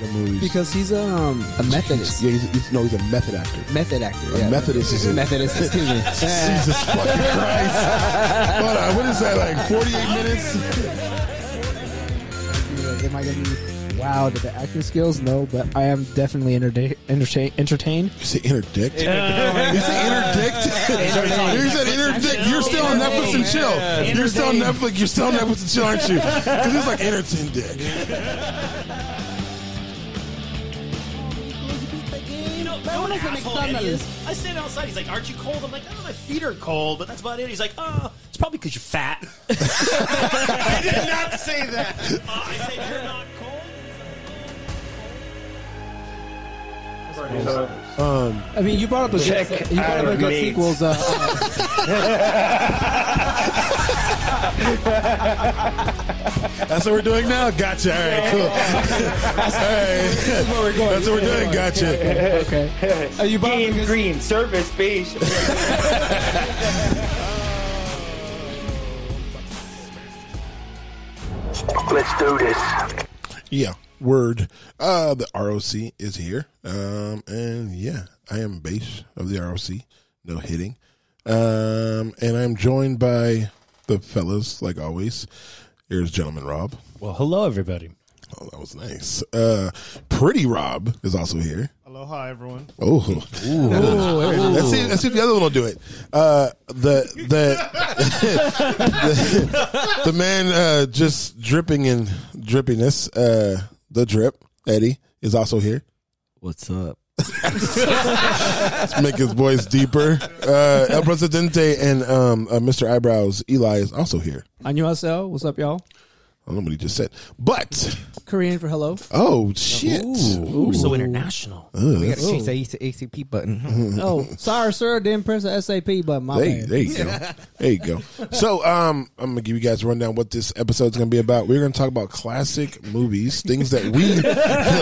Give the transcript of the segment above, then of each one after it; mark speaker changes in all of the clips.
Speaker 1: the movies.
Speaker 2: because he's a, um, a Methodist.
Speaker 3: Yeah, he's, he's, no, he's a method actor.
Speaker 2: Method actor.
Speaker 3: A
Speaker 2: yeah.
Speaker 3: Methodist is a-
Speaker 2: Methodist. Excuse me.
Speaker 3: Jesus fucking Christ! Hold on, what is that like? Forty-eight minutes?
Speaker 4: Am I going to be wowed at the acting skills? No, but I am definitely entertain, entertain, entertained.
Speaker 3: You say interdict? You say interdict? You said interdict. You're still on Netflix and chill. You're still on Netflix. You're still on Netflix and chill, aren't you? Because it's like entertain dick.
Speaker 5: No one
Speaker 6: Everyone has an
Speaker 5: McDonald's.
Speaker 6: I stand outside. He's like, "Aren't you cold?" I'm like, "Oh, my feet are cold, but that's about it." He's like, "Oh, it's probably because you're fat." I did not say that. Uh, I said you're not cold.
Speaker 2: I mean, you brought up a
Speaker 1: Check
Speaker 2: good, you brought up
Speaker 1: our
Speaker 2: a good
Speaker 1: meat.
Speaker 2: sequel's. Uh, uh,
Speaker 3: That's what we're doing now. Gotcha. All right, cool. All right.
Speaker 2: where we're going.
Speaker 3: That's what we're doing. Gotcha.
Speaker 2: Okay. Uh, you brought up a
Speaker 1: Game
Speaker 2: good
Speaker 1: green, surface beige.
Speaker 7: Let's do this.
Speaker 3: Yeah. Word. Uh, the ROC is here. Um, and yeah, I am base of the ROC. No hitting. Um, and I'm joined by the fellas, like always. Here's gentleman Rob.
Speaker 6: Well, hello everybody.
Speaker 3: Oh, that was nice. Uh, Pretty Rob is also here.
Speaker 8: Aloha, everyone.
Speaker 3: Oh, let's see. Let's see if the other one will do it. Uh, the the the, the man uh, just dripping in drippiness. Uh, the drip Eddie is also here.
Speaker 9: What's up?
Speaker 3: Let's make his voice deeper. Uh, El Presidente and um, uh, Mr. Eyebrows Eli is also here.
Speaker 2: Annyeonghaseyo. What's up, y'all?
Speaker 3: I don't know what he just said, but
Speaker 2: Korean for hello.
Speaker 3: oh shit!
Speaker 6: We're so international.
Speaker 3: Ugh,
Speaker 9: We
Speaker 3: that's-
Speaker 9: gotta change the ACP button.
Speaker 2: Oh, sorry, sir. Didn't press the SAP button. My
Speaker 3: Hey,
Speaker 2: bad.
Speaker 3: there you go. There you go. So, um, I'm gonna give you guys a rundown what this episode's gonna be about. We're gonna talk about classic movies, things that we feel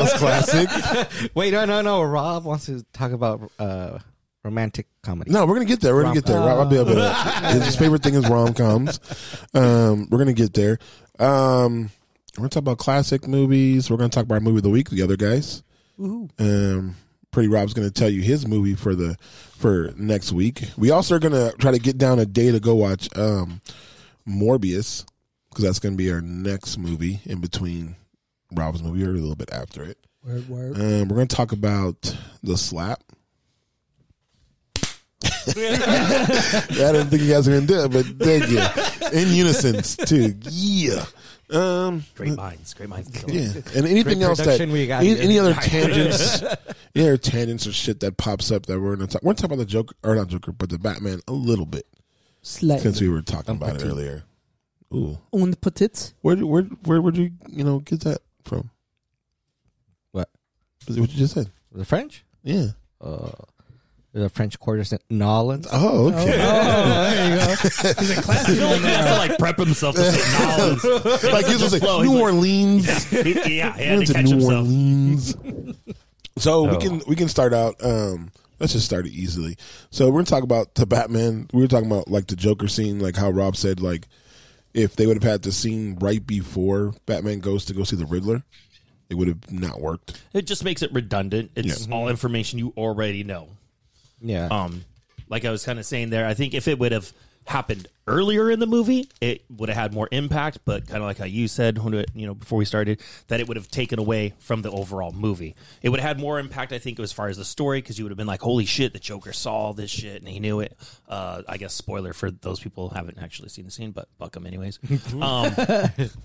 Speaker 3: is classic.
Speaker 9: Wait, no, no, no. Rob wants to talk about uh, romantic comedy.
Speaker 3: No, we're gonna get there. We're gonna get there. Rob, I'll be able to. His favorite thing is rom coms. Um, we're gonna get there. Um, we're gonna talk about classic movies. We're gonna talk about our movie of the week. The other guys. Um, Pretty Rob's gonna tell you his movie for the for next week. We also are gonna try to get down a day to go watch um Morbius because that's gonna be our next movie in between Rob's movie or a little bit after it.
Speaker 2: Word, word.
Speaker 3: Um, we're gonna talk about the slap. Yeah, I didn't think you guys were gonna do it, but thank you. In unison too. Yeah. Um
Speaker 6: Great minds. Great minds. Kill.
Speaker 3: yeah. And anything
Speaker 9: Great
Speaker 3: else that
Speaker 9: production we got
Speaker 3: any,
Speaker 9: here.
Speaker 3: any other tangents any other tangents or shit that pops up that we're gonna talk we're gonna talk about the Joker or not Joker, but the Batman a little bit.
Speaker 2: Slay.
Speaker 3: Since we were talking about it earlier. Ooh.
Speaker 2: Und petit.
Speaker 3: Where where where would you you know get that from?
Speaker 9: What?
Speaker 3: What you just said?
Speaker 9: The French?
Speaker 3: Yeah.
Speaker 9: Uh, the French Quarter in New Orleans.
Speaker 3: Oh, okay.
Speaker 6: I feel like he has to like prep himself to say knowledge.
Speaker 3: like you just say
Speaker 6: flow.
Speaker 3: New
Speaker 6: He's like-
Speaker 3: Orleans.
Speaker 6: He- yeah, he
Speaker 3: Went
Speaker 6: had to
Speaker 3: to
Speaker 6: catch
Speaker 3: New
Speaker 6: himself.
Speaker 3: Orleans. so we
Speaker 9: Oh.
Speaker 3: can we can start out. Um, let's just start it easily. So we're gonna talk about the Batman. We were talking about like the Joker scene, like how Rob said, like if they would have had the scene right before Batman goes to go see the Riddler, it would have not worked.
Speaker 6: It just makes it redundant. It's all information you already know.
Speaker 9: Yeah.
Speaker 6: um like I was kind of saying there, I think if it would have happened earlier in the movie, it would have had more impact, but kind of like how you said when it- you know before we started that it would have taken away from the overall movie. It would have had more impact I think as far as the story cuz you would have been like holy shit, the Joker saw this shit and he knew it. Uh I guess spoiler for those people who haven't actually seen the scene, but fuck them anyways. um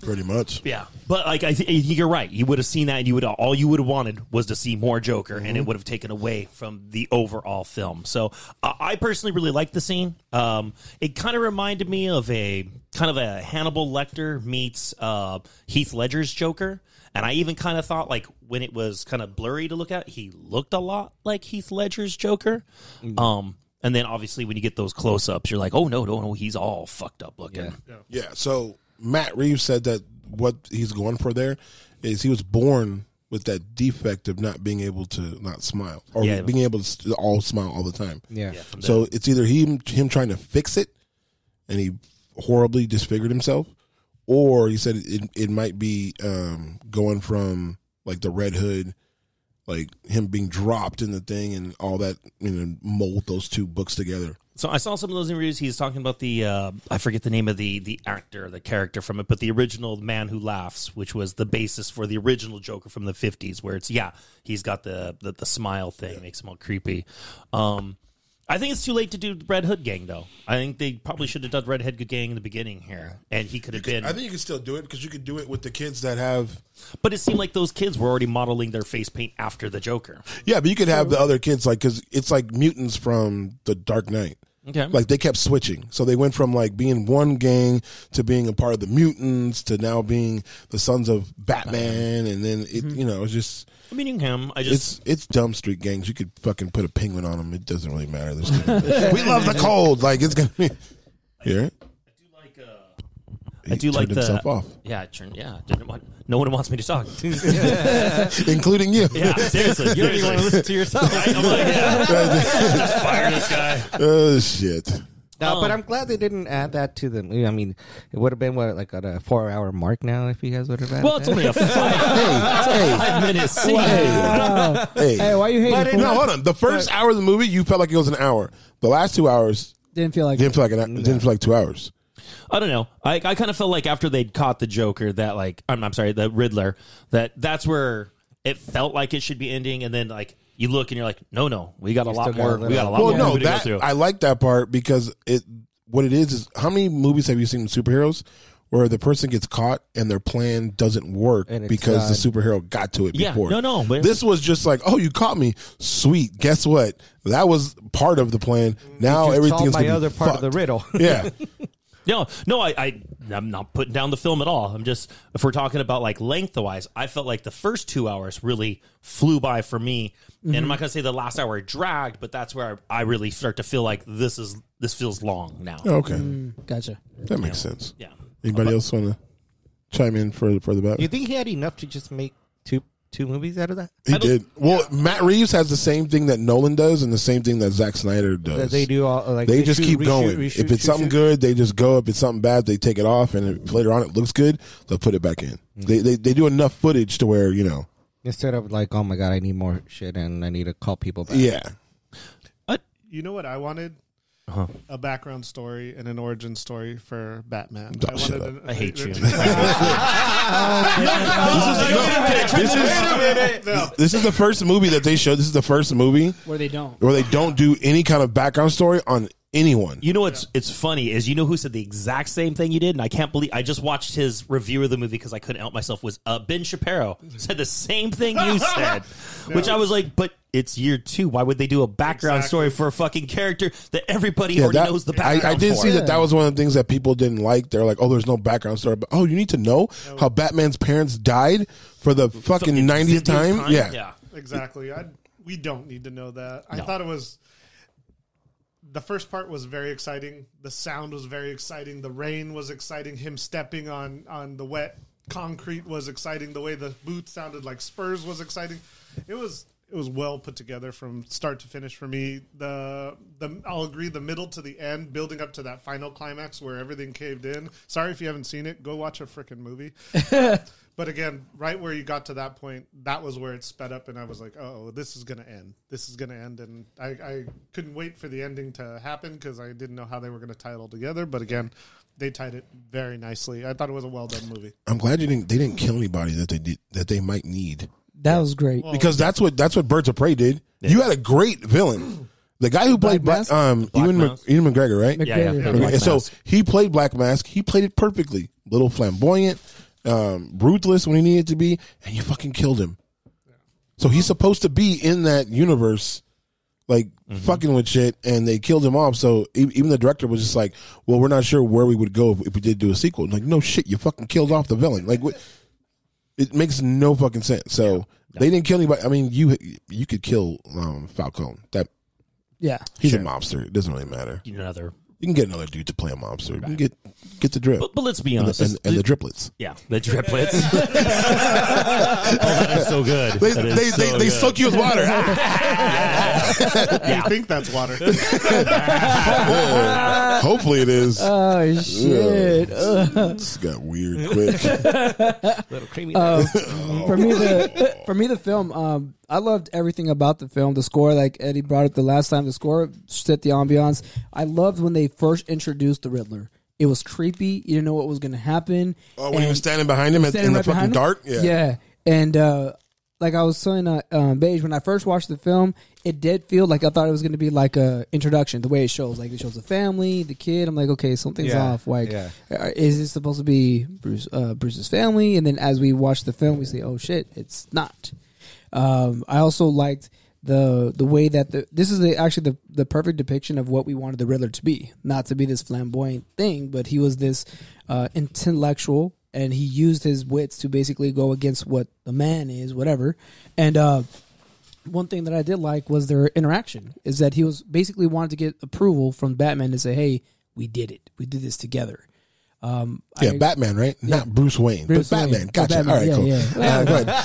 Speaker 3: Pretty much.
Speaker 6: yeah, but like I th- you're right. You would have seen that, and you would all you would have wanted was to see more Joker, and it would have taken away from the overall film. So uh, I personally really liked the scene. Um, it kind of reminded me of a kind of a Hannibal Lecter meets uh, Heath Ledger's Joker, and I even kind of thought like when it was kind of blurry to look at, he looked a lot like Heath Ledger's Joker. Um, and then obviously when you get those close ups, you're like, oh no, no, no, he's all fucked up looking.
Speaker 3: Yeah. So Matt Reeves said that what he's going for there is he was born with that defect of not being able to not smile or
Speaker 6: Yeah.
Speaker 3: being able to st- all smile all the time.
Speaker 9: yeah.
Speaker 3: So it's either him him trying to fix it, and he horribly disfigured himself, or he said it it might be um, going from like the Red Hood, like him being dropped in the thing and all that, you know, mold those two books together.
Speaker 6: So I saw some of those interviews. He's talking about the uh, I forget the name of the the actor, the character from it, but the original Man Who Laughs, which was the basis for the original Joker from the fifties, where it's yeah, he's got the the, the smile thing, makes him all creepy. Um, I think it's too late to do Red Hood Gang though. I think they probably should have done Red Hood Gang in the beginning here, and he could have been.
Speaker 3: I think you can still do it because you could do it with the kids that have.
Speaker 6: but it seemed like those kids were already modeling their face paint after the Joker.
Speaker 3: Yeah, but you could have the other kids like because it's like mutants from the Dark Knight.
Speaker 6: Okay.
Speaker 3: Like they kept switching, so they went from like being one gang to being a part of the mutants to now being the sons of Batman, and then it you know it's just
Speaker 6: I mean, him. I just
Speaker 3: it's it's dumb street gangs. You could fucking put a penguin on them; it doesn't really matter. There's gonna- we love the cold, like it's gonna be. Yeah,
Speaker 6: I do like. Uh, I do like
Speaker 3: turned himself
Speaker 6: the
Speaker 3: off.
Speaker 6: yeah. I turned- yeah. Didn't want, no one wants me to talk.
Speaker 3: including you.
Speaker 6: Yeah, seriously. You don't even want to listen to yourself. Right? I'm like, yeah, just fire this guy.
Speaker 3: Oh shit!
Speaker 9: No, but I'm glad they didn't add that to the movie. I mean, it would have been what like at a four hour mark now if you guys would have added.
Speaker 6: Well, it's
Speaker 9: that.
Speaker 6: only a five, five minute scene.
Speaker 2: Wow.
Speaker 3: Hey,
Speaker 2: hey, why you hating? for
Speaker 3: no,
Speaker 2: it?
Speaker 3: hold on. The first hour of the movie, you felt like it was an hour. The last two hours
Speaker 2: Didn't feel like
Speaker 3: didn't feel like an, hour didn't feel like two hours.
Speaker 6: I don't know. I, I kind of felt like after they'd caught the Joker, that like I'm, I'm sorry, the Riddler, that that's where it felt like it should be ending, and then like you look and you're like, no, no, we got a lot
Speaker 9: still got
Speaker 6: more.
Speaker 9: a little-
Speaker 6: We got a lot
Speaker 3: Well,
Speaker 6: more
Speaker 3: no,
Speaker 6: movie to go
Speaker 3: that
Speaker 6: through.
Speaker 3: I like that part because it what it is is how many movies have you seen with superheroes where the person gets caught and their plan doesn't work
Speaker 9: And it's
Speaker 3: because the superhero got to it
Speaker 6: Yeah,
Speaker 3: before?
Speaker 6: no, no, but-
Speaker 3: this was just like, oh, you caught me, sweet. Guess what? That was part of the plan. Now
Speaker 9: Just solve
Speaker 3: everything's
Speaker 9: my
Speaker 3: Oh, gonna
Speaker 9: other
Speaker 3: be
Speaker 9: part
Speaker 3: fucked.
Speaker 9: of the riddle.
Speaker 3: Yeah,
Speaker 6: No, no, I, I, I'm not putting down the film at all. I'm just, if we're talking about like lengthwise, I felt like the first two hours really flew by for me, and I'm not gonna say the last hour dragged, but that's where I, I really start to feel like this is this feels long now.
Speaker 3: okay,
Speaker 2: Mm, Gotcha.
Speaker 3: that makes sense.
Speaker 6: Yeah,
Speaker 3: Anybody else want to chime in for for the bat?
Speaker 9: you think he had enough to just make two two movies out of that?
Speaker 3: He
Speaker 6: I don't-
Speaker 3: did. Well, Matt Reeves has the same thing that Nolan does and the same thing that Zack Snyder
Speaker 9: That
Speaker 3: does.
Speaker 9: they do all uh, like
Speaker 3: They just
Speaker 9: shoot,
Speaker 3: keep
Speaker 9: reshoot,
Speaker 3: going.
Speaker 9: reshoot,
Speaker 3: if it's
Speaker 9: shoot,
Speaker 3: something
Speaker 9: shoot.
Speaker 3: good, they just go. If it's something bad, they take it off, and if later on it looks good, they'll put it back in.
Speaker 9: Mm.
Speaker 3: They, they they do enough footage to where you know.
Speaker 9: instead of like, oh my god, I need more shit and I need to call people back.
Speaker 3: Yeah,
Speaker 1: You know what I wanted?
Speaker 6: Uh-huh.
Speaker 1: A background story and an origin story for Batman. I,
Speaker 3: shut
Speaker 1: wanted
Speaker 3: up.
Speaker 1: an-
Speaker 6: Oh, I hate you.
Speaker 3: this is
Speaker 1: No.
Speaker 3: this is the first movie that they showed. This is the first movie
Speaker 2: Where they don't.
Speaker 3: where they don't do any kind of background story on anyone.
Speaker 6: You know what's it's funny is you know who said the exact same thing you did, and I can't believe I just watched his review of the movie because I couldn't help myself. Was uh, Ben Shapiro said the same thing you said, which I was like, but it's year two. Why would they do a background story for a fucking character that everybody already
Speaker 3: that-
Speaker 6: knows the
Speaker 3: I,
Speaker 6: background?
Speaker 3: I did
Speaker 6: for?
Speaker 3: see that that was one of the things that people didn't like. They're like, "Oh, there's no background story." But oh, you need to know how Batman's parents died for the fucking ninetieth time. Yeah.
Speaker 1: Exactly. I we don't need to know that. I
Speaker 6: No.
Speaker 1: thought it was the first part was very exciting. The sound was very exciting. The rain was exciting. Him stepping on on the wet concrete was exciting. The way the boot sounded like spurs was exciting. It was it was well put together from start to finish for me. The the I'll agree the middle to the end, building up to that final climax where everything caved in. Sorry if you haven't seen it. Go watch a freaking movie. But again, right where you got to that point, that was where it sped up, and I was like, "Oh, this is gonna end. This is gonna end." And I, I couldn't wait for the ending to happen because I didn't know how they were gonna tie it all together. But again, they tied it very nicely. I thought it was a well done movie.
Speaker 3: I'm glad you didn't. They didn't kill anybody that they did that they might need
Speaker 2: That was
Speaker 4: Oh,
Speaker 2: great.
Speaker 3: because that's what that's what Birds of Prey did. You had a great villain, the guy who played Black
Speaker 2: Mask?
Speaker 3: um Ewan, Mc,
Speaker 6: Mask.
Speaker 3: Ewan McGregor, right?
Speaker 6: Yeah, yeah, yeah.
Speaker 2: McGregor.
Speaker 3: Okay,
Speaker 6: Black
Speaker 3: and so
Speaker 6: Mask.
Speaker 3: he played Black Mask. He played it perfectly. Little flamboyant, um, ruthless when he needed to be, and you fucking killed him. So he's supposed to be in that universe, like
Speaker 6: Mm-hmm.
Speaker 3: fucking with shit, and they killed him off. So e- even the director was just like, "Well, we're not sure where we would go if, if we did do a sequel." like, no shit, you fucking killed off the villain. Like, what? It makes no fucking sense. So they didn't kill anybody. I mean, you you could kill um, Falcone. That
Speaker 2: Yeah.
Speaker 3: he's a mobster. It doesn't really matter.
Speaker 6: another
Speaker 3: You can get another dude to play a mobster. You can get get the drip
Speaker 6: But, but let's be
Speaker 3: and,
Speaker 6: honest.
Speaker 3: the, and, and the
Speaker 6: the-
Speaker 3: driplets.
Speaker 6: yeah, the driplets. oh, that is so good.
Speaker 3: They
Speaker 6: That is
Speaker 3: they,
Speaker 6: so
Speaker 3: they, they
Speaker 6: good.
Speaker 3: soak you with water.
Speaker 1: I think that's water.
Speaker 3: Yeah. Hopefully it is.
Speaker 4: Oh shit!
Speaker 3: This got weird quick.
Speaker 9: little creamy.
Speaker 4: for me the for me the film um i loved everything about the film the score like eddie brought up the last time the score set the ambiance i loved when they first introduced the riddler it was creepy you didn't know what was going to happen
Speaker 3: Oh, when he was
Speaker 4: And-
Speaker 3: standing behind him at,
Speaker 4: standing
Speaker 3: in the
Speaker 4: right
Speaker 3: fucking
Speaker 4: behind
Speaker 3: dart.
Speaker 4: him. and uh, like I was saying, uh, um, Beige, when I first watched the film, it did feel like I thought it was going to be like a introduction. The way it shows, like it shows the family, the kid. I'm like, okay, something's
Speaker 9: Yeah,
Speaker 4: off. Like,
Speaker 9: yeah.
Speaker 4: uh, is this supposed to be Bruce uh, Bruce's family? And then as we watch the film, we say, oh shit, it's not. Um, I also liked the the way that the this is the, actually the the perfect depiction of what we wanted the Riddler to be, not to be this flamboyant thing, but he was this uh, intellectual, and he used his wits to basically go against what the man is, whatever. And uh, one thing that I did like was their interaction. Is that he was basically wanted to get approval from Batman to say, "Hey, we did it. We did this together." Um,
Speaker 3: Yeah,
Speaker 4: I-
Speaker 3: Batman, right? Not Bruce Wayne,
Speaker 4: Bruce
Speaker 3: but
Speaker 4: Wayne.
Speaker 3: Batman.
Speaker 4: But
Speaker 3: Gotcha.
Speaker 4: Batman,
Speaker 3: All right,
Speaker 4: yeah,
Speaker 3: cool.
Speaker 4: yeah.
Speaker 3: Uh, go ahead.
Speaker 6: One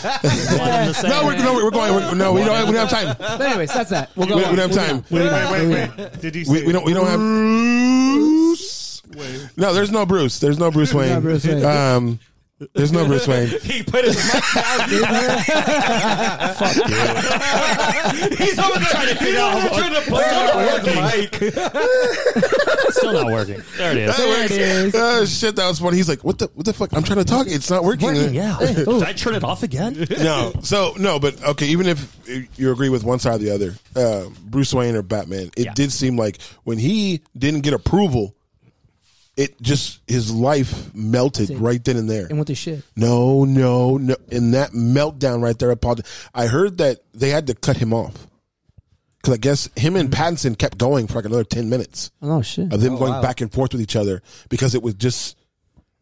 Speaker 6: and the same.
Speaker 3: No, we're, no, we're going. We're, no, we don't, have, we don't have time.
Speaker 4: but anyways, that's that. We'll go.
Speaker 3: We,
Speaker 4: on.
Speaker 3: we don't have
Speaker 4: Moving
Speaker 3: time.
Speaker 4: on.
Speaker 1: Wait, wait, wait, wait. Did he say
Speaker 3: We, we don't. We don't have.
Speaker 1: Bruce? Wait.
Speaker 3: No, there's no Bruce. There's no Bruce Wayne.
Speaker 4: Bruce Wayne.
Speaker 3: Um, there's no Bruce Wayne.
Speaker 6: He put his mic down. He's over there trying to figure out how to play Still not working. Still not working. There it is.
Speaker 3: That works.
Speaker 4: is.
Speaker 3: Oh shit, that was funny. He's like, "What the? What the fuck? I'm trying to talk. It's not working."
Speaker 6: Yeah. Did I turn it off again?
Speaker 3: No. So no, but okay. Even if you agree with one side or the other, uh, Bruce Wayne or Batman, it
Speaker 6: Yeah.
Speaker 3: did seem like when he didn't get approval, it just his life melted right then and there.
Speaker 4: And with the shit.
Speaker 3: no, no, no. And that meltdown right there. apolog- I heard that they had to cut him off because I guess him and Pattinson kept going for like another ten minutes
Speaker 4: Oh shit.
Speaker 3: of them going
Speaker 9: wow.
Speaker 3: back and forth with each other because it was just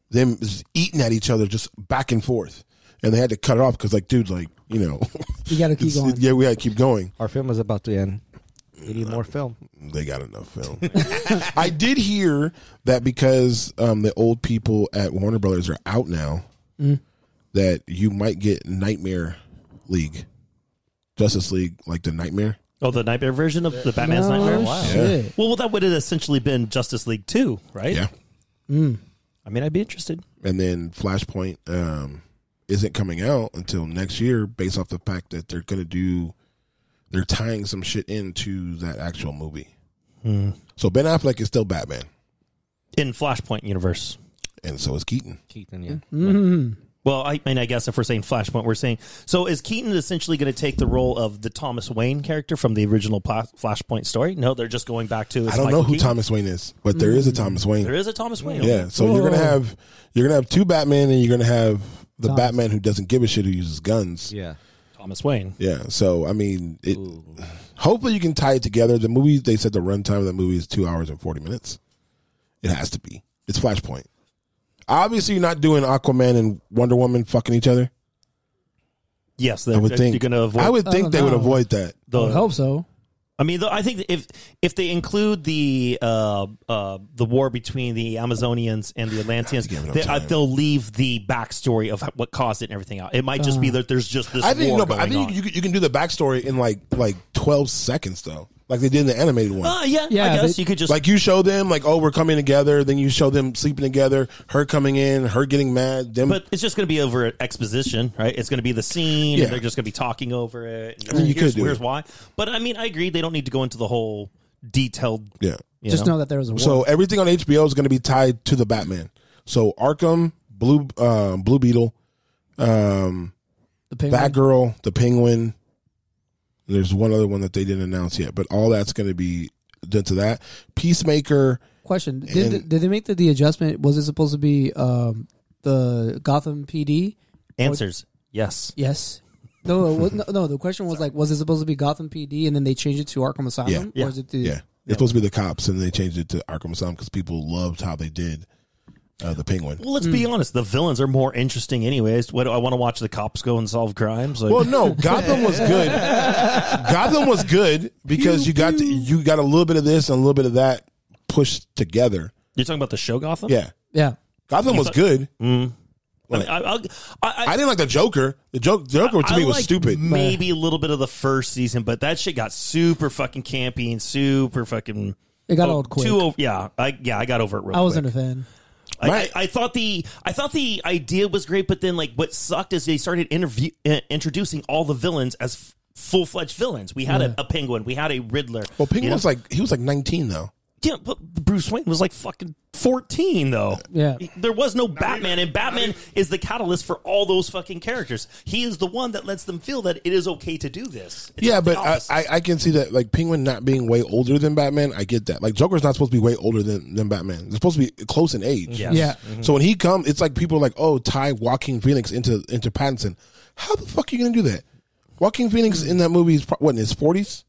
Speaker 3: them just eating at each other just back and forth and they had to cut it off because like dude like you know
Speaker 4: You gotta keep
Speaker 3: it's-
Speaker 4: going.
Speaker 3: yeah we gotta keep going
Speaker 9: Our film is about to end. We need more film.
Speaker 3: they got enough film i did hear that because um, the old people at warner brothers are out now
Speaker 4: Mm.
Speaker 3: that you might get nightmare league justice league like the nightmare
Speaker 6: Oh, the Nightmare version of the Batman's
Speaker 4: Oh,
Speaker 6: Nightmare?
Speaker 4: shit.
Speaker 6: Well, well, that would have essentially been Justice League 2, right?
Speaker 3: yeah
Speaker 6: I mean, I'd be interested.
Speaker 3: and then Flashpoint um, isn't coming out until next year, based off the fact that they're gonna do, they're tying some shit into that actual movie.
Speaker 6: Hmm.
Speaker 3: So Ben Affleck is still Batman,
Speaker 6: In Flashpoint universe.
Speaker 3: and so is Keaton.
Speaker 9: Keaton, yeah.
Speaker 4: Mm-hmm.
Speaker 6: Well, I mean, I guess if we're saying Flashpoint, we're saying so. Is Keaton essentially going to take the role of the Thomas Wayne character from the original Pla- Flashpoint story? No, they're just going back to. it's
Speaker 3: I don't
Speaker 6: Michael
Speaker 3: know who
Speaker 6: Keaton. Hmm.
Speaker 3: Thomas Wayne is, but there is a Thomas Wayne.
Speaker 6: There is a Thomas Wayne.
Speaker 3: Yeah, so you're gonna have you're gonna have two Batman, and you're gonna have the Batman who doesn't give a shit who uses guns.
Speaker 9: Yeah.
Speaker 6: Thomas Wayne.
Speaker 3: Yeah, so I mean, it, hopefully you can tie it together. The movie they said the runtime of the movie is two hours and forty minutes. It has to be. It's Flashpoint. Obviously, you're not doing Aquaman and Wonder Woman fucking each other.
Speaker 6: Yes,
Speaker 3: I
Speaker 6: they're,
Speaker 3: would think.
Speaker 6: you're going to avoid.
Speaker 3: I would
Speaker 4: I
Speaker 3: think
Speaker 4: don't
Speaker 3: they would
Speaker 4: know.
Speaker 3: avoid that.
Speaker 4: I
Speaker 6: the,
Speaker 4: would hope so.
Speaker 6: I mean, though, I think if if they include the uh, uh, the war between the Amazonians and the Atlanteans,
Speaker 3: Give it up
Speaker 6: they, uh,
Speaker 3: time.
Speaker 6: they'll leave the backstory of what caused it and everything out. It might just
Speaker 4: Uh,
Speaker 6: be that there's just this
Speaker 3: I think
Speaker 6: war
Speaker 3: no, but I
Speaker 6: going
Speaker 3: think
Speaker 6: on.
Speaker 3: you, you, you can do the backstory in like like twelve seconds though, like they did in the animated one.
Speaker 6: Ah, yeah, I
Speaker 4: Yeah,
Speaker 6: guess
Speaker 4: they-
Speaker 6: you could just
Speaker 3: like you show them like oh we're coming together, then you show them sleeping together, her coming in, her getting mad, them
Speaker 6: But it's just going to be over exposition, right? It's going to be the scene,
Speaker 3: Yeah.
Speaker 6: and they're just going to be talking over it. And
Speaker 3: I mean, you
Speaker 6: here's,
Speaker 3: could do
Speaker 6: here's
Speaker 3: it.
Speaker 6: why. But I mean, I agree. They don't need to go into the whole detailed.
Speaker 3: yeah.
Speaker 6: you
Speaker 4: Just
Speaker 6: know?
Speaker 4: know? that there was a war.
Speaker 3: So everything on HBO is going to be tied to the Batman. So Arkham, Blue um, Blue Beetle, um,
Speaker 4: the penguin.
Speaker 3: Batgirl, the Penguin. There's one other one that they didn't announce yet, but all that's going to be done to that. Peacemaker.
Speaker 4: Question: Did
Speaker 3: And-
Speaker 4: did they make the, the adjustment? Was it supposed to be um, the Gotham PD?
Speaker 6: answers. Yes.
Speaker 4: Yes. No, no, what- no, no. The question was like, was it supposed to be Gotham PD, and then they changed it to Arkham Asylum?
Speaker 6: Yeah.
Speaker 4: Or is it the,
Speaker 3: Yeah, it's supposed to be the cops, and they changed it to Arkham Asylum because people loved how they did uh, the Penguin.
Speaker 6: Well, let's be honest. The villains are more interesting, anyways. What do I want to watch the cops go and solve crimes? Like,
Speaker 3: Well, no, Gotham was good. Gotham was good because you got you got a little bit of this and a little bit of that pushed together.
Speaker 6: You're talking about the show Gotham?
Speaker 3: Yeah,
Speaker 2: Yeah.
Speaker 3: Gotham was good.
Speaker 6: I, mean, I, I'll- I,
Speaker 3: I didn't like the Joker. The joke, Joker to
Speaker 6: I
Speaker 3: me was
Speaker 6: liked
Speaker 3: stupid.
Speaker 6: Maybe a little bit of the first season, but that shit got super fucking campy and super fucking.
Speaker 2: It got
Speaker 6: oh,
Speaker 2: old quick.
Speaker 6: Too, o- yeah, I yeah, I got over it real
Speaker 2: I wasn't
Speaker 6: quick.
Speaker 2: a fan.
Speaker 6: I,
Speaker 3: My-
Speaker 6: I, I thought the I thought the idea was great, but then like what sucked is they started interview uh, introducing all the villains as full fledged villains. We had a, a penguin, we had a Riddler.
Speaker 3: Well, Penguin
Speaker 6: you know?
Speaker 3: was like he was like nineteen though.
Speaker 6: yeah, but Bruce Wayne was like fucking fourteen though.
Speaker 2: Yeah.
Speaker 6: there was no Batman, and Batman is the catalyst for all those fucking characters. He is the one that lets them feel that it is okay to do this. It's
Speaker 3: Yeah,
Speaker 6: the
Speaker 3: but I,
Speaker 6: opposite.
Speaker 3: I, I can see that like Penguin not being way older than Batman. I get that. Like Joker's not supposed to be way older than, than Batman. They're supposed to be close in age.
Speaker 6: Yes.
Speaker 2: Yeah.
Speaker 3: So when he comes, it's like people are like, "Oh, tie Joaquin Phoenix into into Pattinson." How the fuck are you gonna do that? Joaquin Phoenix in that movie is pro- what in his forties.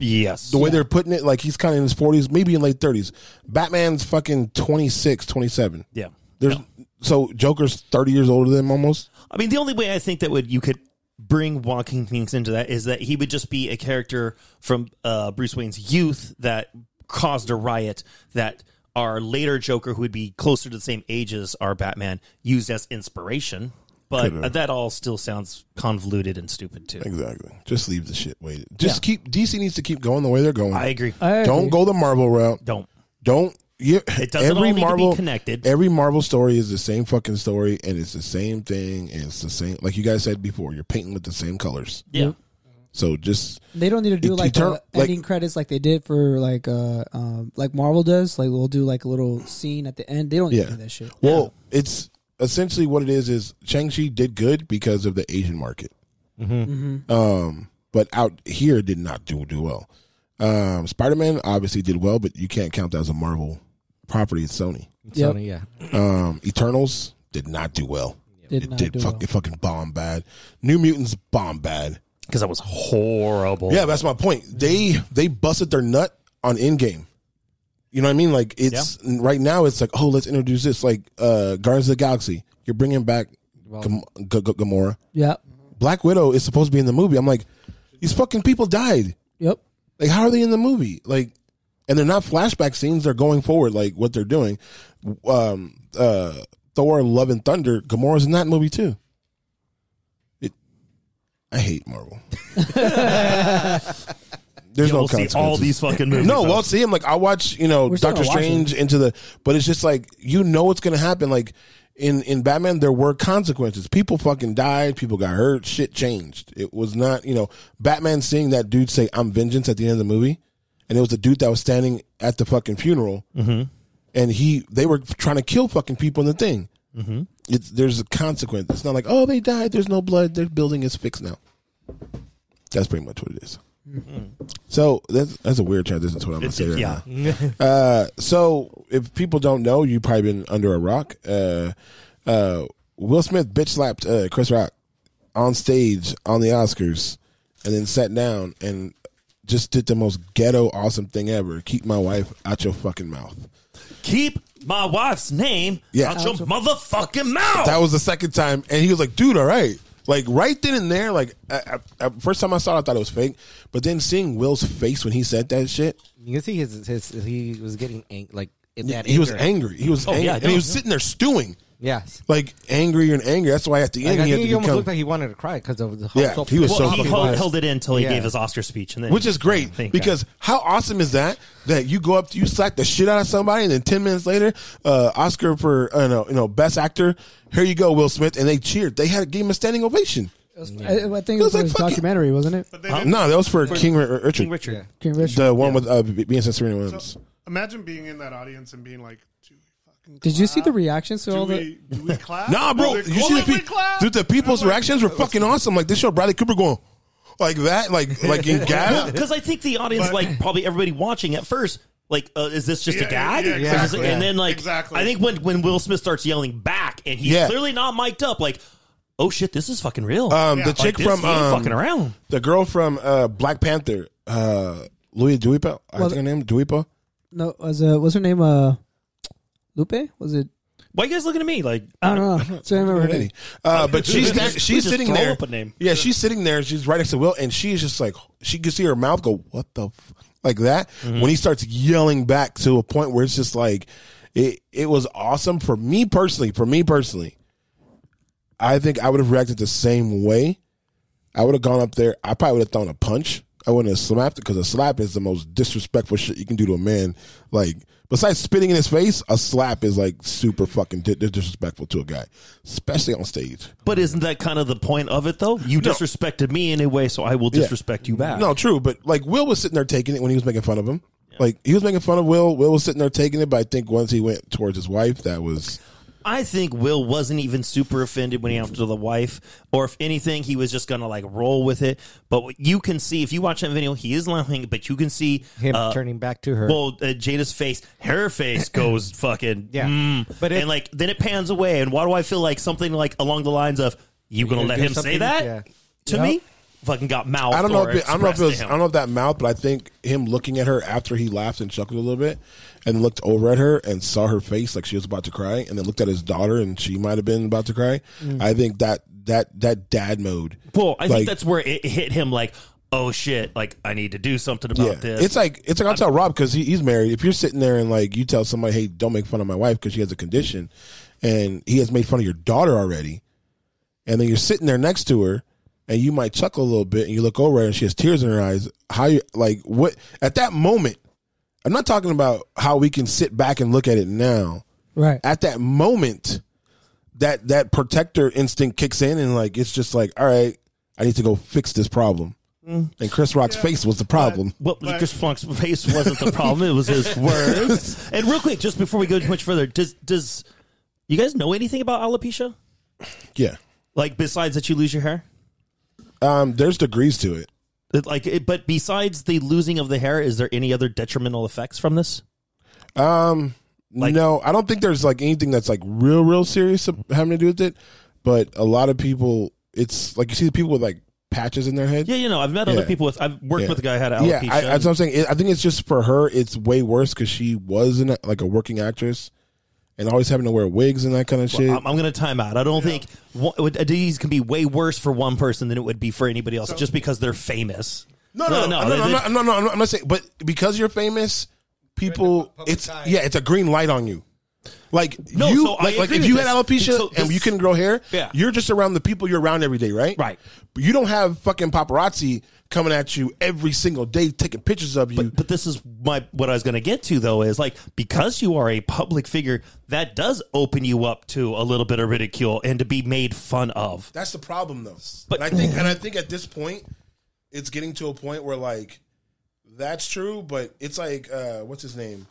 Speaker 6: yes,
Speaker 3: The way they're putting it, like he's kind of in his forties, maybe in late thirties. Batman's fucking 26, 27.
Speaker 6: yeah.
Speaker 3: There's so Joker's thirty years older than him almost.
Speaker 6: I mean, the only way I think that would you could bring Walking Phoenix into that is that he would just be a character from uh, Bruce Wayne's youth that caused a riot that our later Joker, who would be closer to the same age as our Batman, used as inspiration. But that all still sounds convoluted and stupid too.
Speaker 3: Exactly. Just leave the shit. Wait. Just keep DC needs to keep going the way they're going.
Speaker 6: I agree.
Speaker 2: I
Speaker 3: Don't
Speaker 2: agree.
Speaker 3: go the Marvel route.
Speaker 6: Don't.
Speaker 3: Don't you,
Speaker 6: It doesn't all
Speaker 3: every
Speaker 6: need to be
Speaker 3: Marvel
Speaker 6: connected.
Speaker 3: Every Marvel story is the same fucking story, and it's the same thing, and it's the same. Like you guys said before, you're painting with the same colors.
Speaker 6: Yeah.
Speaker 3: So just
Speaker 2: They don't need to do
Speaker 3: It-
Speaker 2: like
Speaker 3: it turn-
Speaker 2: the
Speaker 3: like-
Speaker 2: ending credits like they did for like uh um like Marvel does. Like we'll do like a little scene at the end. They don't need
Speaker 3: yeah.
Speaker 2: to do that shit.
Speaker 3: Well, it's essentially what it is. Is Shang Chi did good because of the Asian market,
Speaker 6: Mm-hmm.
Speaker 3: um, but out here did not do do well. Um, Spider Man obviously did well, but you can't count that as a Marvel property. It's Sony.
Speaker 2: Yep.
Speaker 9: Sony, yeah.
Speaker 3: Um, Eternals did not do well.
Speaker 2: Did
Speaker 3: it
Speaker 2: not
Speaker 3: did
Speaker 2: do
Speaker 3: fuck,
Speaker 2: well.
Speaker 3: it fucking bomb bad. New Mutants bomb bad.
Speaker 6: Because that was horrible.
Speaker 3: Yeah, that's my point. They they busted their nut on Endgame. You know what I mean? Like it's right now. It's like oh, let's introduce this. Like uh Guardians of the Galaxy. You're bringing back Gam- G- G- Gamora.
Speaker 2: Yep.
Speaker 3: Black Widow is supposed to be in the movie. I'm like, these fucking people died.
Speaker 2: Yep.
Speaker 3: Like, how are they in the movie? Like, and they're not flashback scenes. They're going forward. Like what they're doing. Um, uh, Thor: Love and Thunder. Gamora's in that movie too. It. I hate Marvel. There's no
Speaker 6: You'll see all
Speaker 3: consequences.
Speaker 6: these fucking movies.
Speaker 3: No,
Speaker 6: though.
Speaker 3: well, see, I'm like, I watch, you know,
Speaker 2: We're still
Speaker 3: Doctor
Speaker 2: gonna watch
Speaker 3: Strange into the, but it's just like you know what's gonna happen. Like in in Batman, there were consequences. People fucking died. People got hurt. Shit changed. It was not, you know, Batman seeing that dude say "I'm vengeance" at the end of the movie, and it was the dude that was standing at the fucking funeral,
Speaker 6: Mm-hmm.
Speaker 3: and he they were trying to kill fucking people in the thing.
Speaker 6: Mm-hmm.
Speaker 3: It's there's a consequence. It's not like oh they died. There's no blood. Their building is fixed now. That's pretty much what it is. So that's that's a weird transition to what I'm gonna say right
Speaker 6: yeah.
Speaker 3: now. Uh, so if people don't know, you've probably been under a rock. Uh, uh, Will Smith bitch slapped uh, Chris Rock on stage on the Oscars, and then sat down and just did the most ghetto awesome thing ever. Keep my wife out your fucking mouth.
Speaker 6: Keep my wife's name
Speaker 3: Yeah.
Speaker 6: out your motherfucking mouth.
Speaker 3: That was the second time, and he was like, "Dude, all right." Like right then and there, like I, I, I, first time I saw it, I thought it was fake. But then seeing Will's face when he said that shit,
Speaker 9: You can see his his he was getting ang- like in that
Speaker 3: he was
Speaker 9: anger.
Speaker 3: angry. He was
Speaker 6: Oh,
Speaker 3: angry,
Speaker 6: yeah,
Speaker 3: and
Speaker 6: no,
Speaker 3: he was
Speaker 6: no.
Speaker 3: sitting there stewing.
Speaker 9: Yes.
Speaker 3: like angrier and angrier. That's why at the
Speaker 9: Like,
Speaker 3: end
Speaker 9: I
Speaker 3: he had
Speaker 9: think
Speaker 3: to
Speaker 9: he almost
Speaker 3: become,
Speaker 9: looked like he wanted to cry because of the
Speaker 3: Yeah, he was
Speaker 6: well,
Speaker 3: so
Speaker 6: he
Speaker 3: fucking
Speaker 6: held,
Speaker 3: biased.
Speaker 6: held it in until he
Speaker 9: Yeah.
Speaker 6: gave his Oscar speech, and then
Speaker 3: which is great
Speaker 6: Thank God.
Speaker 3: because how awesome is that? That you go up, you slap the shit out of somebody, and then ten minutes later, uh, Oscar for uh, no, you know best actor. Here you go, Will Smith, and they cheered. They had gave him a standing ovation.
Speaker 2: I, I think it was,
Speaker 3: like
Speaker 2: his
Speaker 3: fucking-
Speaker 2: documentary, wasn't it?
Speaker 1: But they didn't-
Speaker 3: No, that was for, King Ri- Richard,
Speaker 6: King Richard.
Speaker 2: King Richard.
Speaker 3: the one with uh, B- being and Serena Williams.
Speaker 1: imagine being in that audience and being like, "Do we fucking
Speaker 2: Did you see the
Speaker 1: clap?
Speaker 2: reactions to
Speaker 1: Do
Speaker 2: all the?
Speaker 1: we, do we clap?
Speaker 3: Nah, bro.
Speaker 1: Do we-
Speaker 3: you see the
Speaker 1: do we
Speaker 3: people,
Speaker 1: clap?
Speaker 3: dude. The people's
Speaker 1: I'm like,
Speaker 3: reactions were fucking awesome. Like this show, Bradley Cooper going like that, like like in gas.
Speaker 6: Because I think the audience,
Speaker 1: But-
Speaker 6: like probably everybody watching at first, like, uh, is this just
Speaker 1: Yeah,
Speaker 6: a gag?
Speaker 1: yeah,
Speaker 6: Is this-
Speaker 1: exactly.
Speaker 6: And then, like,
Speaker 1: Exactly.
Speaker 6: I think when, when Will Smith starts yelling back and he's
Speaker 3: Yeah.
Speaker 6: clearly not mic'd up, like, oh shit, this is fucking real.
Speaker 3: Um, the
Speaker 1: Yeah.
Speaker 3: chick
Speaker 6: like, this,
Speaker 3: from
Speaker 6: he ain't
Speaker 3: um,
Speaker 6: fucking around.
Speaker 3: the girl from uh, Black Panther, uh, Louis Duipa, I
Speaker 2: Well,
Speaker 3: think her name Duipa.
Speaker 2: No, was uh, what's her name? Uh, Lupe? Was it?
Speaker 6: Why you guys looking at me? Like,
Speaker 2: I don't know. I remember her name.
Speaker 3: Uh, but she's that,
Speaker 6: We
Speaker 3: she's
Speaker 6: just
Speaker 3: sitting
Speaker 6: throw
Speaker 3: there.
Speaker 6: up a name.
Speaker 3: Yeah, she's sitting there. She's right next to Will, and she's just like she can see her mouth go. What the? F-? like that
Speaker 6: Mm-hmm.
Speaker 3: when he starts yelling back to a point where it's just like it it was awesome for me personally for me personally i think i would have reacted the same way i would have gone up there i probably would have thrown a punch i wouldn't have slapped it because a slap is the most disrespectful shit you can do to a man like besides spitting in his face a slap is like super fucking di- disrespectful to a guy especially on stage
Speaker 6: But isn't that kind of the point of it, though? You disrespected me anyway, so I will
Speaker 3: Yeah.
Speaker 6: disrespect you back.
Speaker 3: No, true, but like Will was sitting there taking it when he was making fun of him. Like he was making fun of Will. Will was sitting there taking it, but I think once he went towards his wife, that was
Speaker 6: I think Will wasn't even super offended when he after the wife, or if anything, he was just gonna like roll with it. But what you can see if you watch that video, he is laughing, but you can see
Speaker 9: Him
Speaker 6: uh,
Speaker 9: turning back to her.
Speaker 6: Well, uh, Jada's face, her face goes fucking
Speaker 9: Yeah.
Speaker 6: mm.
Speaker 9: But it-
Speaker 6: and like then it pans away, and why do I feel like something like along the lines of you gonna
Speaker 9: You're
Speaker 6: let
Speaker 9: gonna
Speaker 6: him
Speaker 9: do
Speaker 6: say
Speaker 9: something?"
Speaker 6: that
Speaker 9: Yeah.
Speaker 6: to me? Fucking got mouth.
Speaker 3: I don't know.
Speaker 6: Or
Speaker 3: If it, I don't know if it was,
Speaker 6: expressed
Speaker 3: I
Speaker 6: to him.
Speaker 3: don't know if that mouth, but I think him looking at her after he laughed and chuckled a little bit, and looked over at her and saw her face like she was about to cry, and then looked at his daughter and she might have been about to cry. I think that that that dad mode.
Speaker 6: Well, I
Speaker 3: like-
Speaker 6: think that's where it hit him like, oh shit, like I need to do something about this.
Speaker 3: It's like it's like I'll tell Rob because he, he's married. If you're sitting there and like you tell somebody, "Hey, don't make fun of my wife because she has a condition," and he has made fun of your daughter already, and then you're sitting there next to her, and you might chuckle a little bit, and you look over and she has tears in her eyes. How you like what at that moment? I'm not talking about how we can sit back and look at it now.
Speaker 2: Right.
Speaker 3: At that moment, that that protector instinct kicks in, and like it's just like, all right, I need to go fix this problem. And Chris Rock's face was the problem.
Speaker 6: Well, Chris Funk's face wasn't the problem; it was his words. and real quick, just before we go too much further, does does you guys know anything about alopecia?
Speaker 3: Yeah.
Speaker 6: Like besides that, you lose your hair.
Speaker 3: Um, there's degrees to it.
Speaker 6: It- Like, it, but besides the losing of the hair, is there any other detrimental effects from this?
Speaker 3: Um,
Speaker 6: Like-
Speaker 3: no, I don't think there's like anything that's like real, real serious having to do with it. But a lot of people, it's like you see the people with like patches in their head.
Speaker 6: Yeah, you know, I've met other
Speaker 3: Yeah.
Speaker 6: people with. I've worked
Speaker 3: Yeah.
Speaker 6: with a guy who had
Speaker 3: yeah.
Speaker 6: alopecia.
Speaker 3: I, that's what I'm saying. It, I think it's just for her. It's way worse because she wasn't like a working actress and always having to wear wigs and that kind of shit.
Speaker 6: I'm, I'm going to time out. I don't think one, a disease can be way worse for one person than it would be for anybody else just because they're famous.
Speaker 3: No, no, no, no, no,
Speaker 6: they-
Speaker 3: I'm
Speaker 6: they-
Speaker 3: not- no, no, I'm not, I'm not saying, but because you're famous, people, it's yeah, it's a green light on you. Like
Speaker 6: No,
Speaker 3: you,
Speaker 6: so I
Speaker 3: like, like
Speaker 6: agree
Speaker 3: if
Speaker 6: with
Speaker 3: you
Speaker 6: this.
Speaker 3: had alopecia
Speaker 6: So
Speaker 3: and
Speaker 6: this-
Speaker 3: you couldn't grow hair,
Speaker 6: Yeah.
Speaker 3: you're just around the people you're around every day, right?
Speaker 6: Right.
Speaker 3: But you don't have fucking paparazzi coming at you every single day taking pictures of you.
Speaker 6: But, but this is my what I was going to get to though is like because you are a public figure that does open you up to a little bit of ridicule and to be made fun of.
Speaker 3: That's the problem, though.
Speaker 6: But-
Speaker 3: But and I think, and I think at this point, it's getting to a point where like that's true, but it's like uh, what's his name?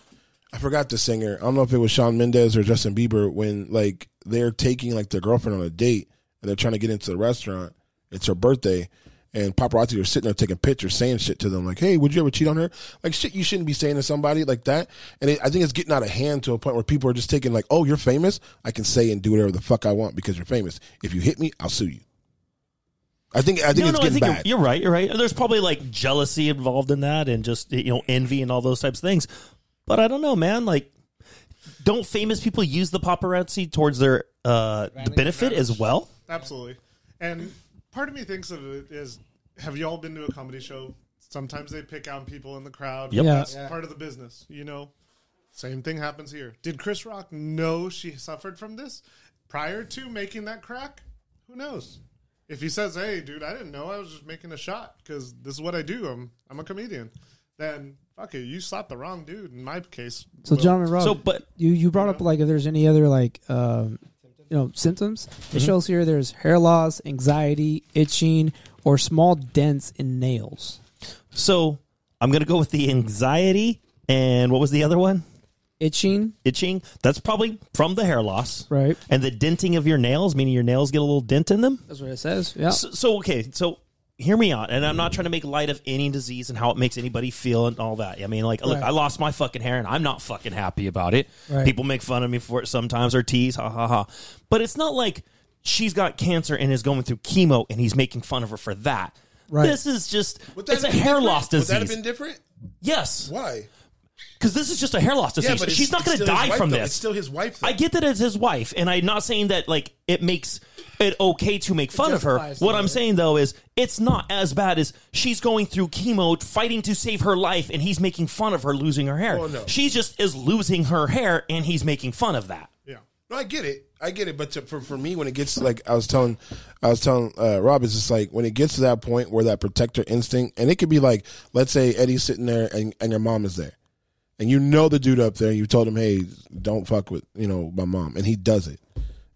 Speaker 3: I forgot the singer. I don't know if it was Sean Mendez or Justin Bieber when like they're taking like their girlfriend on a date and they're trying to get into the restaurant. It's her birthday. And paparazzi are sitting there taking pictures, saying shit to them like, "Hey, would you ever cheat on her?" Like shit, you shouldn't be saying to somebody like that. And it, I think it's getting out of hand to a point where people are just taking like, "Oh, you're famous. I can say and do whatever the fuck I want because you're famous. If you hit me, I'll sue you." I think I think
Speaker 6: no,
Speaker 3: it's
Speaker 6: no, I
Speaker 3: getting
Speaker 6: think you're,
Speaker 3: bad.
Speaker 6: you're right. You're right. There's probably like jealousy involved in that, and just you know envy and all those types of things. But I don't know, man. Like, don't famous people use the paparazzi towards their uh, benefit as well?
Speaker 1: Absolutely. And part of me thinks of it is have you all been to a comedy show? Sometimes they pick out people in the crowd.
Speaker 6: Yep. Yeah.
Speaker 1: That's part of the business, you know. Same thing happens here. Did Chris Rock know she suffered from this prior to making that crack? Who knows? If he says, "Hey, dude, I didn't know. I was just making a shot because this is what I do. I'm I'm a comedian." Then fuck it, you slapped the wrong dude. In my case,
Speaker 2: So
Speaker 1: Will.
Speaker 2: John and Rob,
Speaker 3: Oh.
Speaker 6: So, but
Speaker 2: you you brought up like if there's any other like um, you know symptoms. It shows here there's hair loss, anxiety, itching, or small dents in nails.
Speaker 6: so I'm gonna go with the anxiety and what was the other one?
Speaker 2: Itching,
Speaker 6: Itching. That's probably from the hair loss,
Speaker 2: right?
Speaker 6: And the denting of your nails, meaning your nails get a little dent in them.
Speaker 2: That's what it says. Yeah.
Speaker 6: So, so okay, so hear me out, and I'm not trying to make light of any disease and how it makes anybody feel and all that. I mean, like, look,
Speaker 2: Right.
Speaker 6: I lost my fucking hair, and I'm not fucking happy about it.
Speaker 2: Right.
Speaker 6: People make fun of me for it sometimes, or tease, ha ha ha. But it's not like she's got cancer and is going through chemo, and he's making fun of her for that.
Speaker 2: Right.
Speaker 6: This is just
Speaker 3: Would that
Speaker 6: it's a
Speaker 3: have been
Speaker 6: hair
Speaker 3: different?
Speaker 6: loss disease.
Speaker 3: Would that have been different?
Speaker 6: yes,
Speaker 3: Why?
Speaker 6: because this is just a hair loss disease.
Speaker 3: it's-
Speaker 6: She's not
Speaker 3: it's
Speaker 6: going to
Speaker 3: still his
Speaker 6: die
Speaker 3: wife,
Speaker 6: from
Speaker 3: though.
Speaker 6: this.
Speaker 3: It's still his wife. Though.
Speaker 6: I get that it's his wife, and I'm not saying that like it makes it okay to make fun of her.
Speaker 4: justifies
Speaker 6: What
Speaker 4: the-
Speaker 6: I'm saying though is it's not as bad as she's going through chemo, fighting to save her life, and he's making fun of her losing her hair.
Speaker 3: Oh, no.
Speaker 6: She just is losing her hair, and he's making fun of that.
Speaker 1: Yeah.
Speaker 3: No, I get it. I get it. But to, for for me, when it gets like I was telling, I was telling uh, Rob, it's just like when it gets to that point where that protector instinct, and it could be like, let's say Eddie's sitting there and and your mom is there, and you know the dude up there, and you told him, hey, don't fuck with you know my mom, and he does it.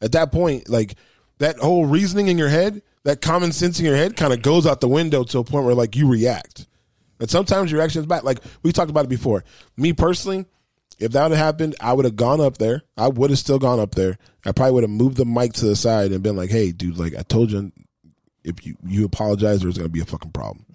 Speaker 3: At that point, like that whole reasoning in your head, that common sense in your head, kind of goes out the window to a point where like you react. And sometimes your reaction is bad. Like we talked about it before. Me personally, if that had happened, I would have gone up there. I would have still gone up there. I probably would have moved the mic to the side and been like, "Hey, dude, like I told you, if you you apologize, there's gonna be a fucking problem."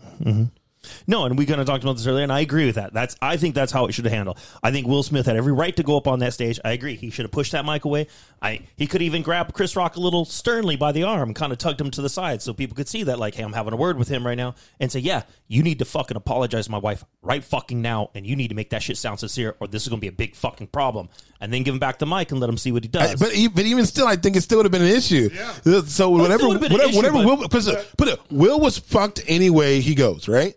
Speaker 6: No, and we kind of talked about this earlier, and I agree with that. That's I think that's how it should handle. I think Will Smith had every right to go up on that stage. I agree. He should have pushed that mic away. I he could even grab Chris Rock a little sternly by the arm, kind of tugged him to the side so people could see that, like, hey, I'm having a word with him right now, and say, yeah, you need to fucking apologize to my wife right fucking now, and you need to make that shit sound sincere, or this is gonna be a big fucking problem. And then give him back the mic and let him see what he does.
Speaker 3: But e- but even still, I think it still would have been an issue.
Speaker 1: Yeah.
Speaker 3: So
Speaker 6: It
Speaker 3: whatever
Speaker 6: still would've been an
Speaker 3: whatever,
Speaker 6: issue,
Speaker 3: whatever
Speaker 6: but-
Speaker 3: Will put it, put it, Will was fucked anyway. He goes right.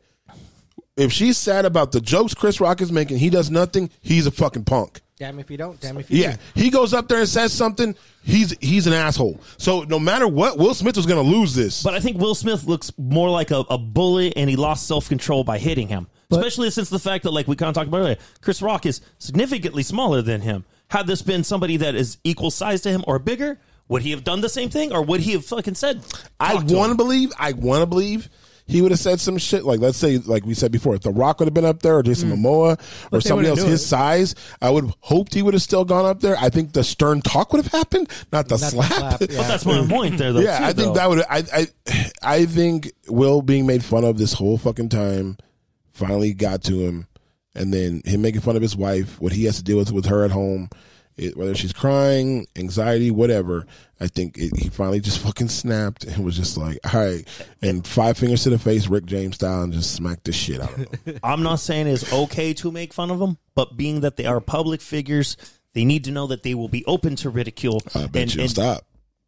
Speaker 3: If she's sad about the jokes Chris Rock is making, he does nothing. He's a fucking punk.
Speaker 9: Damn if you don't. Damn if you
Speaker 3: Yeah, he goes up there and says something. He's he's an asshole. So no matter what, Will Smith was going to lose this.
Speaker 6: But I think Will Smith looks more like a, a bully, and he lost self control by hitting him. Especially since the fact that, like we kind of talked about earlier, Chris Rock is significantly smaller than him. Had this been somebody that is equal size to him or bigger, would he have done the same thing, or would he have fucking said,
Speaker 3: I
Speaker 6: "Talk to
Speaker 3: want to
Speaker 6: him"?
Speaker 3: believe. I want to believe he would have said some shit. Like let's say, like we said before, if The Rock would have been up there, or Jason Momoa, or somebody else
Speaker 4: wouldn't do
Speaker 3: his
Speaker 4: it.
Speaker 3: size, I would have hoped he would have still gone up there. I think the stern talk would have happened, not the slap.
Speaker 9: slap,
Speaker 3: yeah,
Speaker 9: yeah.
Speaker 6: But that's my point there, though. too,
Speaker 3: I think
Speaker 6: though.
Speaker 3: that would. I, I I think Will being made fun of this whole fucking time finally got to him, and then him making fun of his wife, what he has to deal with with her at home. It, whether she's crying, anxiety, whatever, I think it, he finally just fucking snapped and was just like, "All right," and five fingers to the face, Rick James style, and just smacked the shit out of him.
Speaker 6: I'm not saying it's okay to make fun of them, but being that they are public figures, they need to know that they will be open to ridicule.
Speaker 3: I bet
Speaker 6: and,
Speaker 3: you'll
Speaker 6: and-
Speaker 3: stop.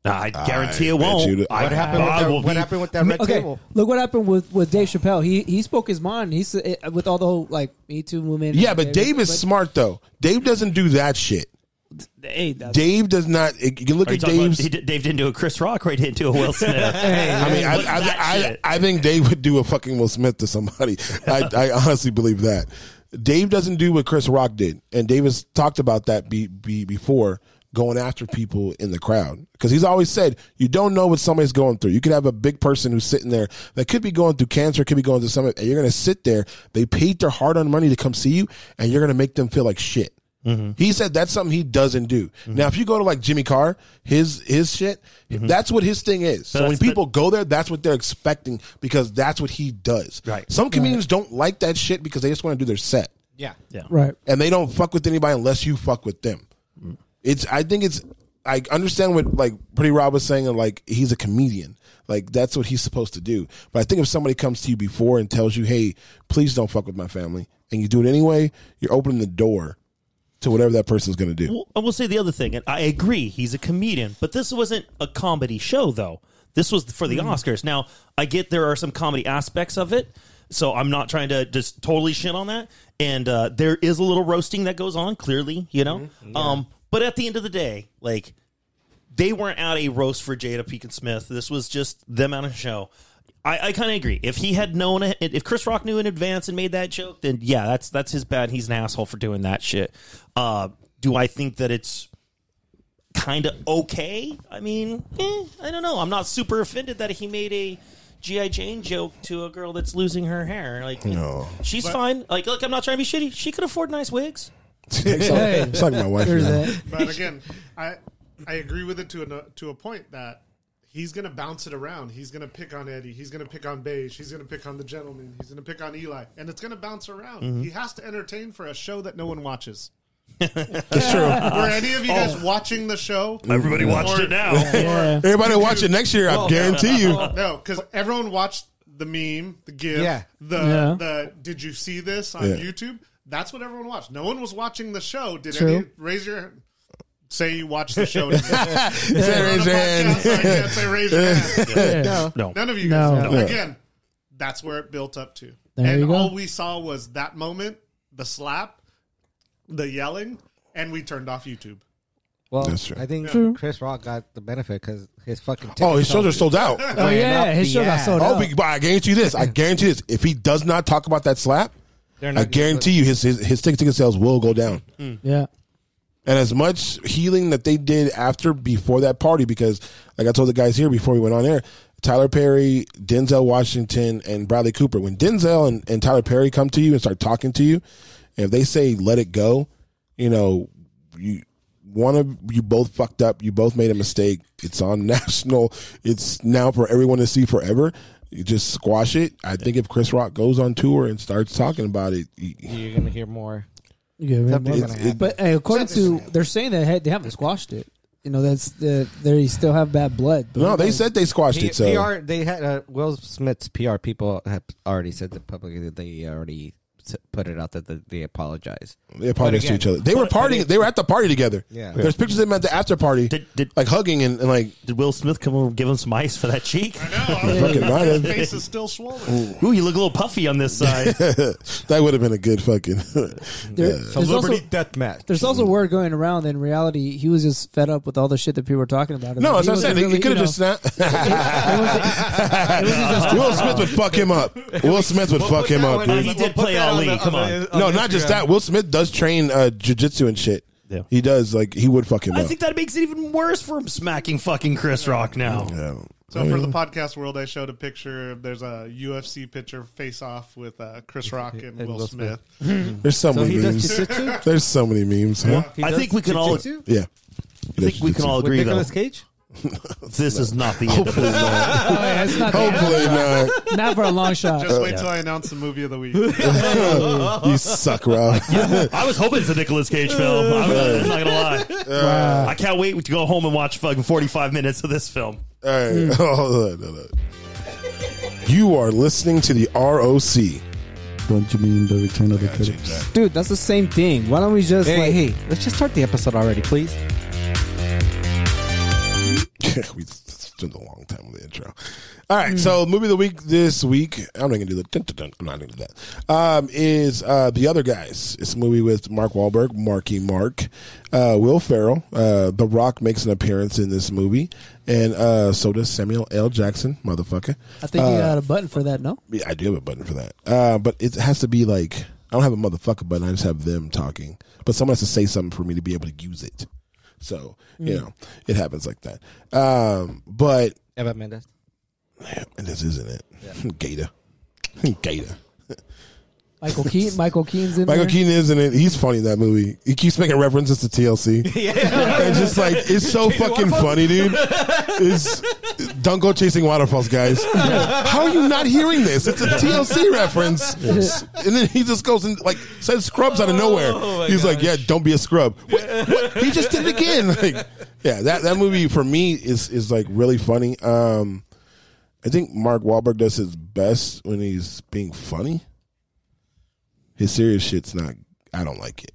Speaker 6: Nah, I guarantee
Speaker 3: I
Speaker 6: it
Speaker 3: bet you
Speaker 6: won't.
Speaker 3: do-
Speaker 6: I-
Speaker 3: What
Speaker 9: happened with
Speaker 6: I
Speaker 9: that-
Speaker 6: will
Speaker 9: what
Speaker 6: be-
Speaker 9: happened with that red
Speaker 4: okay,
Speaker 9: table?
Speaker 4: look what happened with, with Dave Chappelle. He he spoke his mind. He said eh, with all the whole like Me Too movement.
Speaker 3: Yeah, but
Speaker 4: and
Speaker 3: Dave is
Speaker 4: everything,
Speaker 3: smart though. Dave doesn't do that shit.
Speaker 4: but- hey, that's-
Speaker 3: Dave does not. You can look
Speaker 6: Are you
Speaker 3: at
Speaker 6: talking about,
Speaker 3: Dave's.
Speaker 6: he did, Dave didn't do a Chris Rock, or he didn't do a Will Smith.
Speaker 3: I mean, I,
Speaker 6: What's that
Speaker 3: I,
Speaker 6: shit?
Speaker 3: I, I think Dave would do a fucking Will Smith to somebody. I, I honestly believe that. Dave doesn't do what Chris Rock did, and Dave has talked about that be, be, before going after people in the crowd because he's always said you don't know what somebody's going through. You could have a big person who's sitting there that could be going through cancer, could be going through something, and you're going to sit there. They paid their hard-earned money to come see you, and you're going to make them feel like shit.
Speaker 6: Mm-hmm.
Speaker 3: He said that's something he doesn't do. Now, if you go to like Jimmy Carr, his his shit, that's what his thing is. So when
Speaker 6: Mm-hmm. that's the-
Speaker 3: people go there, that's what they're expecting because that's what he does.
Speaker 6: Right.
Speaker 3: Some comedians don't like that shit because they just want to do their set
Speaker 9: Yeah.
Speaker 6: Yeah.
Speaker 4: right.
Speaker 3: and they don't fuck with anybody unless you fuck with them. It's I think it's I understand what like Pretty Rob was saying and like he's a comedian. Like that's what he's supposed to do. But I think if somebody comes to you before and tells you, "Hey, please don't fuck with my family," and you do it anyway, you're opening the door to whatever that person's going to do.
Speaker 6: Well, I will say the other thing, and I agree, he's a comedian, but this wasn't a comedy show, though. This was for the Oscars. Now, I get there are some comedy aspects of it, so I'm not trying to just totally shit on that. And uh, there is a little roasting that goes on, clearly, you know. Um, but at the end of the day, like they weren't out a roast for Jada Pinkett Smith. This was just them on a show. I, I kind of agree. If he had known it, if Chris Rock knew in advance and made that joke, then yeah, that's that's his bad. He's an asshole for doing that shit. Uh, do I think that it's kind of okay? I mean, eh, I don't know. I'm not super offended that he made a GI Jane joke to a girl that's losing her hair. Like, she's fine. Like, look, I'm not trying to be shitty. She could afford nice wigs.
Speaker 3: it's, like, it's like my wife.
Speaker 4: There's
Speaker 3: now.
Speaker 4: that.
Speaker 1: But again, I I agree with it to a to a point that he's going to bounce it around. He's going to pick on Eddie. He's going to pick on Beige. He's going to pick on the gentleman. He's going to pick on Eli, and it's going to bounce around.
Speaker 3: Mm-hmm.
Speaker 1: He has to entertain for a show that no one watches.
Speaker 3: That's true. Oh.
Speaker 1: Were any of you guys watching the show?
Speaker 6: Everybody watched it now.
Speaker 4: Yeah.
Speaker 3: Everybody watch it next year. I guarantee you.
Speaker 1: No, because everyone watched the meme, the GIF,
Speaker 9: Yeah.
Speaker 1: the
Speaker 4: Yeah.
Speaker 1: the. Did you see this on
Speaker 3: Yeah.
Speaker 1: YouTube? That's what everyone watched. No one was watching the show. Did
Speaker 4: True.
Speaker 1: any raise your Say you watch the show. Today.
Speaker 3: Say, raise your
Speaker 1: Podcast, I
Speaker 3: hand.
Speaker 1: can't say raise your hand.
Speaker 2: No.
Speaker 6: No.
Speaker 1: None of you guys.
Speaker 2: No.
Speaker 1: have. Again, that's where it built up to.
Speaker 2: There
Speaker 1: and
Speaker 2: you go.
Speaker 1: all we saw was that moment, the slap, the yelling, and we turned off YouTube.
Speaker 9: Well,
Speaker 3: That's true.
Speaker 9: I think
Speaker 2: True.
Speaker 9: Chris Rock got the benefit because his fucking
Speaker 3: Oh, his
Speaker 9: tickets
Speaker 3: shoulders
Speaker 9: sold
Speaker 3: sold out.
Speaker 2: Oh yeah,
Speaker 9: up
Speaker 2: his
Speaker 9: the
Speaker 2: show got
Speaker 9: ass.
Speaker 2: sold
Speaker 3: Oh,
Speaker 2: out.
Speaker 3: be- but I guarantee you this. I guarantee this. If he does not talk about that slap,
Speaker 9: They're
Speaker 3: I
Speaker 9: not-
Speaker 3: guarantee you his his, his ticket ticket sales will go down.
Speaker 2: Yeah,
Speaker 3: And as much healing that they did after before that party, because like I told the guys here before we went on air, Tyler Perry, Denzel Washington, and Bradley Cooper. When Denzel and, and Tyler Perry come to you and start talking to you, and if they say "Let it go," you know you one of you both fucked up. You both made a mistake. It's on national. It's now for everyone to see forever. You just squash it. I think if Chris Rock goes on tour and starts talking about it, he-
Speaker 9: You're gonna hear more.
Speaker 2: yeah. man.
Speaker 9: Something's
Speaker 3: it's-
Speaker 9: gonna
Speaker 3: it-
Speaker 9: happen.
Speaker 2: But hey, according to they're saying that hey, they haven't squashed it. You know, that's the they still have bad blood. But
Speaker 3: no, they said they squashed
Speaker 9: P-
Speaker 3: it. So
Speaker 9: PR, they had uh, Will Smith's PR people have already said that publicly that they already s- put it out that they- they apologize.
Speaker 3: They apologized
Speaker 9: But again-
Speaker 3: to each other. They were partying. They were at the party together.
Speaker 9: Yeah.
Speaker 3: There's pictures of them at the after party,
Speaker 6: Did- did-
Speaker 3: like hugging and, and like.
Speaker 6: Did Will Smith come over and give him some ice for that cheek?
Speaker 1: No, I was-
Speaker 3: Fucking might
Speaker 1: his
Speaker 3: have.
Speaker 1: face is still swollen.
Speaker 6: Ooh, you look a little puffy on this side.
Speaker 3: that would have been a good fucking.
Speaker 2: There-
Speaker 3: Yeah.
Speaker 2: there's also
Speaker 9: death match.
Speaker 2: there's also word going around that in reality he was just fed up with all the shit that people were talking about.
Speaker 3: No, that's
Speaker 2: He
Speaker 3: what
Speaker 2: wasn't
Speaker 3: I'm saying. He
Speaker 2: really,
Speaker 3: could
Speaker 2: you know,
Speaker 3: have just snapped. Will Smith would fuck him up. Will Smith would fuck him up,
Speaker 6: one-
Speaker 3: dude.
Speaker 6: He did play Ali, come on.
Speaker 3: No, not just that. Will Smith does train uh, jujitsu and shit.
Speaker 6: Yeah.
Speaker 3: He does. Like he would fuck him
Speaker 6: I
Speaker 3: up.
Speaker 6: think that makes it even worse for him smacking fucking Chris Rock now.
Speaker 3: Yeah.
Speaker 1: So for the podcast world, I showed a picture. There's a UFC picture face off with uh, Chris Rock and, Will,
Speaker 9: Will
Speaker 1: Smith.
Speaker 9: Smith.
Speaker 3: There's so
Speaker 9: So
Speaker 3: many
Speaker 9: he does
Speaker 3: memes.
Speaker 9: jujitsu.
Speaker 3: There's so many memes. Huh?
Speaker 9: He
Speaker 6: I
Speaker 9: does
Speaker 6: think we can all-
Speaker 9: jujitsu?
Speaker 3: Yeah.
Speaker 6: I think we can all
Speaker 9: with
Speaker 6: agree though.
Speaker 9: Nicolas Cage.
Speaker 6: This is not the end of it.
Speaker 2: Oh, yeah, it's not that-
Speaker 3: Hopefully not.
Speaker 2: not for a long shot.
Speaker 1: Just wait till I announce the movie of the week.
Speaker 3: you suck, Rob.
Speaker 6: I was hoping it's a Nicolas Cage film. I'm, I'm not gonna lie.
Speaker 9: Uh,
Speaker 2: Wow.
Speaker 6: I can't wait to go home and watch fucking 45 minutes of this film.
Speaker 3: All right. Hold on, hold on. You are listening to the ROC.
Speaker 5: Don't you mean the return of the critics?
Speaker 2: Dude, that's the same thing. Why don't we just
Speaker 9: Hey,
Speaker 2: like
Speaker 9: hey, let's just start the episode already, please.
Speaker 3: we spent a long time on the intro. All right, so movie of the week this week, I'm not gonna do the. dun, dun, dun, I'm not gonna do that. Um, is uh, the other guys? It's a movie with Mark Wahlberg, Marky Mark, uh, Will Ferrell. Uh, the Rock makes an appearance in this movie, and uh, so does Samuel L. Jackson, motherfucker.
Speaker 2: I think you got a button for that, no?
Speaker 3: Yeah, I do have a button for that. Uh, but it has to be like I don't have a motherfucker button. I just have them talking. But someone has to say something for me to be able to use it. So you know, it happens like that. Um, but
Speaker 9: Eva Mendes.
Speaker 3: and this isn't it. Gator, Gator.
Speaker 2: Michael Keaton Michael Keaton's in
Speaker 3: Michael
Speaker 2: there.
Speaker 3: Keaton is in it. He's funny in that movie. He keeps making references to TLC. and just like it's so fucking funny, dude. It's don't go chasing waterfalls, guys. How are you not hearing this? It's a TLC reference. And then he just goes and like says scrubs out of nowhere. He's like, yeah, don't be a scrub. What, what? He just did it again. Like, yeah, that that movie for me is is like really funny. Um, I think Mark Wahlberg does his best when he's being funny. His serious shit's not. I don't like it.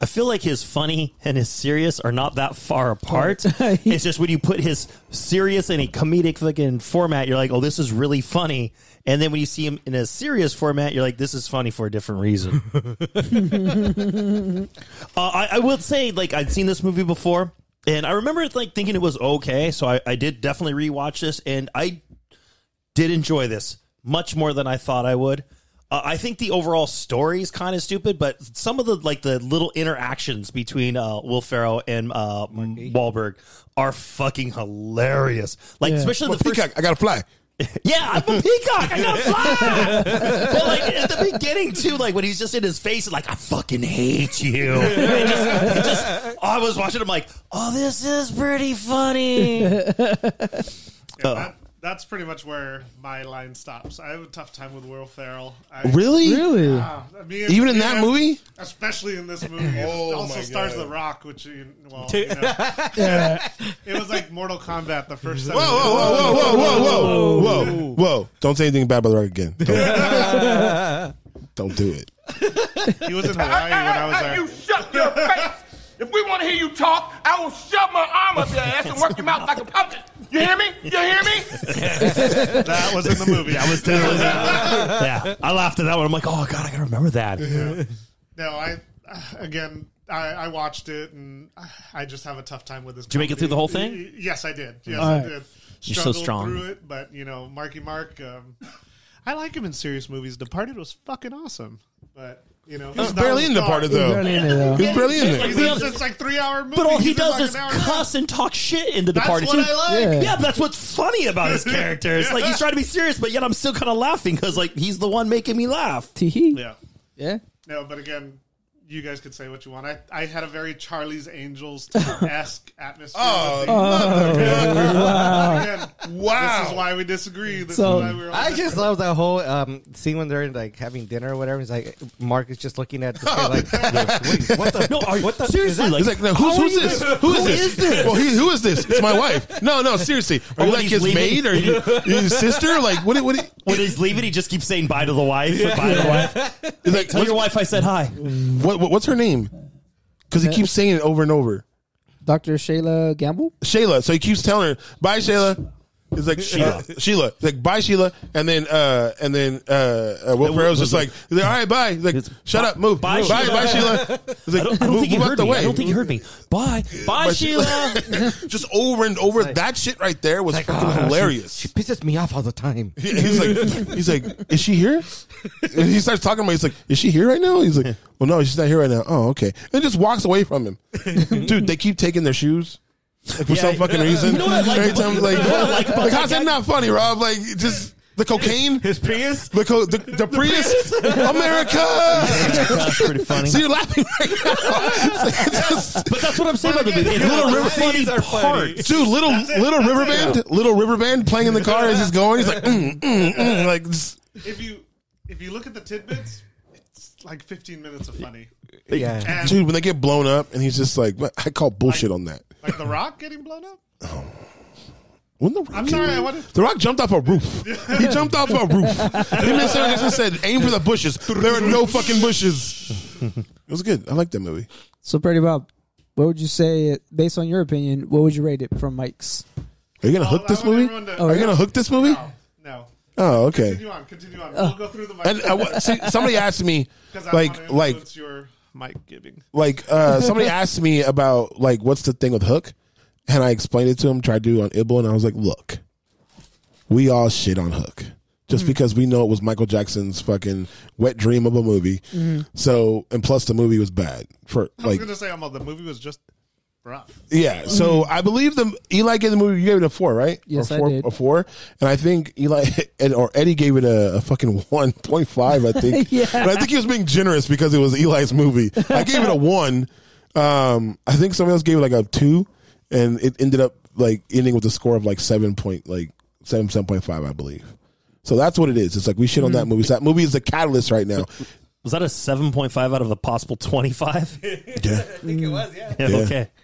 Speaker 6: I feel like his funny and his serious are not that far apart. it's just when you put his serious in a comedic fucking format, you're like, oh, this is really funny. And then when you see him in a serious format, you're like, this is funny for a different reason. uh, I, I will say, like, I'd seen this movie before, and I remember like thinking it was okay. So I, I did definitely rewatch this, and I did enjoy this much more than I thought I would. Uh, I think the overall story is kind of stupid, but some of the like the little interactions between uh, Will Ferrell and uh, Wahlberg are fucking hilarious. Like especially the first
Speaker 3: Peacock, I gotta fly.
Speaker 6: yeah, I'm a peacock. I gotta fly. but like at the beginning too, like when he's just in his face, like I fucking hate you. And just, it just- I was watching. I'm like, oh, this is pretty funny. Oh.
Speaker 1: Yeah, that, that's pretty much where my line stops. I have a tough time with Will Ferrell. I,
Speaker 3: Really?
Speaker 2: Really?
Speaker 1: Ah, I mean,
Speaker 3: Even in that
Speaker 1: yeah,
Speaker 3: movie?
Speaker 1: especially in this movie, it
Speaker 3: Oh
Speaker 1: also
Speaker 3: my
Speaker 1: stars
Speaker 3: God.
Speaker 1: The Rock, which you, well, you know, it was like Mortal Kombat the first. Whoa,
Speaker 3: Whoa, whoa, whoa, whoa, whoa, whoa, whoa, whoa, whoa! Don't say anything bad about the rock again. Don't, don't do it.
Speaker 1: He was in Hawaii when I was there.
Speaker 7: shut your face! If we want to hear you talk, I will shove my arm up your ass and work your mouth like a puppet. You hear me? You hear me?
Speaker 1: That was in the movie.
Speaker 6: That was definitely yeah. I laughed at that one. I'm like, oh god, I gotta remember that.
Speaker 1: no, I again, I, I watched it and I- I just have a tough time with this. Did
Speaker 6: you make it through the whole thing?
Speaker 1: Yes, I did. Yes,
Speaker 2: All
Speaker 1: I
Speaker 2: right.
Speaker 1: did.
Speaker 6: You're so
Speaker 1: Struggled
Speaker 6: strong.
Speaker 1: through it, but you know, Marky Mark. Um, I like him in serious movies. Departed was fucking awesome, but you know, he's
Speaker 3: He's barely in the part of though.
Speaker 2: Barely in it,
Speaker 4: uh,
Speaker 2: though.
Speaker 3: He's barely in it.
Speaker 1: He's in, it's like three hour movie.
Speaker 6: But all he
Speaker 1: He's in
Speaker 6: does
Speaker 1: like
Speaker 6: is
Speaker 1: an hour and a half.
Speaker 6: cuss and talk shit in the
Speaker 1: That's
Speaker 6: Departed.
Speaker 1: what
Speaker 6: He's-
Speaker 1: I like.
Speaker 6: Yeah. that's what's funny about his character. It's like he's trying to be serious, but yet I'm still kind of laughing because like he's the one making me laugh.
Speaker 4: Teehee.
Speaker 1: Yeah.
Speaker 4: Yeah.
Speaker 1: No, but again, you guys could say what you want. I, I had a very Charlie's Angels esque atmosphere.
Speaker 3: Oh,
Speaker 1: with the- Again,
Speaker 3: Wow.
Speaker 1: This is why we disagree. This
Speaker 2: So-
Speaker 1: is why we're all
Speaker 9: I just love that whole um, scene when they're like having dinner or whatever. It's like Mark is just looking at the screen like, wait, what the?
Speaker 6: No, are, what the, seriously, like,
Speaker 3: He's like, no,
Speaker 6: how
Speaker 3: who's,
Speaker 6: are
Speaker 3: who's
Speaker 6: you-
Speaker 3: this? Who is this? Well, he, who is this? It's my wife. No, no, seriously. Are
Speaker 6: Oh,
Speaker 3: you
Speaker 6: when
Speaker 3: like
Speaker 6: he's
Speaker 3: his
Speaker 6: leaving?
Speaker 3: maid? Are you, you his sister? Like, what? What?
Speaker 6: When he's leaving, he just keeps saying bye to the wife. Bye to the wife.
Speaker 3: He's like,
Speaker 6: Tell
Speaker 3: what's,
Speaker 6: your wife I said hi.
Speaker 3: what, what- What's her name? Because he keeps saying it over and over.
Speaker 4: Dr. Shayla Gamble?
Speaker 3: Shayla. So he keeps telling her, "Bye, Shayla." It's like Sheila. Sheila. It's like bye, Sheila, and then uh, and then uh, uh, Will Ferrell's just like, he's like, "All right, bye." He's like, "Shut up, move, bye,
Speaker 6: Bye,
Speaker 3: bye,
Speaker 6: Sheila."
Speaker 3: Sheila." He's like,
Speaker 6: I don't, I don't
Speaker 3: "Move,
Speaker 6: think he
Speaker 3: move out
Speaker 6: heard
Speaker 3: the
Speaker 6: me. I
Speaker 3: way."
Speaker 6: don't think he heard me. Bye, bye,
Speaker 3: Bye,
Speaker 6: Sheila.
Speaker 3: just over and over. that shit right there was fucking
Speaker 6: ah,
Speaker 3: hilarious.
Speaker 9: uh, She pisses me off all the time.
Speaker 3: He's like, he's like, is she here? And he starts talking about. He's like, is she here right now? He's like, well, no, she's not here right now. Oh, okay. And just walks away from him. Dude, they keep taking their shoes. Like for
Speaker 6: Yeah.
Speaker 3: some fucking reason.
Speaker 6: You know what I like
Speaker 3: Every
Speaker 6: about-
Speaker 3: time, like,
Speaker 6: you know what I like about
Speaker 3: like,
Speaker 6: that
Speaker 3: how's that
Speaker 6: guy?
Speaker 3: not funny, Rob? Like, just the cocaine, his Prius, the co- the, the Prius, America.
Speaker 6: That's pretty funny.
Speaker 3: So you're laughing right now, Just-
Speaker 6: But that's what I'm saying about the movie. It's little river funny parts.
Speaker 3: dude. Little little river band, little river band playing in the car as he's going. He's like, mm, mm, mm, like. Just,
Speaker 1: if you if you look at the tidbits, it's like fifteen minutes of funny.
Speaker 9: Yeah.
Speaker 1: And
Speaker 3: Dude, when they get blown up, and he's just like, "What? I call bullshit on that.
Speaker 1: like The Rock getting blown up.
Speaker 3: When the Rock
Speaker 1: I'm
Speaker 3: came
Speaker 1: sorry,
Speaker 3: out-
Speaker 1: I wanted-
Speaker 3: the Rock jumped off a roof. he jumped off a roof. Him and Sarah Jackson said, "Aim for the bushes." There are no fucking bushes. It was good. I like that movie.
Speaker 4: So, Pretty Bob, what would you say, based on your opinion, what would you rate it from Mike's?
Speaker 3: Are you gonna
Speaker 1: Oh,
Speaker 3: hook
Speaker 1: I
Speaker 3: this
Speaker 1: want
Speaker 3: movie?
Speaker 1: everyone to-
Speaker 3: Are you gonna hook this movie?
Speaker 1: No, no.
Speaker 3: Oh, okay.
Speaker 1: Continue on. Continue on. We'll go through the mic
Speaker 3: And I wa- see, somebody asked me,
Speaker 1: 'cause I wanna
Speaker 3: like, like,
Speaker 1: influence your mic giving.
Speaker 3: like uh somebody asked me about like what's the thing with hook and i explained it to him tried to do it on ibble and i was like look we all shit on hook just because we know it was michael jackson's fucking wet dream of a movie so and plus the movie was bad for
Speaker 1: I was
Speaker 3: like
Speaker 1: gonna say, Amal, the movie was just rough.
Speaker 3: yeah so i believe the eli gave the movie you gave it a four right
Speaker 4: Mm-hmm. Yes,
Speaker 3: or
Speaker 4: I
Speaker 3: four,
Speaker 4: did.
Speaker 3: a four and i think eli and, or eddie gave it a, a fucking 1.5 i think
Speaker 4: Yeah.
Speaker 3: but i think he was being generous because it was eli's movie i gave it a one um i think somebody else gave it like a two and it ended up like ending with a score of like seven point like seven seven point five i believe so that's what it is it's like we shit on
Speaker 4: Mm-hmm.
Speaker 3: that movie so that movie is the catalyst right now
Speaker 6: Was that a 7.5 out of a possible 25? Yeah,
Speaker 3: yeah
Speaker 6: Okay.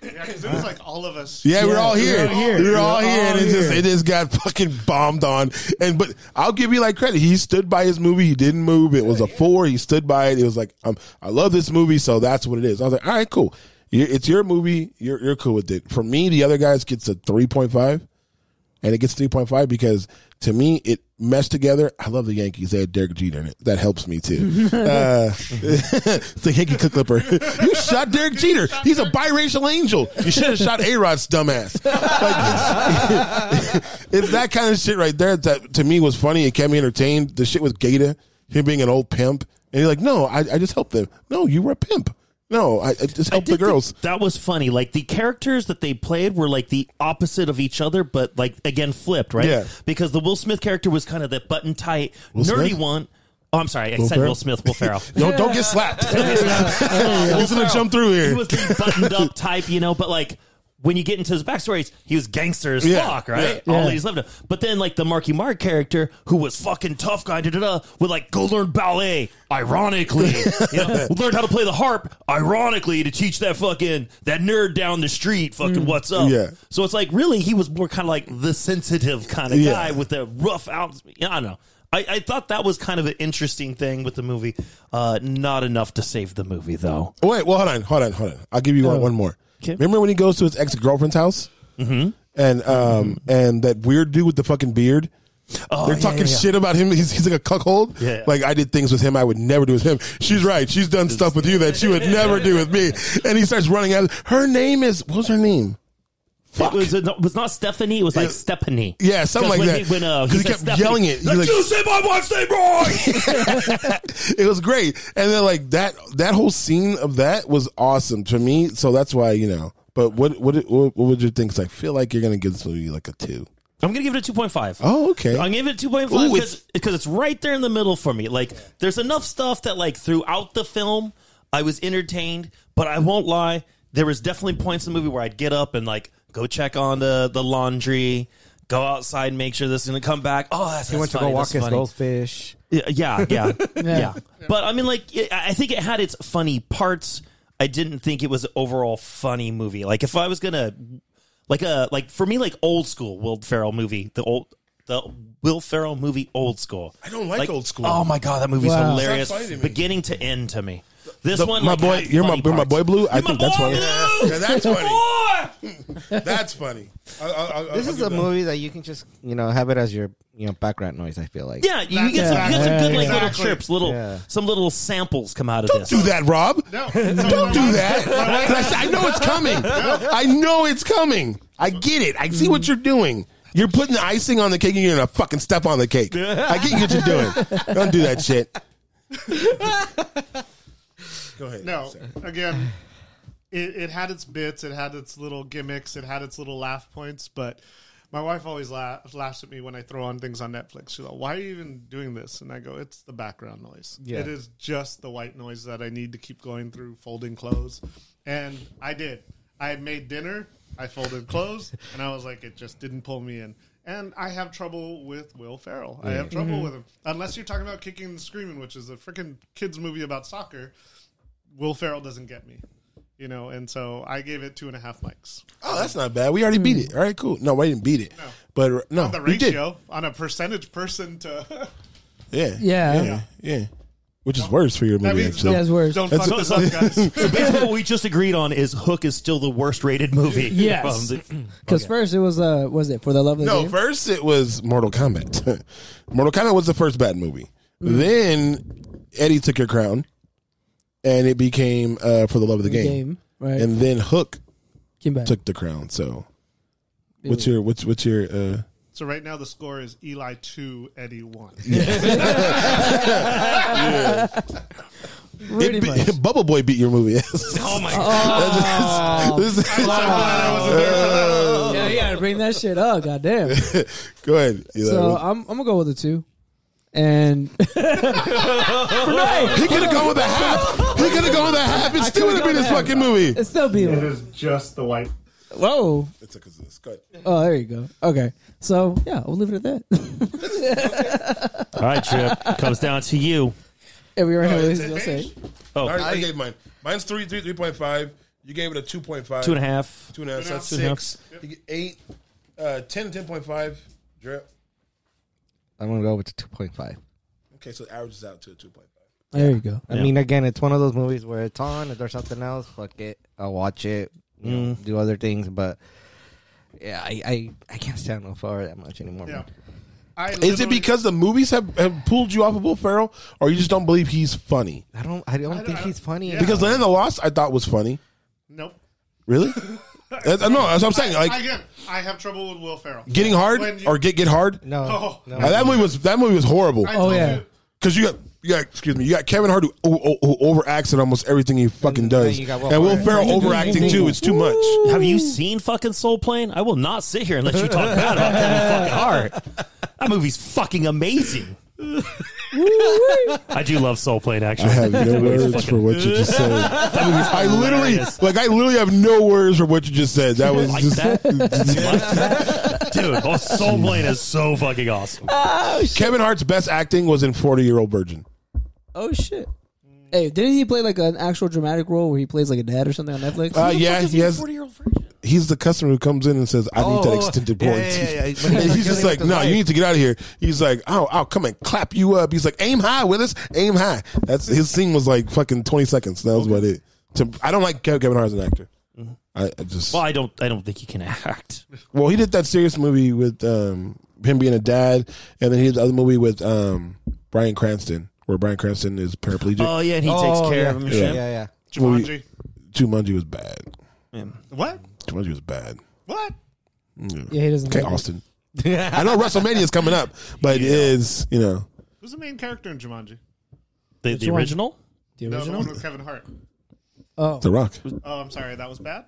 Speaker 1: Yeah, 'cause it was like all of us.
Speaker 3: Uh. Yeah, we're all here. We're all here,
Speaker 4: We're
Speaker 3: and it
Speaker 4: all
Speaker 3: just
Speaker 4: here.
Speaker 3: it just got fucking bombed on. And but I'll give you like credit. He stood by his movie. He didn't move. It was a four. He stood by it. It was like um, I love this movie, so that's what it is. I was like, all right, cool. You- It's your movie. You're you're cool with it. For me, the other guys gets a three point five, and it gets three point five because to me it meshed together. I love the Yankees. They had Derek Jeter in it. That helps me too. uh, it's the Yankee Cook Clipper. You shot Derek Jeter. He's a biracial angel. You should have shot A Rod's dumbass. Like, it's, it's that kind of shit right there that to me was funny. It kept me entertained. The shit with Gata, him being an old pimp. And you're like, no, I, I just helped them. No, you were a pimp. No, I, I just helped the
Speaker 6: did think
Speaker 3: girls.
Speaker 6: that was funny. Like the characters that they played were like the opposite of each other, but like again flipped, right?
Speaker 3: Yeah.
Speaker 6: Because the Will Smith character was kind of the button tight,
Speaker 3: Will
Speaker 6: nerdy
Speaker 3: Smith?
Speaker 6: one. Oh, I'm sorry. I said
Speaker 3: Ferrell?
Speaker 6: Will Smith. Will Ferrell.
Speaker 3: Don't, don't get slapped. He's going to jump through
Speaker 6: he
Speaker 3: here.
Speaker 6: was the buttoned up type, you know, but like when you get into his backstories, he was gangster as
Speaker 3: Yeah,
Speaker 6: fuck, right? All ladies loved him. But then like the Marky Mark character, who was fucking tough guy, da da da, would like go learn ballet, ironically. you know, learn how to play the harp, ironically, to teach that fucking that nerd down the street fucking what's up.
Speaker 3: Mm. Yeah.
Speaker 6: So it's like really he was more kind of like the sensitive kind of
Speaker 3: Yeah.
Speaker 6: guy with the rough out. I don't know. I, I thought that was kind of an interesting thing with the movie. Uh, not enough to save the movie, though.
Speaker 3: Oh, Wait, well, hold on, hold on, hold on. I'll give you
Speaker 6: Oh,
Speaker 3: one, one more.
Speaker 2: okay.
Speaker 3: Remember when he goes to his ex girlfriend's house, mm-hmm. and um, and that weird dude with the fucking beard.
Speaker 6: Oh,
Speaker 3: They're
Speaker 6: yeah,
Speaker 3: talking
Speaker 6: yeah, yeah.
Speaker 3: shit about him. He's, he's like a cuckold.
Speaker 6: Yeah.
Speaker 3: Like I did things with him I would never do with him. She's right. She's done stuff with you that she would never do with me. And he starts running out. Her name is what was her name? Fuck.
Speaker 6: It was, it was not Stephanie. It was like
Speaker 3: Yeah.
Speaker 6: Stephanie.
Speaker 3: Yeah, something
Speaker 6: 'Cause
Speaker 3: like
Speaker 6: when
Speaker 3: that.
Speaker 6: He, when, uh,
Speaker 3: 'Cause he
Speaker 6: said
Speaker 3: kept
Speaker 6: Stephanie,
Speaker 3: yelling it. He's
Speaker 6: "Did
Speaker 3: like-
Speaker 6: you say my wife's name wrong?
Speaker 3: it was great. And then like that that whole scene of that was awesome to me. So that's why you know. But what what what, what would you think? 'Cause I feel like you're gonna give this movie like a two.
Speaker 6: I'm gonna give it a 2.5.
Speaker 3: Oh, okay.
Speaker 6: I'm giving it two point
Speaker 3: Ooh,
Speaker 6: five because it's right there in the middle for me. Like there's enough stuff that like throughout the film I was entertained, but I won't lie, there was definitely points in the movie where I'd get up and like go check on the the laundry, go outside, make sure this is gonna come back. Oh, that's
Speaker 9: He
Speaker 6: that's
Speaker 9: went to
Speaker 6: funny,
Speaker 9: go walk
Speaker 6: that's
Speaker 9: his
Speaker 6: funny.
Speaker 9: goldfish.
Speaker 6: Yeah, yeah, yeah, yeah. But I mean, like, it, I think it had its funny parts. I didn't think it was an overall funny movie. Like, if I was gonna, like, a like for me, like old school Will Ferrell movie, the old. The Will Ferrell movie, old school. I
Speaker 3: don't like Old School.
Speaker 6: Oh my god, that movie's
Speaker 2: Wow.
Speaker 6: hilarious,
Speaker 3: Stop fighting me.
Speaker 6: beginning to end to me. This
Speaker 3: The-
Speaker 6: one,
Speaker 3: my
Speaker 6: like,
Speaker 3: boy-
Speaker 6: had
Speaker 3: you're my-
Speaker 6: funny
Speaker 3: you're my
Speaker 6: parts.
Speaker 3: boy, Blue? I
Speaker 6: You're my
Speaker 3: think that's
Speaker 6: boy,
Speaker 3: funny.
Speaker 6: Blue!
Speaker 3: Yeah, that's funny.
Speaker 6: Boy!
Speaker 3: That's funny. I, I, I,
Speaker 9: This is a movie that you can just you know have it as your you know background noise. I feel like
Speaker 6: Yeah, you, you get some, you get some good like little
Speaker 1: Exactly.
Speaker 6: trips, little
Speaker 9: Yeah.
Speaker 6: some little samples come out of this.
Speaker 3: Do that, Rob.
Speaker 1: No.
Speaker 3: Don't do that. 'Cause I, said, I know it's coming. I know it's coming. I get it. I see what you're doing. You're putting the icing on the cake and you're going to fucking step on the cake. I get what you're doing. Don't do that shit. Go ahead.
Speaker 1: No,
Speaker 3: Sorry.
Speaker 1: again, it, it had its bits, it had its little gimmicks, it had its little laugh points, but my wife always laugh, laughs at me when I throw on things on Netflix. She's like, why are you even doing this? And I go, it's the background noise.
Speaker 9: Yeah.
Speaker 1: It is just the white noise that I need to keep going through folding clothes. And I did. I made dinner, I folded clothes, and I was like, it just didn't pull me in. And I have trouble with Will Ferrell. I have trouble with him. Unless you're talking about Kicking and Screaming, which is a freaking kids movie about soccer. Will Ferrell doesn't get me, you know, and so I gave it two and a half mics.
Speaker 3: Oh, that's not bad. We already beat it. All right, cool. No, I didn't beat it. But uh, no,
Speaker 1: The
Speaker 3: we did.
Speaker 1: ratio on a percentage person to
Speaker 3: Yeah.
Speaker 4: Yeah.
Speaker 3: Yeah. Yeah. Which is worse for your
Speaker 1: that
Speaker 3: movie,
Speaker 1: means
Speaker 3: actually.
Speaker 1: don't,
Speaker 4: That's worse.
Speaker 3: That's-
Speaker 1: Don't fuck this up, guys.
Speaker 6: So basically, what we just agreed on is Hook is still the worst rated movie.
Speaker 4: Yes.
Speaker 6: From the-
Speaker 4: Because first it was uh, was it for the love of the
Speaker 3: No,
Speaker 4: game?
Speaker 3: first it was Mortal Kombat. Mortal Kombat was the first bad movie.
Speaker 4: Mm-hmm.
Speaker 3: Then Eddie took your crown, and it became uh, for the love of the,
Speaker 4: The
Speaker 3: game.
Speaker 4: game, right?
Speaker 3: And then Hook
Speaker 4: Came back.
Speaker 3: took the crown. So, what's your what's what's your uh,
Speaker 1: so right now the score is Eli two, Eddie one.
Speaker 4: Pretty
Speaker 3: it
Speaker 4: much.
Speaker 3: be- Bubble Boy beat your movie? oh my god! uh,
Speaker 4: yeah, yeah. Bring that shit up. Goddamn.
Speaker 3: go ahead. Eli.
Speaker 4: So uh, I'm I'm gonna go with a two, and right,
Speaker 3: he could have gone with a half. He could have gone with a half. It still would
Speaker 4: could've
Speaker 3: have been
Speaker 4: gone
Speaker 3: his
Speaker 4: with a
Speaker 3: fucking movie.
Speaker 4: it's still being
Speaker 1: It is just the white.
Speaker 4: whoa.
Speaker 3: It's because of this. Go ahead.
Speaker 4: Oh, there you go. Okay, so yeah, we'll leave it at that.
Speaker 6: All right, Trip. Comes down to you.
Speaker 4: and we already know
Speaker 3: Oh,
Speaker 4: what
Speaker 3: it's
Speaker 4: he's
Speaker 3: an
Speaker 4: gonna
Speaker 3: H?
Speaker 4: say.
Speaker 6: Oh,
Speaker 3: I, already gave mine. Mine's three, three, three point five. You gave it a two point five.
Speaker 6: two and a half.
Speaker 3: Two and a half. So that's
Speaker 6: Two and a half.
Speaker 3: six. You get eight. Uh, ten. Ten point five. Drip.
Speaker 9: I'm gonna go with the two point five.
Speaker 3: Okay, so it averages out to a two point five.
Speaker 4: There you go.
Speaker 9: I mean, again, it's one of those movies where it's on. If there's something else, fuck it, I'll watch it. You know, do other things, but yeah, I I, I can't stand Will Ferrell that much anymore.
Speaker 1: Yeah.
Speaker 9: man.
Speaker 1: I
Speaker 3: Is
Speaker 1: literally-
Speaker 3: it because the movies have, have pulled you off of Will Ferrell, or you just don't believe he's funny?
Speaker 9: I don't I don't
Speaker 1: don't-
Speaker 9: think
Speaker 1: I
Speaker 9: he's
Speaker 1: don't-
Speaker 9: funny.
Speaker 1: yeah.
Speaker 9: enough.
Speaker 3: Because Land of the Lost, I thought was funny.
Speaker 1: Nope.
Speaker 3: Really? That's- no, that's what I'm saying. Like
Speaker 1: Again, I have trouble with Will Ferrell.
Speaker 3: getting hard
Speaker 1: When you-
Speaker 3: or get get hard.
Speaker 9: no,
Speaker 1: Oh.
Speaker 9: no.
Speaker 3: Uh, that movie was that movie was horrible.
Speaker 1: I told
Speaker 4: Oh, yeah.
Speaker 1: you,
Speaker 3: Because you got, you got, excuse me, you got Kevin Hart who, who, who overacts in almost everything he fucking
Speaker 9: And then
Speaker 3: does,
Speaker 9: you got Will
Speaker 3: and Will
Speaker 9: Ferrell.
Speaker 3: Ferrell
Speaker 4: He's doing
Speaker 3: overacting
Speaker 4: anything.
Speaker 3: too. It's too much.
Speaker 6: Have you seen fucking Soul Plane? I will not sit here and let you talk bad about Kevin fucking Hart. That movie's fucking amazing. I do love Soul Plane. Actually,
Speaker 3: I have no words for what you just said. I literally, like, I literally have no words for what you just said. That was
Speaker 6: Like
Speaker 3: just
Speaker 6: dude. Oh, Soul Plane is so fucking awesome.
Speaker 3: Uh, Kevin Hart's best acting was in Forty Year Old Virgin.
Speaker 4: Oh shit. Hey, didn't he play like an actual dramatic role where he plays like a dad or something on Netflix?
Speaker 3: Uh, yeah, he has. he's the customer who comes in and says, "I need
Speaker 9: Oh,
Speaker 3: that extended
Speaker 9: yeah, yeah,
Speaker 3: warranty."
Speaker 9: yeah, yeah. When he's,
Speaker 3: and
Speaker 9: like,
Speaker 3: he's just
Speaker 9: dealing
Speaker 3: like,
Speaker 9: with his
Speaker 3: "No, you
Speaker 9: wife."
Speaker 3: need to get out of here." He's like, "Oh, I'll come and clap you up." He's like, "Aim high with us, aim high." That's his scene was like fucking twenty seconds. That was about it. To, I don't like Kev- Kevin Hart as an actor.
Speaker 9: Mm-hmm.
Speaker 3: I, I just
Speaker 6: Well,
Speaker 3: well,
Speaker 6: I don't. I don't think he can act.
Speaker 3: he did that serious movie with um, him being a dad, and then he did the other movie with um, Brian Cranston, where Brian Cranston is paraplegic.
Speaker 6: Oh yeah, and he takes care of him. and
Speaker 9: Yeah,
Speaker 6: shit.
Speaker 9: yeah, yeah.
Speaker 1: Jumanji.
Speaker 3: Jumanji was bad.
Speaker 1: What?
Speaker 3: Jumanji was bad.
Speaker 1: What?
Speaker 4: Yeah, he doesn't.
Speaker 3: Okay,
Speaker 4: like it.
Speaker 3: Austin. I know WrestleMania is coming up, but it is you know.
Speaker 1: Who's the main character in Jumanji?
Speaker 6: The, the
Speaker 4: one?
Speaker 6: original.
Speaker 4: The
Speaker 1: No, the
Speaker 4: original.
Speaker 1: one with Kevin Hart.
Speaker 4: Oh,
Speaker 3: The Rock.
Speaker 1: Oh, I'm sorry, that was bad.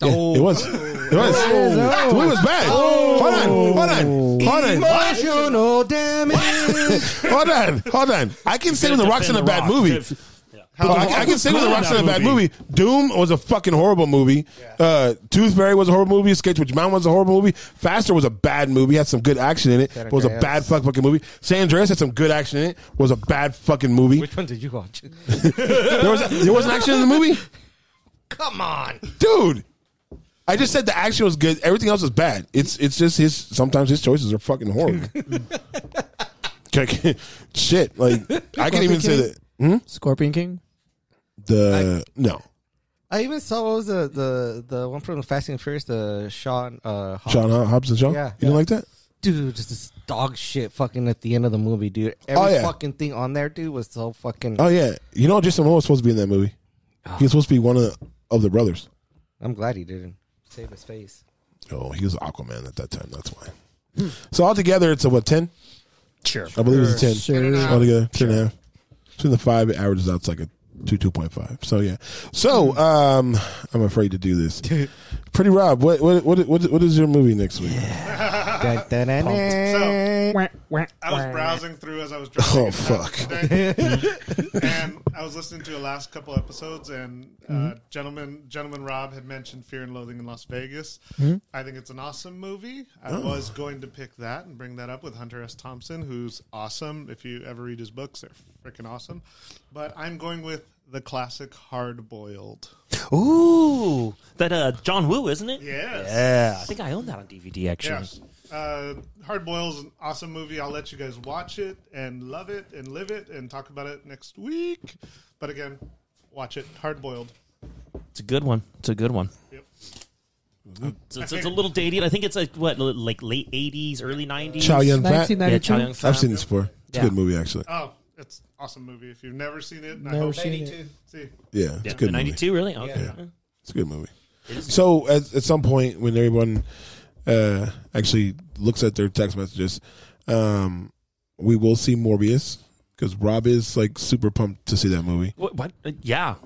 Speaker 3: It was. It was. The movie was bad. Hold on. Hold on. Hold on.
Speaker 9: Emotional damage.
Speaker 3: Hold on. Hold on. I can say when The Rock's in a
Speaker 6: Defend The
Speaker 3: bad
Speaker 6: Rock.
Speaker 3: movie.
Speaker 6: Def-
Speaker 3: But I, I can say when The
Speaker 6: good
Speaker 3: Rock's
Speaker 6: in
Speaker 3: in a
Speaker 6: that
Speaker 3: bad
Speaker 6: movie.
Speaker 3: movie. Doom was a fucking horrible movie. Uh, Tooth Fairy was a horrible movie. Sketch Witch Mountain was a horrible movie. Faster was a bad movie. Had some good action in it. But was a
Speaker 9: Andreas.
Speaker 3: bad fuck fucking movie. San Andreas had some good action in it. Was a bad fucking movie.
Speaker 9: Which one did you watch?
Speaker 3: There was there wasn't action in the movie.
Speaker 9: Come on.
Speaker 3: dude. I just said the action was good. Everything else was bad. It's it's just his. Sometimes his choices are fucking horrible. Okay, Shit, like I can't even say that.
Speaker 4: Scorpion King.
Speaker 3: The no,
Speaker 9: I even saw what was the the, the one from Fast and Furious, the Sean uh Hobbs.
Speaker 3: Sean Ho- Hobbs and Shaw.
Speaker 9: Yeah.
Speaker 3: you didn't like that?
Speaker 9: dude, just this dog shit fucking at the end of the movie, dude. Every
Speaker 3: Oh, yeah.
Speaker 9: fucking thing on there, dude, was so fucking.
Speaker 3: Oh yeah, you know Jason Momoa was supposed to be in that movie.
Speaker 6: Ah.
Speaker 3: He was supposed to be one of the, of the brothers.
Speaker 9: I'm glad he didn't save his face.
Speaker 3: Oh, he was Aquaman at that time. That's why. So altogether, it's a what ten?
Speaker 6: Sure.
Speaker 3: I believe it's a ten.
Speaker 4: Sure.
Speaker 3: altogether. Two and a half. Between the five, it averages out to like a two, two point five. So yeah. So um, I'm afraid to do this. Pretty Rob, what what what what, what is your movie next week?
Speaker 9: Dun, dun, dun, dun.
Speaker 4: Eh.
Speaker 1: So
Speaker 2: Wah, wah,
Speaker 1: I was
Speaker 2: wah.
Speaker 1: browsing through as I was driving.
Speaker 3: Oh,
Speaker 1: in the house
Speaker 3: fuck.
Speaker 1: today, and I was listening to the last couple episodes, and uh, gentleman gentleman Rob had mentioned Fear and Loathing in Las Vegas. I think it's an awesome movie. I
Speaker 3: Oh.
Speaker 1: was going to pick that and bring that up with Hunter S. Thompson, who's awesome. If you ever read his books, they're freaking awesome. But I'm going with the classic Hard Boiled.
Speaker 6: Ooh, that uh, John Woo, isn't it?
Speaker 1: Yes.
Speaker 6: Yeah, I think I own that on DVD actually.
Speaker 1: Yes. Uh, Hard Boiled an awesome movie. I'll let you guys watch it and love it and live it and talk about it next week. But again, watch it. Hard Boiled.
Speaker 6: It's a good one. It's a good one.
Speaker 1: Yep.
Speaker 6: It's, it's, it's a little dated. I think it's like what, like late '80s, early '90s.
Speaker 3: Chow Yun Fat.
Speaker 4: 1992.
Speaker 6: yeah, Chow Yun Fat.
Speaker 3: I've seen this before. It's a good
Speaker 6: Yeah.
Speaker 3: movie actually.
Speaker 1: Oh, it's an awesome movie. If you've never seen it, and I
Speaker 4: Never
Speaker 1: hope
Speaker 4: seen it.
Speaker 1: see.
Speaker 3: Yeah, it's
Speaker 6: Yeah,
Speaker 3: a good movie.
Speaker 6: '92, really? Okay.
Speaker 3: It's a good movie. So at, at some point when everyone uh, actually looks at their text messages, um, we will see Morbius because Rob is like super pumped to see that movie.
Speaker 6: What? what? Uh, yeah.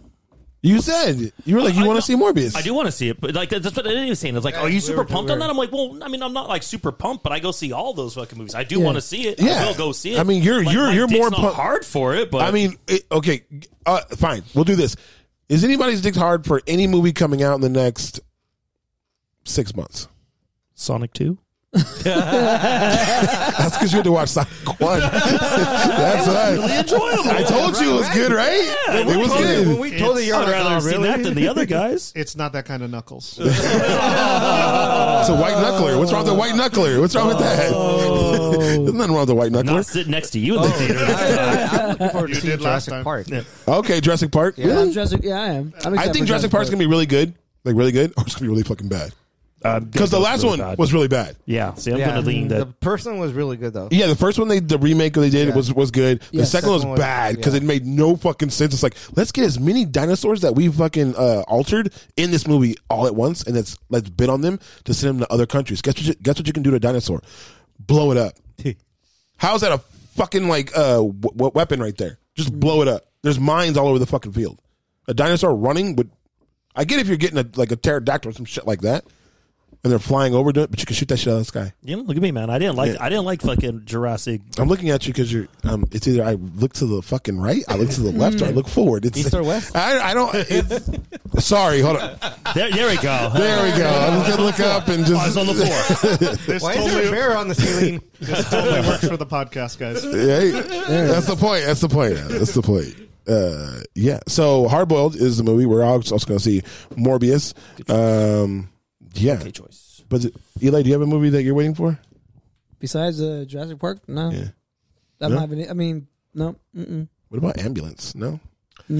Speaker 3: You said you were like you
Speaker 6: I
Speaker 3: want
Speaker 6: know-
Speaker 3: to see Morbius.
Speaker 6: I do want to see it, but like that's what Eddie was saying. It's like, are you super pumped on that? I'm like, well, I mean, I'm not like super pumped, but I go see all those fucking movies. I do want to see it.
Speaker 3: Yeah.
Speaker 6: I will go see it.
Speaker 3: I mean, you're-
Speaker 6: Like,
Speaker 3: you're-
Speaker 6: my
Speaker 3: you're
Speaker 6: dick's
Speaker 3: more
Speaker 6: not
Speaker 3: pump-
Speaker 6: hard for it, but
Speaker 3: I mean, it, okay, uh, fine. We'll do this. Is anybody's dick hard for any movie coming out in the next six months?
Speaker 6: Sonic Two.
Speaker 3: That's because you had to watch Sonic One. That's right.
Speaker 6: Enjoyable.
Speaker 3: I told you it was good, right? it was
Speaker 9: When
Speaker 3: good.
Speaker 9: we told you, you're
Speaker 6: I'd
Speaker 9: like,
Speaker 6: rather
Speaker 9: oh,
Speaker 6: see
Speaker 9: really?
Speaker 6: that than the other guys.
Speaker 1: It's not that kind of knuckles.
Speaker 3: It's a white knuckler. What's wrong with the white knuckler? What's wrong with that? There's nothing wrong with the white
Speaker 6: Not
Speaker 3: knuckler.
Speaker 6: sitting next to you in
Speaker 3: Oh.
Speaker 6: the theater.
Speaker 9: I'm looking forward to
Speaker 1: You
Speaker 9: seeing
Speaker 1: did last
Speaker 9: Jurassic
Speaker 1: time.
Speaker 9: Park.
Speaker 3: Okay, Jurassic Park.
Speaker 4: I'm
Speaker 3: Really?
Speaker 4: Jurassic. Yeah, I am. I'm
Speaker 3: I
Speaker 4: excited for
Speaker 3: think Jurassic
Speaker 4: Jurassic
Speaker 3: Park's
Speaker 4: Park.
Speaker 3: gonna be really good, like really good, or it's gonna be really fucking bad. Because the last one was really bad.
Speaker 6: Yeah. See, I'm
Speaker 9: Yeah,
Speaker 6: going to lean
Speaker 9: the
Speaker 6: that.
Speaker 9: person was really good though.
Speaker 3: Yeah, the first one they the remake they did
Speaker 9: Yeah.
Speaker 3: was was good. The
Speaker 4: Yeah,
Speaker 3: second, one
Speaker 9: second
Speaker 3: was
Speaker 9: one,
Speaker 3: bad because
Speaker 9: yeah.
Speaker 3: it made no fucking sense. It's like let's get as many dinosaurs that we fucking uh, altered in this movie all at once, and let's let's bid on them to send them to other countries. Guess what? You, guess what you can do to a dinosaur? Blow it up. How's that a fucking like uh w- w- weapon right there? Just blow it up. There's mines all over the fucking field. A dinosaur running would. I get if you're getting a like a pterodactyl or some shit like that, and they're flying over to it, but you can shoot that shit out of the sky.
Speaker 6: You know, look at me, man. I didn't like. I didn't like fucking Jurassic.
Speaker 3: I'm looking at you because you're. Um, it's either I look to the fucking right, I look to the left, or I look forward. It's
Speaker 9: East or west?
Speaker 3: I, I don't. It's, sorry, hold on.
Speaker 6: There, there we go.
Speaker 3: There we go. I'm just gonna look up and
Speaker 6: I was
Speaker 3: just.
Speaker 6: on the floor.
Speaker 1: This
Speaker 9: Why is there a
Speaker 1: totally,
Speaker 9: bear on the ceiling?
Speaker 1: this totally works for the podcast, guys.
Speaker 3: Hey, that's the point. That's the point. That's the point. uh, yeah. So Hard Boiled is the movie. We're also, also going to see Morbius. Um, yeah.
Speaker 6: Good choice.
Speaker 3: But Eli, do you have a movie that you're waiting for?
Speaker 4: Besides uh, Jurassic Park, no,
Speaker 3: Yeah. No?
Speaker 4: I'm not having. it. I mean, no. Mm-mm.
Speaker 3: What about Ambulance? No.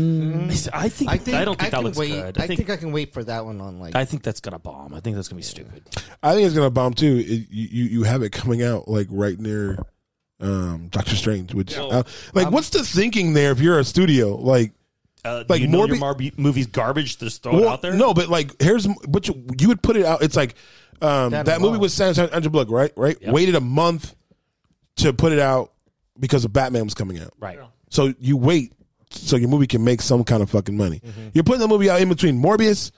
Speaker 6: I think, I don't think that
Speaker 9: can
Speaker 6: looks
Speaker 9: wait.
Speaker 6: good. I, think,
Speaker 9: I can wait for that one on like.
Speaker 6: I think that's gonna bomb. I think that's gonna be stupid.
Speaker 3: I think it's going to bomb too. It, you you- you have it coming out like right near um, Doctor Strange, which uh, like what's the thinking there? If you're a studio, like
Speaker 6: Uh,
Speaker 3: Like
Speaker 6: like you know your
Speaker 3: Morbi-
Speaker 6: Marby movie's garbage. Just throw it
Speaker 3: Well,
Speaker 6: out there.
Speaker 3: No, but like here's but you, you would put it out. It's like um, that,
Speaker 9: That
Speaker 3: movie
Speaker 9: alone.
Speaker 3: with Sandra Andrew Bullock, right? Right.
Speaker 6: Yeah.
Speaker 3: Waited a month to put it out because the Batman was coming out.
Speaker 6: right.
Speaker 3: So you wait so your movie can make some kind of fucking money.
Speaker 6: Mm-hmm.
Speaker 3: You're putting the movie out in between Morbius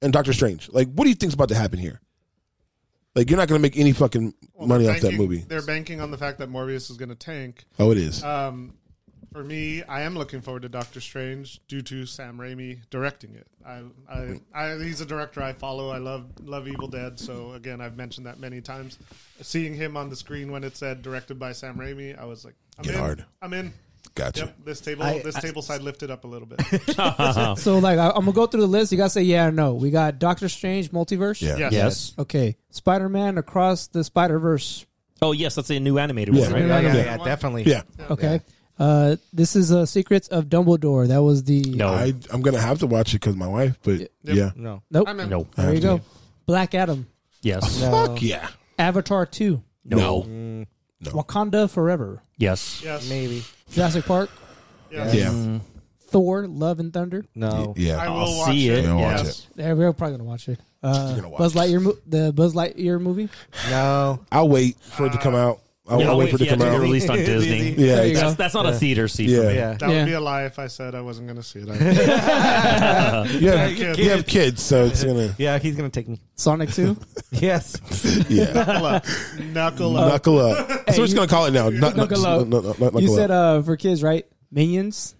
Speaker 3: and Doctor Strange. Like, what do you think's about to happen here? Like, you're not going to make any fucking money off that
Speaker 1: Banking-
Speaker 3: movie.
Speaker 1: They're banking on the fact that Morbius is going to tank.
Speaker 3: Oh, it is.
Speaker 1: Um, for me, I am looking forward to Doctor Strange due to Sam Raimi directing it. I, I, I, he's a director I follow. I love love Evil Dead. So again, I've mentioned that many times. Seeing him on the screen when it said directed by Sam Raimi, I was like, I'm
Speaker 3: Get
Speaker 1: in.
Speaker 3: hard.
Speaker 1: I'm in.
Speaker 3: gotcha.
Speaker 1: Yep, this table,
Speaker 9: I-
Speaker 1: this
Speaker 9: I-
Speaker 1: table side lifted up a little bit.
Speaker 4: So like, I, I'm gonna go through the list. You gotta say yeah or no. We got Doctor Strange, multiverse.
Speaker 3: Yeah.
Speaker 1: Yes.
Speaker 6: Yes.
Speaker 4: Okay, Spider Man across the Spider Verse.
Speaker 6: Oh yes, that's a new animated
Speaker 3: Yeah.
Speaker 6: one, right?
Speaker 9: yeah, yeah,
Speaker 1: Yeah.
Speaker 9: yeah, definitely.
Speaker 3: Yeah.
Speaker 4: Okay. Uh, this is uh, Secrets of Dumbledore. That was the
Speaker 6: No.
Speaker 3: I, I'm going to have to watch it because my wife, but yeah.
Speaker 9: No.
Speaker 4: Nope.
Speaker 1: I'm in.
Speaker 6: no.
Speaker 4: There you go. Black Adam,
Speaker 6: Yes.
Speaker 3: Fuck yeah.
Speaker 4: Avatar Two,
Speaker 6: No.
Speaker 4: Wakanda Forever,
Speaker 6: Yes.
Speaker 1: Yes.
Speaker 9: Maybe.
Speaker 4: Jurassic Park,
Speaker 1: Yes.
Speaker 3: Yeah.
Speaker 4: Thor, Love and Thunder.
Speaker 9: No.
Speaker 3: Yeah.
Speaker 1: I will
Speaker 6: I'll
Speaker 1: watch
Speaker 6: see
Speaker 1: it.
Speaker 6: it.
Speaker 3: I'll watch
Speaker 1: Yes.
Speaker 4: Yeah, we're probably gonna watch it. Uh,
Speaker 3: gonna watch
Speaker 4: Buzz
Speaker 3: it.
Speaker 4: Lightyear, mo- the Buzz Lightyear movie.
Speaker 9: No.
Speaker 3: I'll wait for it to come out. I'll, I'll wait for it to
Speaker 6: yeah,
Speaker 3: come
Speaker 6: to
Speaker 3: out.
Speaker 6: get released on Disney.
Speaker 9: Disney.
Speaker 3: Yeah,
Speaker 4: There you
Speaker 3: ex-
Speaker 4: go.
Speaker 6: That's, that's not a theater seat for me.
Speaker 3: yeah.
Speaker 9: Yeah.
Speaker 1: That
Speaker 4: Yeah.
Speaker 1: would be a lie if I said I wasn't going to see it. I-
Speaker 3: You have,
Speaker 1: Yeah,
Speaker 3: you have kids, so it's gonna
Speaker 9: Yeah, he's gonna take me.
Speaker 4: Sonic Two.
Speaker 9: Yes.
Speaker 3: yeah.
Speaker 1: Knuckle up. Knuckle up.
Speaker 3: knuckle up. So we're just gonna call it now. Knuck- knuck-
Speaker 4: Knuckle up.
Speaker 3: knuck- knuck- knuckle
Speaker 4: you said
Speaker 3: up.
Speaker 4: uh, for kids, right? Minions.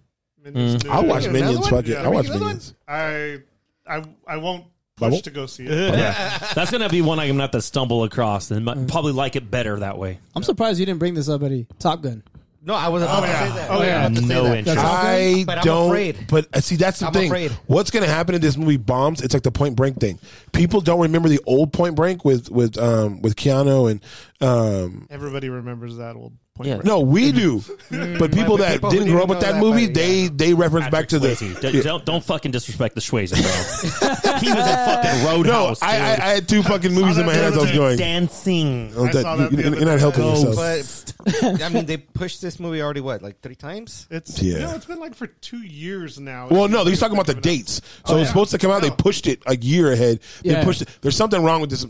Speaker 1: Minions do.
Speaker 3: I'll watch
Speaker 9: another
Speaker 3: Minions.
Speaker 9: one?
Speaker 3: Fuck it.
Speaker 1: Yeah.
Speaker 3: I'll watch
Speaker 9: Another one?
Speaker 3: Minions.
Speaker 1: I I I won't
Speaker 3: I
Speaker 1: push
Speaker 3: won't?
Speaker 1: to go see it.
Speaker 6: That's gonna be one I'm gonna have to stumble across and might- probably like it better that way.
Speaker 4: I'm surprised you didn't bring this up, buddy. Top Gun.
Speaker 9: No, I was about to say that.
Speaker 1: Oh, yeah.
Speaker 6: No interest.
Speaker 3: I
Speaker 9: But I'm
Speaker 3: don't.
Speaker 9: afraid.
Speaker 3: But uh, see, that's the
Speaker 9: I'm
Speaker 3: thing.
Speaker 9: afraid.
Speaker 3: What's gonna happen if this movie bombs? It's like the Point Break thing. People don't remember the old Point Break with with um with Keanu and um.
Speaker 1: Everybody remembers that old point.
Speaker 6: Yeah.
Speaker 1: Break.
Speaker 3: No, we do, but people that
Speaker 9: people who
Speaker 3: didn't grow up with
Speaker 9: didn't know
Speaker 3: that,
Speaker 9: that,
Speaker 3: movie,
Speaker 9: but,
Speaker 3: they
Speaker 9: yeah.
Speaker 3: they reference back to
Speaker 6: Swayze.
Speaker 3: the.
Speaker 6: D- don't don't fucking disrespect the Swayze, bro. he was a fucking
Speaker 3: No,
Speaker 6: roadhouse.
Speaker 3: I, I,
Speaker 6: dude.
Speaker 3: I had two fucking movies in my
Speaker 1: that
Speaker 3: hands. I
Speaker 1: the
Speaker 3: was
Speaker 1: other
Speaker 3: going.
Speaker 6: dancing.
Speaker 3: Oh,
Speaker 1: I
Speaker 3: that-
Speaker 1: saw that
Speaker 3: you-
Speaker 1: the
Speaker 3: you're
Speaker 1: other
Speaker 3: not
Speaker 1: day.
Speaker 3: helping
Speaker 1: Oh,
Speaker 3: yourself.
Speaker 9: But I mean, they pushed this movie already what, like three times?
Speaker 1: It's
Speaker 3: Yeah.
Speaker 1: no, it's been like for two years now.
Speaker 3: Well, no, he's talking about the
Speaker 1: uh,
Speaker 3: dates. So it was supposed to come out. They pushed it a year ahead. They
Speaker 4: Yeah.
Speaker 3: pushed it. There's something wrong with this uh,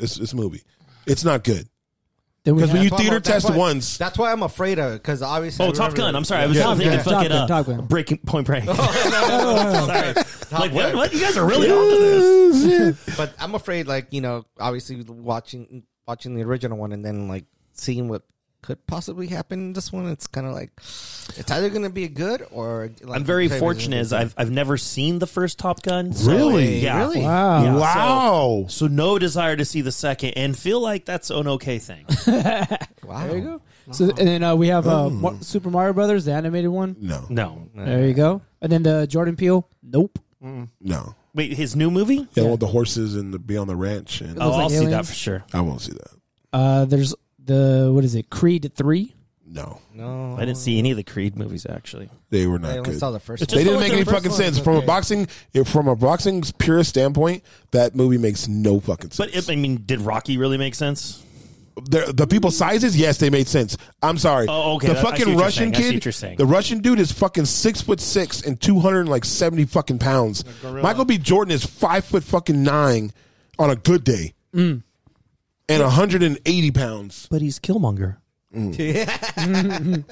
Speaker 3: this, this movie. It's not good.
Speaker 4: Then we
Speaker 3: 'Cause when
Speaker 4: have-
Speaker 3: you
Speaker 9: That's why
Speaker 3: theater
Speaker 9: I'm- that's
Speaker 3: test
Speaker 9: why-
Speaker 3: once.
Speaker 9: That's why I'm afraid of because obviously.
Speaker 6: Oh,
Speaker 9: I
Speaker 6: Top
Speaker 9: remember-
Speaker 6: Gun. I'm sorry, I was
Speaker 3: Top
Speaker 6: still thinking
Speaker 4: Gun, Top
Speaker 6: fucking
Speaker 4: Gun,
Speaker 6: uh,
Speaker 4: Top Gun.
Speaker 6: Breaking Point Break.
Speaker 3: Oh,
Speaker 9: Sorry. Top
Speaker 6: like what?
Speaker 9: Gun.
Speaker 6: What? You guys are really onto this.
Speaker 9: But I'm afraid, like you know, obviously watching watching the original one and then like seeing what could possibly happen in this one. It's kind of like it's either going to be good or. Like,
Speaker 6: I'm very
Speaker 9: it's
Speaker 6: fortunate as
Speaker 9: gonna
Speaker 6: I've I've never seen the first Top Gun. so-
Speaker 3: Really?
Speaker 6: Yeah.
Speaker 9: Really?
Speaker 4: Wow.
Speaker 6: Yeah, so-
Speaker 3: Wow.
Speaker 6: So no desire to see the second, and feel like that's an okay thing.
Speaker 9: be- Wow.
Speaker 4: There you go. So and then uh, we have
Speaker 3: Mm.
Speaker 4: uh, Mar- Super Mario Brothers, the animated one.
Speaker 3: No.
Speaker 6: No,
Speaker 4: There you go. And then the Jordan Peele. Nope.
Speaker 3: No.
Speaker 6: wait, his new movie?
Speaker 3: Yeah, well, the horses and the be on the ranch, and
Speaker 6: Oh,
Speaker 4: like
Speaker 6: I'll see that
Speaker 4: aliens.
Speaker 6: for sure.
Speaker 3: I won't see that.
Speaker 4: Uh, there's the what is it? Creed three.
Speaker 3: No,
Speaker 9: No,
Speaker 6: I didn't see any of the Creed movies actually.
Speaker 3: they were
Speaker 9: I
Speaker 3: not
Speaker 9: only
Speaker 3: good.
Speaker 9: saw the first.
Speaker 6: It's
Speaker 9: one.
Speaker 3: They
Speaker 6: just
Speaker 3: didn't make
Speaker 6: the
Speaker 3: any
Speaker 9: first
Speaker 3: fucking
Speaker 9: one
Speaker 3: sense
Speaker 9: was
Speaker 3: from a
Speaker 9: okay.
Speaker 3: boxing if from a boxing pure standpoint. That movie makes no fucking sense.
Speaker 6: But it, I mean, did Rocky really make sense?
Speaker 3: the, the people sizes, yes, they made sense. I'm sorry.
Speaker 6: Oh, okay.
Speaker 3: The
Speaker 6: That- I see what
Speaker 3: fucking
Speaker 6: you're
Speaker 3: Russian
Speaker 6: saying. I see
Speaker 3: kid,
Speaker 6: what you're saying.
Speaker 3: the Russian dude is fucking six foot six and two hundred and like seventy fucking pounds. Michael B. Jordan is five foot fucking nine on a good day,
Speaker 6: Mm.
Speaker 3: and hundred and eighty pounds.
Speaker 6: But he's Killmonger.
Speaker 4: And
Speaker 3: He
Speaker 4: then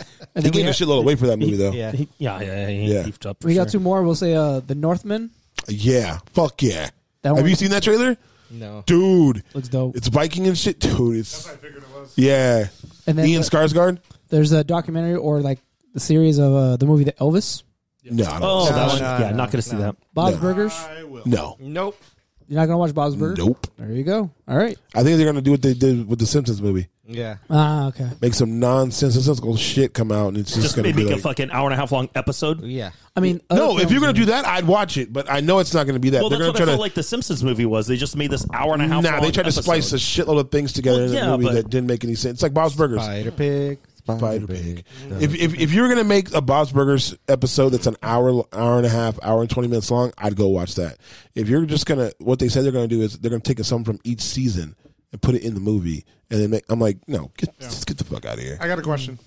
Speaker 4: we,
Speaker 3: gained a
Speaker 4: ha-
Speaker 3: shitload of weight for that movie though.
Speaker 9: Yeah.
Speaker 6: He- yeah, yeah, he
Speaker 3: Yeah.
Speaker 6: beefed up. For
Speaker 4: we
Speaker 6: sure.
Speaker 4: got two more. We'll say uh, the Northman.
Speaker 3: Yeah, fuck yeah.
Speaker 4: That
Speaker 3: Have
Speaker 4: one-
Speaker 3: you seen that trailer,
Speaker 9: No.
Speaker 3: dude?
Speaker 4: Looks dope.
Speaker 3: It's Viking and shit, dude. It's
Speaker 1: I figured it was.
Speaker 3: yeah.
Speaker 4: And then
Speaker 3: Ian
Speaker 4: the-
Speaker 3: Skarsgård.
Speaker 4: there's a documentary or like the series of uh, the movie The Elvis.
Speaker 3: No, I don't
Speaker 6: Oh,
Speaker 3: see
Speaker 6: that
Speaker 3: that.
Speaker 6: one.
Speaker 9: no,
Speaker 6: yeah,
Speaker 9: no,
Speaker 6: not going to see
Speaker 9: no.
Speaker 6: that.
Speaker 4: Bob's
Speaker 3: No.
Speaker 4: Burgers.
Speaker 1: I will.
Speaker 3: no.
Speaker 9: Nope.
Speaker 4: You're not gonna watch Bob's Burgers.
Speaker 3: Nope.
Speaker 4: There you go. All right.
Speaker 3: I think they're gonna do what they did with the Simpsons movie.
Speaker 9: Yeah.
Speaker 4: Ah, okay.
Speaker 3: Make some nonsensical shit come out, and it's just,
Speaker 6: Just
Speaker 3: gonna
Speaker 6: make
Speaker 3: be
Speaker 6: a
Speaker 3: like,
Speaker 6: fucking hour and a half long episode.
Speaker 9: Yeah.
Speaker 4: I mean,
Speaker 3: no.
Speaker 4: other
Speaker 3: If you're
Speaker 4: films-
Speaker 3: gonna do that, I'd watch it, but I know it's not gonna be that.
Speaker 6: Well,
Speaker 3: they're
Speaker 6: that's
Speaker 3: gonna
Speaker 6: what I
Speaker 3: try
Speaker 6: felt
Speaker 3: to
Speaker 6: like the Simpsons movie was. They just made this hour and a half.
Speaker 3: nah.
Speaker 6: long
Speaker 3: They tried to
Speaker 6: episode.
Speaker 3: splice a shitload of things together
Speaker 6: Well,
Speaker 3: in
Speaker 6: yeah,
Speaker 3: a movie
Speaker 6: but-
Speaker 3: that didn't make any sense. It's like Bob's Burgers.
Speaker 9: Spider Pig.
Speaker 3: Spider Pig. If, if if you were gonna make a Bob's Burgers episode that's an hour, hour and a half, hour and twenty minutes long, I'd go watch that. If you're just gonna, what they said they're gonna do is they're gonna take some from each season and put it in the movie, and then make, I'm like, no, get, just get the fuck out of here.
Speaker 1: I got a question.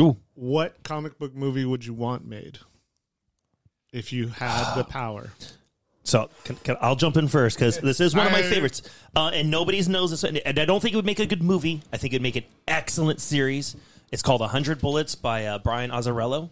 Speaker 6: Ooh.
Speaker 1: What comic book movie would you want made if you had the power?
Speaker 6: So can, can, I'll jump in first because this is one of my
Speaker 1: I-
Speaker 6: favorites, uh, and nobody's knows this. And, and I don't think it would make a good movie. I think it'd make an excellent series. It's called hundred Bullets by uh, Brian Azzarello.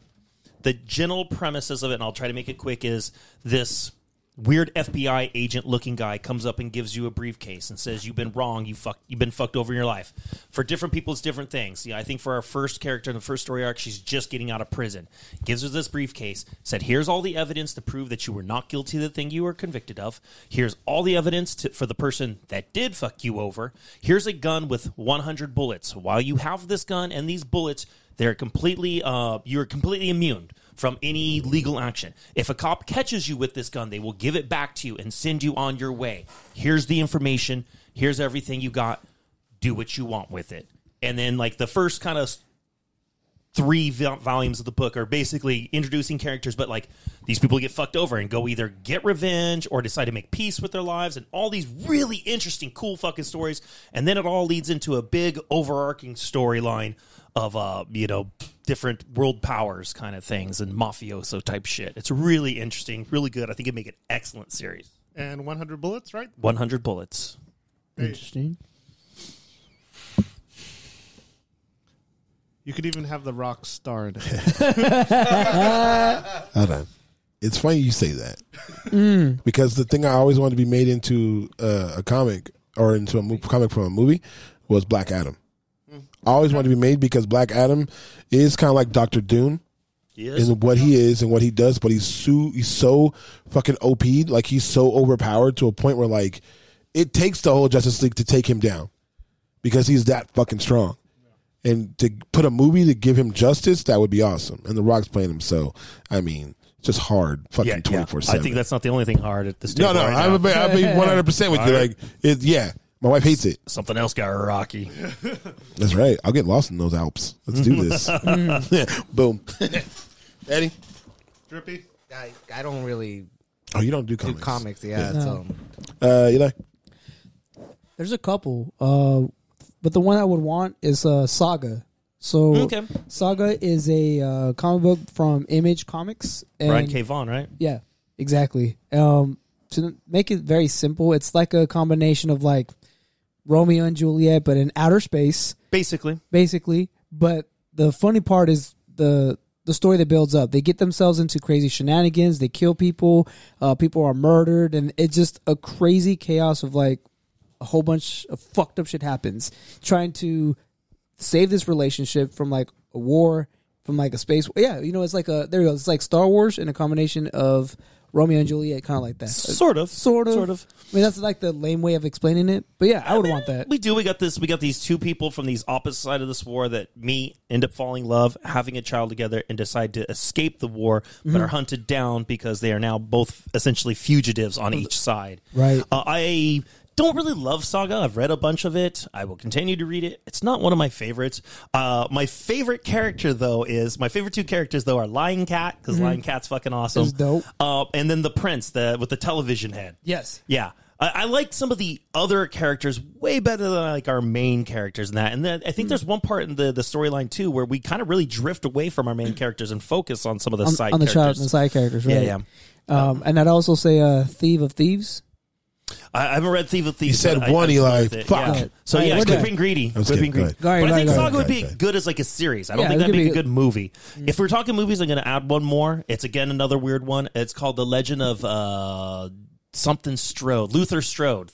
Speaker 6: The general premises of it, and I'll try to make it quick, is this weird FBI agent looking guy comes up and gives you a briefcase and says you've been wrong, you fuck, you've been fucked over in your life. For different people, it's different things. You know, I think for our first character in the first story arc, she's just getting out of prison. Gives her this briefcase, said, "Here's all the evidence to prove that you were not guilty of the thing you were convicted of. Here's all the evidence to, for the person that did fuck you over. Here's a gun with 100 bullets. While you have this gun and these bullets." They're completely, uh, you're completely immune from any legal action. If a cop catches you with this gun, they will give it back to you and send you on your way. Here's the information. Here's everything you got. Do what you want with it. And then, like, the first kind of three vol- volumes of the book are basically introducing characters, but like these people get fucked over and go either get revenge or decide to make peace with their lives, and all these really interesting, cool fucking stories. And then it all leads into a big overarching storyline of uh, you know, different world powers kind of things and mafioso type shit. It's really interesting, really good. I think it'd make an excellent series.
Speaker 1: And 100 bullets, right?
Speaker 6: One hundred bullets.
Speaker 4: Interesting.
Speaker 1: You could even have the rock star in it.
Speaker 3: Hold on. It's funny you say that because the thing I always wanted to be made into uh, a comic or into a mo- comic from a movie was Black Adam.
Speaker 6: Mm.
Speaker 3: I always wanted to be made because Black Adam is kind of like Doctor Doom
Speaker 6: Yes.
Speaker 3: in what he is and what he does, but he's so he's so fucking OP'd, like he's so overpowered to a point where like it takes the whole Justice League to take him down because he's that fucking strong. And to put a movie to give him justice, that would be awesome. And The Rock's playing him, so I mean, it's just hard fucking twenty four
Speaker 6: I
Speaker 3: seven.
Speaker 6: think that's not the only thing hard at this.
Speaker 3: no, no,
Speaker 6: right
Speaker 3: I'm
Speaker 6: now.
Speaker 3: a, I'll be one hundred percent with you. Like, it, yeah, my wife hates it.
Speaker 6: something else got rocky.
Speaker 3: That's right. I'll get lost in those Alps. Let's do this. Boom, Eddie.
Speaker 1: Drippy.
Speaker 9: I, I don't really
Speaker 3: Oh, you don't do
Speaker 9: do
Speaker 3: comics.
Speaker 9: comics. Yeah. um, So
Speaker 3: Uh, Eli.
Speaker 4: There's a couple. Uh, but the one I would want is uh, Saga. So
Speaker 6: Okay.
Speaker 4: Saga is a uh, comic book from Image Comics. And
Speaker 3: Mm.
Speaker 6: Brian K. Vaughn, right?
Speaker 4: Yeah, exactly. Um, to make it very simple, it's like a combination of like Romeo and Juliet, but in outer space,
Speaker 6: Basically.
Speaker 4: basically. But the funny part is the the story that builds up. They get themselves into crazy shenanigans. They kill people. Uh, people are murdered, and it's just a crazy chaos of like a whole bunch of fucked up shit happens. Trying to save this relationship from like a war, from like a space. Yeah, you know, it's like a there you go. It's like Star Wars and a combination of Romeo and Juliet, kind of like that.
Speaker 6: Sort of.
Speaker 4: Sort of.
Speaker 6: Sort of.
Speaker 4: I mean, that's like the lame way of explaining it. But yeah, I would want that.
Speaker 6: We do. We got this. We got these two people from these opposite side of this war that meet, end up falling in love, having a child together, and decide to escape the war,
Speaker 4: Mm-hmm.
Speaker 6: but are hunted down because they are now both essentially fugitives on each side.
Speaker 4: Right.
Speaker 6: Uh, I don't really love Saga. I've read a bunch of it. I will continue to read it. It's not one of my favorites. Uh, my favorite character though is my favorite two characters though are Lion Cat because Lion Cat's fucking awesome.
Speaker 4: It's Mm-hmm. dope.
Speaker 6: Uh, and then the Prince, the with the television head.
Speaker 4: Yes.
Speaker 6: Yeah. I, I like some of the other characters way better than like our main characters and that. And then I think there's one part in the, the storyline too where we kind of really drift away from our main characters and focus on some of the
Speaker 4: on,
Speaker 6: side
Speaker 4: on the child
Speaker 6: characters.
Speaker 4: and the side characters,
Speaker 6: Yeah,
Speaker 4: right?
Speaker 6: yeah.
Speaker 4: Um, and I'd also say uh, Thief of Thieves.
Speaker 6: I, I haven't read Thief of Thieves.
Speaker 3: said
Speaker 6: but I-
Speaker 3: one,
Speaker 6: I'm
Speaker 3: Eli.
Speaker 6: with it.
Speaker 3: Fuck.
Speaker 6: Yeah. So
Speaker 4: Hey,
Speaker 6: yeah,
Speaker 4: we're
Speaker 6: quit
Speaker 4: done.
Speaker 6: being greedy.
Speaker 3: was
Speaker 6: Quit
Speaker 3: kidding.
Speaker 6: being
Speaker 3: Go
Speaker 6: greedy.
Speaker 3: ahead.
Speaker 4: Go ahead,
Speaker 6: but
Speaker 4: go
Speaker 6: I think
Speaker 4: ahead, go
Speaker 6: Saga would
Speaker 3: ahead,
Speaker 6: be
Speaker 3: go ahead.
Speaker 6: good as like a series. I don't
Speaker 4: Yeah,
Speaker 6: think
Speaker 4: it
Speaker 6: that'd
Speaker 4: could
Speaker 6: make
Speaker 4: be Mm.
Speaker 6: a
Speaker 4: good.
Speaker 6: good movie. If we're talking movies, I'm going to add one more. It's again another weird one. It's called The Legend of uh, something Strode, Luther Strode,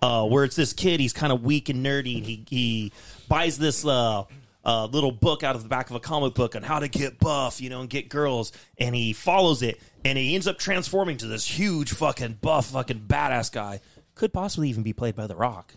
Speaker 6: uh, where it's this kid. He's kind of weak and nerdy, and he he buys this. Uh, uh, little book out of the back of a comic book on how to get buff, you know, and get girls, and he follows it, and he ends up transforming to this huge fucking buff, fucking badass guy could possibly even be played by The Rock.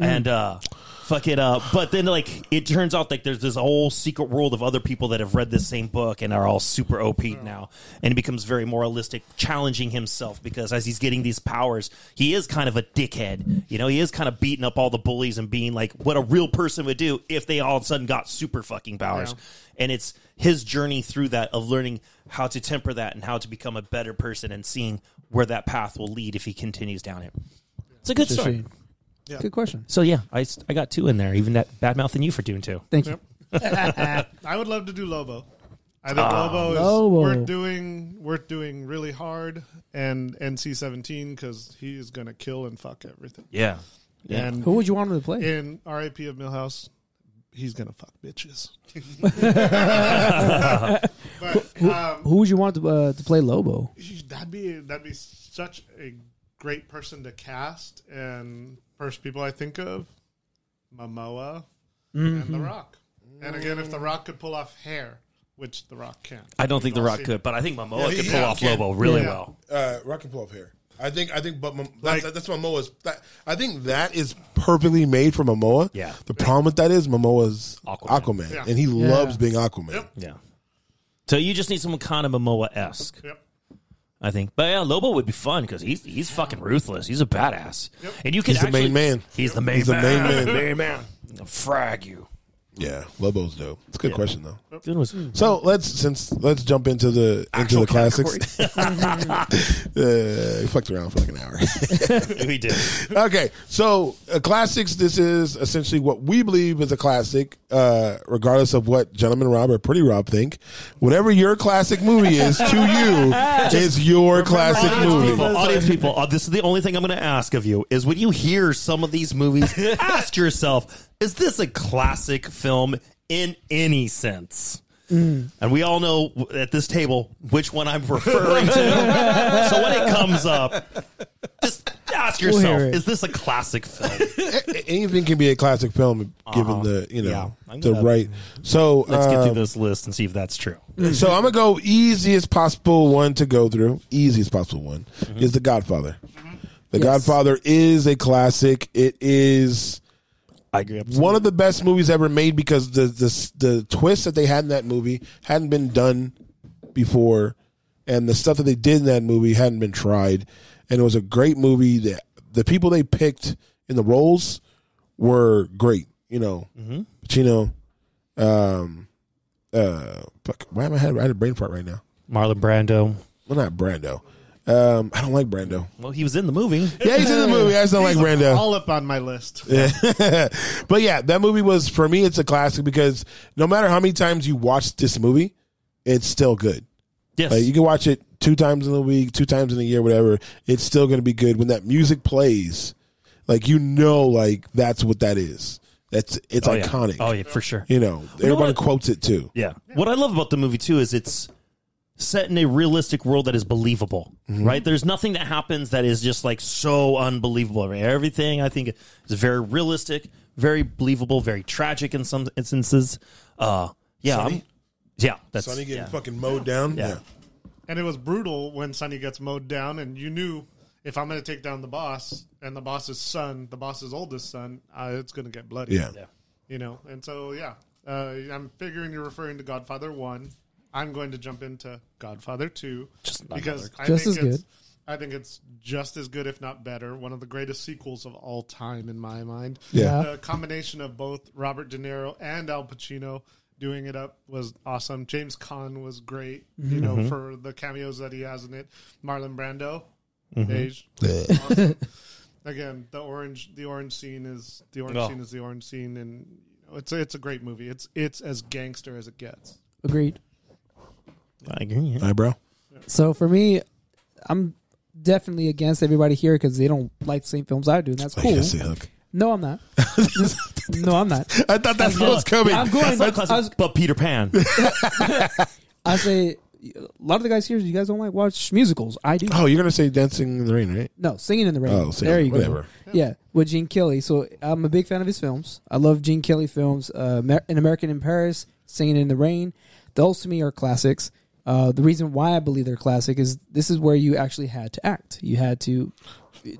Speaker 6: And uh, fuck it up. But then, like, it turns out like there's this whole secret world of other people that have read this same book and are all super OP now. And it becomes very moralistic, challenging himself because as he's getting these powers, he is kind of a dickhead. You know, he is kind of beating up all the bullies and being like what a real person would do if they all of a sudden got super fucking powers. And it's his journey through that of learning how to temper that and how to become a better person and seeing where that path will lead if he continues down it. It's a good story.
Speaker 4: Good question.
Speaker 6: So yeah, I, s- I got two in there. Even that bad mouthing you for doing two.
Speaker 4: Thank you.
Speaker 1: I would love to do Lobo. I think Lobo is
Speaker 4: Lobo.
Speaker 1: worth doing worth doing really hard and NC seventeen because he is gonna kill and fuck everything.
Speaker 6: Yeah,
Speaker 1: And
Speaker 4: Who would you want him to play?
Speaker 1: in RIP of Millhouse, he's gonna fuck bitches. but um,
Speaker 4: Who would you want to, uh, to play Lobo?
Speaker 1: that'd be that'd be such a great person to cast. And first people I think of, Momoa and The Rock. And again, if The Rock could pull off hair, which The Rock can't,
Speaker 6: I don't think The
Speaker 1: We've
Speaker 6: Rock
Speaker 1: all seen
Speaker 6: could, but I think Momoa
Speaker 3: Yeah,
Speaker 6: could
Speaker 3: yeah,
Speaker 6: pull off
Speaker 3: yeah.
Speaker 6: Lobo really
Speaker 1: Yeah.
Speaker 6: well.
Speaker 3: Uh, Rock and pull up here. I think I think, but Mom,
Speaker 1: Like-
Speaker 3: that's, that's Momoa's. That, I think that is perfectly made for Momoa.
Speaker 6: Yeah.
Speaker 3: The problem with that is Momoa's
Speaker 6: Aquaman.
Speaker 3: Aquaman,
Speaker 1: Yeah.
Speaker 3: and he loves being Aquaman.
Speaker 1: Yep.
Speaker 6: Yeah. So you just need someone kind of Momoa esque,
Speaker 1: Yep.
Speaker 6: I think. But yeah, Lobo would be fun because he's he's fucking ruthless. He's a badass, and you can
Speaker 3: He's the
Speaker 6: actually-
Speaker 3: main man.
Speaker 6: He's the main.
Speaker 3: He's the main
Speaker 6: man.
Speaker 3: man.
Speaker 6: main man. He'll frag you.
Speaker 3: Yeah, Lobo's dope. It's a good question though.
Speaker 6: Good was
Speaker 3: So let's since let's jump into the into the classics. uh, we fucked around for like an hour.
Speaker 6: we did.
Speaker 3: okay, so uh, classics. This is essentially what we believe is a classic, uh, regardless of what Gentleman Rob or Pretty Rob think. Whatever your classic movie is to you is your classic
Speaker 6: Audience people,
Speaker 3: movie.
Speaker 6: audience people, uh, this is the only thing I'm going to ask of you is when you hear some of these movies, ask yourself, is this a classic film in any sense?
Speaker 3: Mm.
Speaker 6: And we all know w- at this table which one I'm referring to. so when it comes up, just ask
Speaker 4: hear
Speaker 6: yourself,
Speaker 4: it.
Speaker 6: is this a classic film?
Speaker 3: A- Anything can be a classic film given the you know
Speaker 6: Uh-huh. Yeah. I'm
Speaker 3: the
Speaker 6: gonna-
Speaker 3: right. So
Speaker 6: Let's get
Speaker 3: um,
Speaker 6: through this list and see if that's true.
Speaker 3: so I'm gonna go easiest possible one to go through. Easiest possible one is The Godfather. The Godfather is a classic. It is
Speaker 6: I agree.
Speaker 3: one of the best movies ever made because the the the twist that they had in that movie hadn't been done before, and the stuff that they did in that movie hadn't been tried, and it was a great movie. That the people they picked in the roles were great. You know, Pacino. Um, uh, fuck, why am I had I had a brain fart right now?
Speaker 6: Marlon Brando.
Speaker 3: Well, not Brando. Um, I don't like Brando.
Speaker 6: Well, he was in the movie.
Speaker 3: Yeah, he's in the movie. I just don't like Brando.
Speaker 1: all up on my list.
Speaker 3: but yeah, that movie was for me. It's a classic because no matter how many times you watch this movie, it's still good.
Speaker 6: Yes.
Speaker 3: Like you can watch it two times in a week, two times in a year, whatever. It's still going to be good when that music plays. Like you know, like that's what that is. That's it's
Speaker 6: oh, yeah.
Speaker 3: iconic.
Speaker 6: Oh, yeah, for sure.
Speaker 3: You know, everybody
Speaker 6: what?
Speaker 3: quotes it too.
Speaker 6: Yeah. What I love about the movie too is it's set in a realistic world that is believable,
Speaker 3: Mm-hmm.
Speaker 6: right? There's nothing that happens that is just like so unbelievable. Right? Everything I think is very realistic, very believable, very tragic in some instances. Uh, yeah, I'm, yeah, that's
Speaker 3: Sonny getting
Speaker 6: yeah.
Speaker 3: fucking mowed down.
Speaker 6: Yeah.
Speaker 1: And it was brutal when Sonny gets mowed down, and you knew if I'm going to take down the boss and the boss's son, the boss's oldest son, uh, it's going to get bloody.
Speaker 3: Yeah. Yeah.
Speaker 1: You know, and so, yeah. Uh, I'm figuring you're referring to Godfather 1. I'm going to jump into Godfather 2. Just because I
Speaker 4: Just
Speaker 1: think
Speaker 4: as
Speaker 1: it's,
Speaker 4: good.
Speaker 1: I think it's just as good, if not better. One of the greatest sequels of all time, in my mind.
Speaker 3: Yeah.
Speaker 1: The combination of both Robert De Niro and Al Pacino doing it up was awesome. James Caan was great, you know, for the cameos that he has in it. Marlon Brando, beige. Awesome. Again, the orange, the orange scene is the orange
Speaker 6: Oh.
Speaker 1: scene is the orange scene, and you know, it's a, it's a great movie. It's it's as gangster as it gets.
Speaker 4: Agreed.
Speaker 6: I agree. yeah.
Speaker 3: eyebrow.
Speaker 4: So for me, I'm definitely against everybody here because they don't like the same films I do, and that's
Speaker 3: Like,
Speaker 4: cool.
Speaker 3: that's the hook.
Speaker 4: No, I'm not. no, I'm not.
Speaker 3: I thought that's what was coming.
Speaker 4: I'm going.
Speaker 6: That's not
Speaker 4: I,
Speaker 6: classic,
Speaker 4: was-
Speaker 6: but Peter Pan.
Speaker 4: I say a lot of the guys here, you guys don't like watch musicals. I do.
Speaker 3: Oh, you're gonna say Dancing in the Rain, right?
Speaker 4: No, Singing in the Rain.
Speaker 3: Oh, Singing-
Speaker 4: there you
Speaker 3: whatever.
Speaker 4: go. Yeah, with Gene Kelly. So I'm a big fan of his films. I love Gene Kelly films. Uh, Amer- An American in Paris, Singing in the Rain. Those to me are classics. Uh, the reason why I believe they're classic is this is where you actually had to act. You had to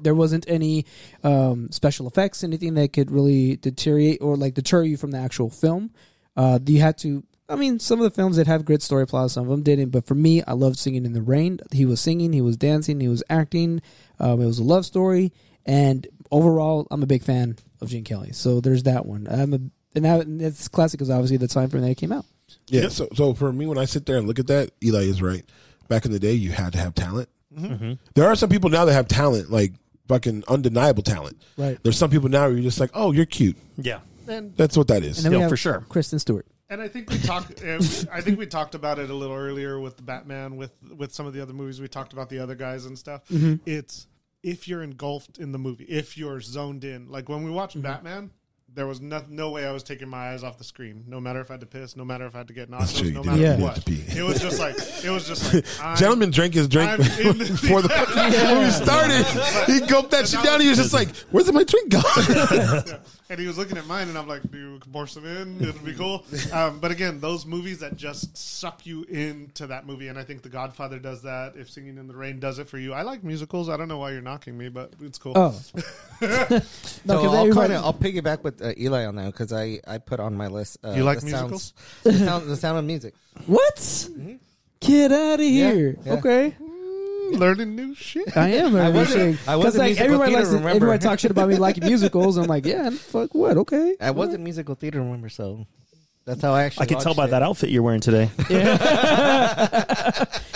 Speaker 4: there wasn't any um, special effects, anything that could really deteriorate or like deter you from the actual film. Uh, you had to. I mean, some of the films that have great story plots, some of them didn't. But for me, I loved Singing in the Rain. He was singing, he was dancing, he was acting. Um, it was a love story, and overall, I'm a big fan of Gene Kelly. So there's that one. I'm a and that and that's classic is obviously the time frame that it came out.
Speaker 3: Yeah. So, so for me, when I sit there and look at that, Eli is right. Back in the day, you had to have talent. There are some people now that have talent, like fucking undeniable talent.
Speaker 4: Right.
Speaker 3: There's some people now where you're just like, oh, you're cute.
Speaker 6: Yeah.
Speaker 3: That's what that is.
Speaker 4: And
Speaker 6: No,
Speaker 4: we have
Speaker 6: for sure.
Speaker 4: Kristen Stewart.
Speaker 1: And I think we talked. uh, I think we talked about it a little earlier with Batman, with with some of the other movies. We talked about the other guys and stuff. It's if you're engulfed in the movie, if you're zoned in. Like when we watched Batman, there was no, no way I was taking my eyes off the screen. No matter if I had to piss, no matter if I had to get
Speaker 3: That's true, you
Speaker 1: nachos, no
Speaker 3: did
Speaker 1: matter
Speaker 3: have to
Speaker 1: what.
Speaker 3: pee.
Speaker 1: It was just like it was just like I'm-
Speaker 3: Gentleman drank his drink
Speaker 1: I'm
Speaker 3: before
Speaker 1: in the-
Speaker 3: the fucking movie started. He gulped that shit down. He was just like, "Where's my drink gone?"
Speaker 1: and he was looking at mine, and I'm like, "Do you pour some in? It'll be cool." Um, but again, those movies that just suck you into that movie, and I think The Godfather does that. If Singing in the Rain does it for you, I like musicals. I don't know why you're knocking me, but it's cool.
Speaker 4: Oh, no,
Speaker 9: So
Speaker 4: 'cause
Speaker 9: I'll,
Speaker 4: everybody-
Speaker 9: kind of, I'll piggyback with uh, Eli on that because I, I put on my list. Uh,
Speaker 1: You like
Speaker 9: the
Speaker 1: musicals?
Speaker 9: Sounds, the, sound, the sound of music.
Speaker 4: what? Mm-hmm. Get out of here.
Speaker 9: yeah.
Speaker 4: Okay.
Speaker 1: Mm, Learning new shit.
Speaker 4: I am. I
Speaker 9: wasn't- I wasn't
Speaker 4: like
Speaker 9: musical
Speaker 4: everybody
Speaker 9: theater,
Speaker 4: likes to-
Speaker 9: remember.
Speaker 4: everybody talks shit about me liking musicals. I'm like, yeah, fuck what? Okay.
Speaker 9: I was in musical theater, remember? So that's how I actually.
Speaker 6: I can tell
Speaker 9: watched
Speaker 6: by
Speaker 9: it.
Speaker 6: that outfit you're wearing today.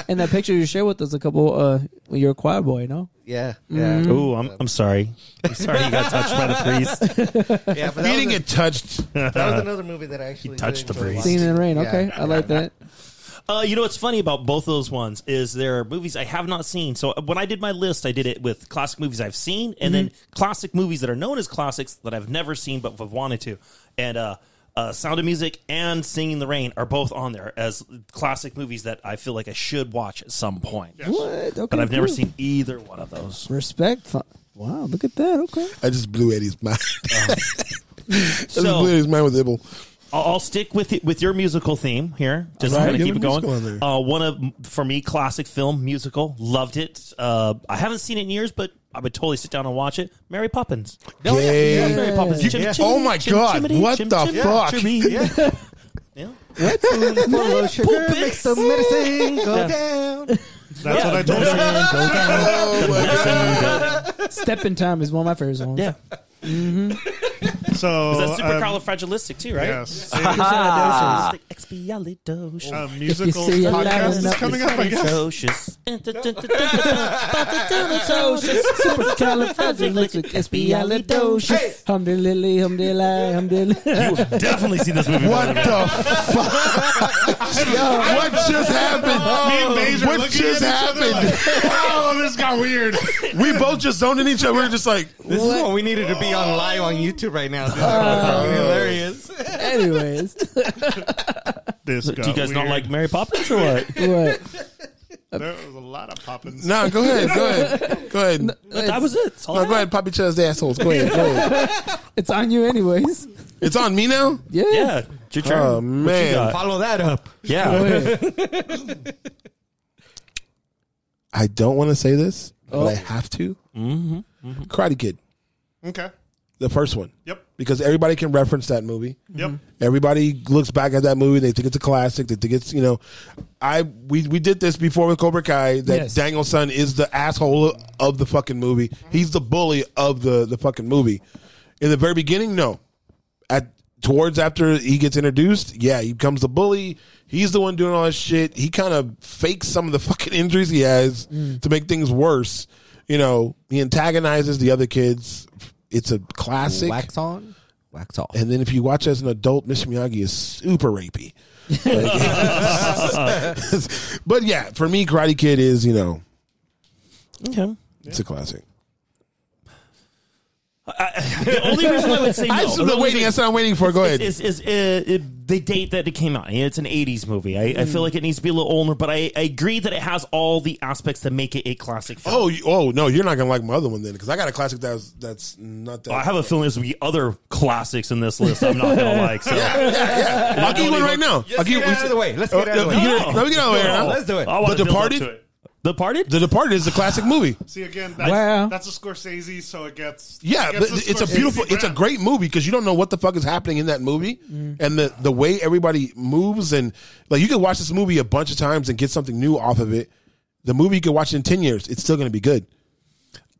Speaker 4: And that picture you shared with us a couple. Uh, when you're a choir boy, no?
Speaker 9: Yeah,
Speaker 4: Mm-hmm.
Speaker 9: yeah,
Speaker 6: Ooh, I'm, I'm sorry. I'm sorry you got touched by the priest.
Speaker 9: yeah.
Speaker 3: he
Speaker 9: But that,
Speaker 3: didn't
Speaker 9: was,
Speaker 3: get touched.
Speaker 9: a, that was another movie that I actually
Speaker 6: touched
Speaker 9: did
Speaker 6: the
Speaker 9: enjoy
Speaker 6: breeze.
Speaker 9: watching.
Speaker 4: Singing in the rain.
Speaker 9: Yeah.
Speaker 4: Okay, I like that.
Speaker 6: Uh, you know what's funny about both those ones is there are movies I have not seen. So uh, when I did my list, I did it with classic movies I've seen and then classic movies that are known as classics that I've never seen but have wanted to. And uh, uh, Sound of Music and Singing in the Rain are both on there as classic movies that I feel like I should watch at some point.
Speaker 4: What? Okay,
Speaker 6: But I've never
Speaker 4: cool.
Speaker 6: seen either one of those.
Speaker 4: respect. Wow, look at that. Okay,
Speaker 3: I just blew Eddie's mind. I just blew
Speaker 6: So
Speaker 3: Eddie's mind with Ibble.
Speaker 6: I'll, I'll stick with it, with your musical theme here. Just
Speaker 3: All right,
Speaker 6: kind of
Speaker 3: give
Speaker 6: keep
Speaker 3: a
Speaker 6: it going.
Speaker 3: musical in there.
Speaker 6: Uh, one of for me, classic film musical. Loved it. Uh, I haven't seen it in years, but I would totally sit down and watch it. Mary Poppins.
Speaker 3: No, yeah, yeah,
Speaker 6: Mary Poppins. Chim- chim-
Speaker 3: Oh my
Speaker 6: chim-
Speaker 3: God,
Speaker 6: chimney,
Speaker 3: what
Speaker 6: chim-
Speaker 3: the
Speaker 6: chim-
Speaker 3: fuck?
Speaker 6: chimney. Yeah.
Speaker 9: Full of sugar, mix the medicine, go down.
Speaker 1: That's what I told her.
Speaker 6: Oh, Yeah.
Speaker 4: Step in Time is one of my favorite songs.
Speaker 6: Yeah.
Speaker 1: So
Speaker 6: That's
Speaker 1: um,
Speaker 6: supercalifragilistic too, right?
Speaker 1: Yes. Uh,
Speaker 6: Supercalifragilisticexpialidocious.
Speaker 1: Um, musical
Speaker 4: see a lion
Speaker 1: podcast is
Speaker 4: up
Speaker 1: coming up. I guess.
Speaker 4: E Supercalifragilisticexpialidocious. Humdiddly, humdiddly, humdiddly.
Speaker 6: You have definitely seen this movie.
Speaker 3: What the fuck? what just
Speaker 1: Me and
Speaker 3: happened?
Speaker 1: Baze are
Speaker 3: What
Speaker 1: looking
Speaker 3: just
Speaker 1: at each other
Speaker 3: happened?
Speaker 1: like, wow, this got weird.
Speaker 3: we both just zoned in each other. We were just like,
Speaker 9: This is when we needed to be on live on YouTube right now. This
Speaker 4: Uh,
Speaker 9: is fucking hilarious.
Speaker 4: Anyways,
Speaker 1: This
Speaker 6: Do you guys not like Mary Poppins or what?
Speaker 4: what?
Speaker 1: There was a lot of poppins.
Speaker 3: nah, go ahead, go ahead, go ahead. No,
Speaker 6: that was it. That's all I
Speaker 3: go ahead, pop each other's assholes. Go ahead, go ahead.
Speaker 4: It's on you, anyways.
Speaker 3: It's on me now.
Speaker 4: Yeah.
Speaker 6: Yeah, it's your turn.
Speaker 3: Oh
Speaker 6: What you
Speaker 3: man,
Speaker 6: got?
Speaker 9: Follow that up.
Speaker 4: Go
Speaker 6: Yeah.
Speaker 4: ahead.
Speaker 3: I don't want to say this, but I have to. Mm-hmm, Karate Kid,
Speaker 1: Okay.
Speaker 3: the first one,
Speaker 1: Yep.
Speaker 3: because everybody can reference that movie.
Speaker 1: Yep.
Speaker 3: Everybody looks back at that movie. They think it's a classic. They think it's you know, I we we did this before with Cobra Kai. That
Speaker 4: Yes.
Speaker 3: Daniel Sun is the asshole of the fucking movie. He's the bully of the the fucking movie. In the very beginning, no. At towards after he gets introduced, yeah, he becomes the bully. He's the one doing all that shit. He kind of fakes some of the fucking injuries he has to make things worse. You know, he antagonizes the other kids. It's a classic.
Speaker 9: Wax on, wax off.
Speaker 3: And then if you watch as an adult, Mr. Miyagi is super rapey. Like- but yeah, for me, Karate Kid is you know
Speaker 6: okay.
Speaker 3: it's a classic.
Speaker 6: The only reason I would say no.
Speaker 3: I still
Speaker 6: the
Speaker 3: the
Speaker 6: only
Speaker 3: waiting. That's what I'm waiting for. Go ahead.
Speaker 6: Is, is, is, uh, it- the date that it came out? It's an '80s movie. I, I feel
Speaker 9: Mm.
Speaker 6: like it needs to be a little older, but I, I agree that it has all the aspects that make it a classic film.
Speaker 3: oh, you, oh no, you're not gonna like my other one then because I got a classic that's that's not
Speaker 9: Oh.
Speaker 3: that.
Speaker 6: Oh, I have a feeling there's gonna be other classics in this list. I'm not gonna like. So
Speaker 3: I'll give you one right now. I'll
Speaker 9: Let's
Speaker 3: give
Speaker 9: get
Speaker 3: you-
Speaker 9: it out of the way. Let's get it out of the
Speaker 3: No,
Speaker 9: way.
Speaker 3: you- no, we get out of the way right now.
Speaker 9: Let's do it.
Speaker 6: Oh, I wanna
Speaker 3: The
Speaker 6: build up
Speaker 3: Departed?
Speaker 6: to it. The Departed?
Speaker 3: The Departed is a classic movie.
Speaker 1: See again, that's,
Speaker 4: Wow.
Speaker 1: that's a Scorsese, so it gets
Speaker 3: Yeah,
Speaker 1: it gets
Speaker 3: but
Speaker 1: the
Speaker 3: it's a
Speaker 1: Scorsese
Speaker 3: beautiful, it's a
Speaker 1: brand.
Speaker 3: great movie because you don't know what the fuck is happening in that movie, and the the way everybody moves and like you could watch this movie a bunch of times and get something new off of it. The movie you could watch in ten years, it's still going to be good.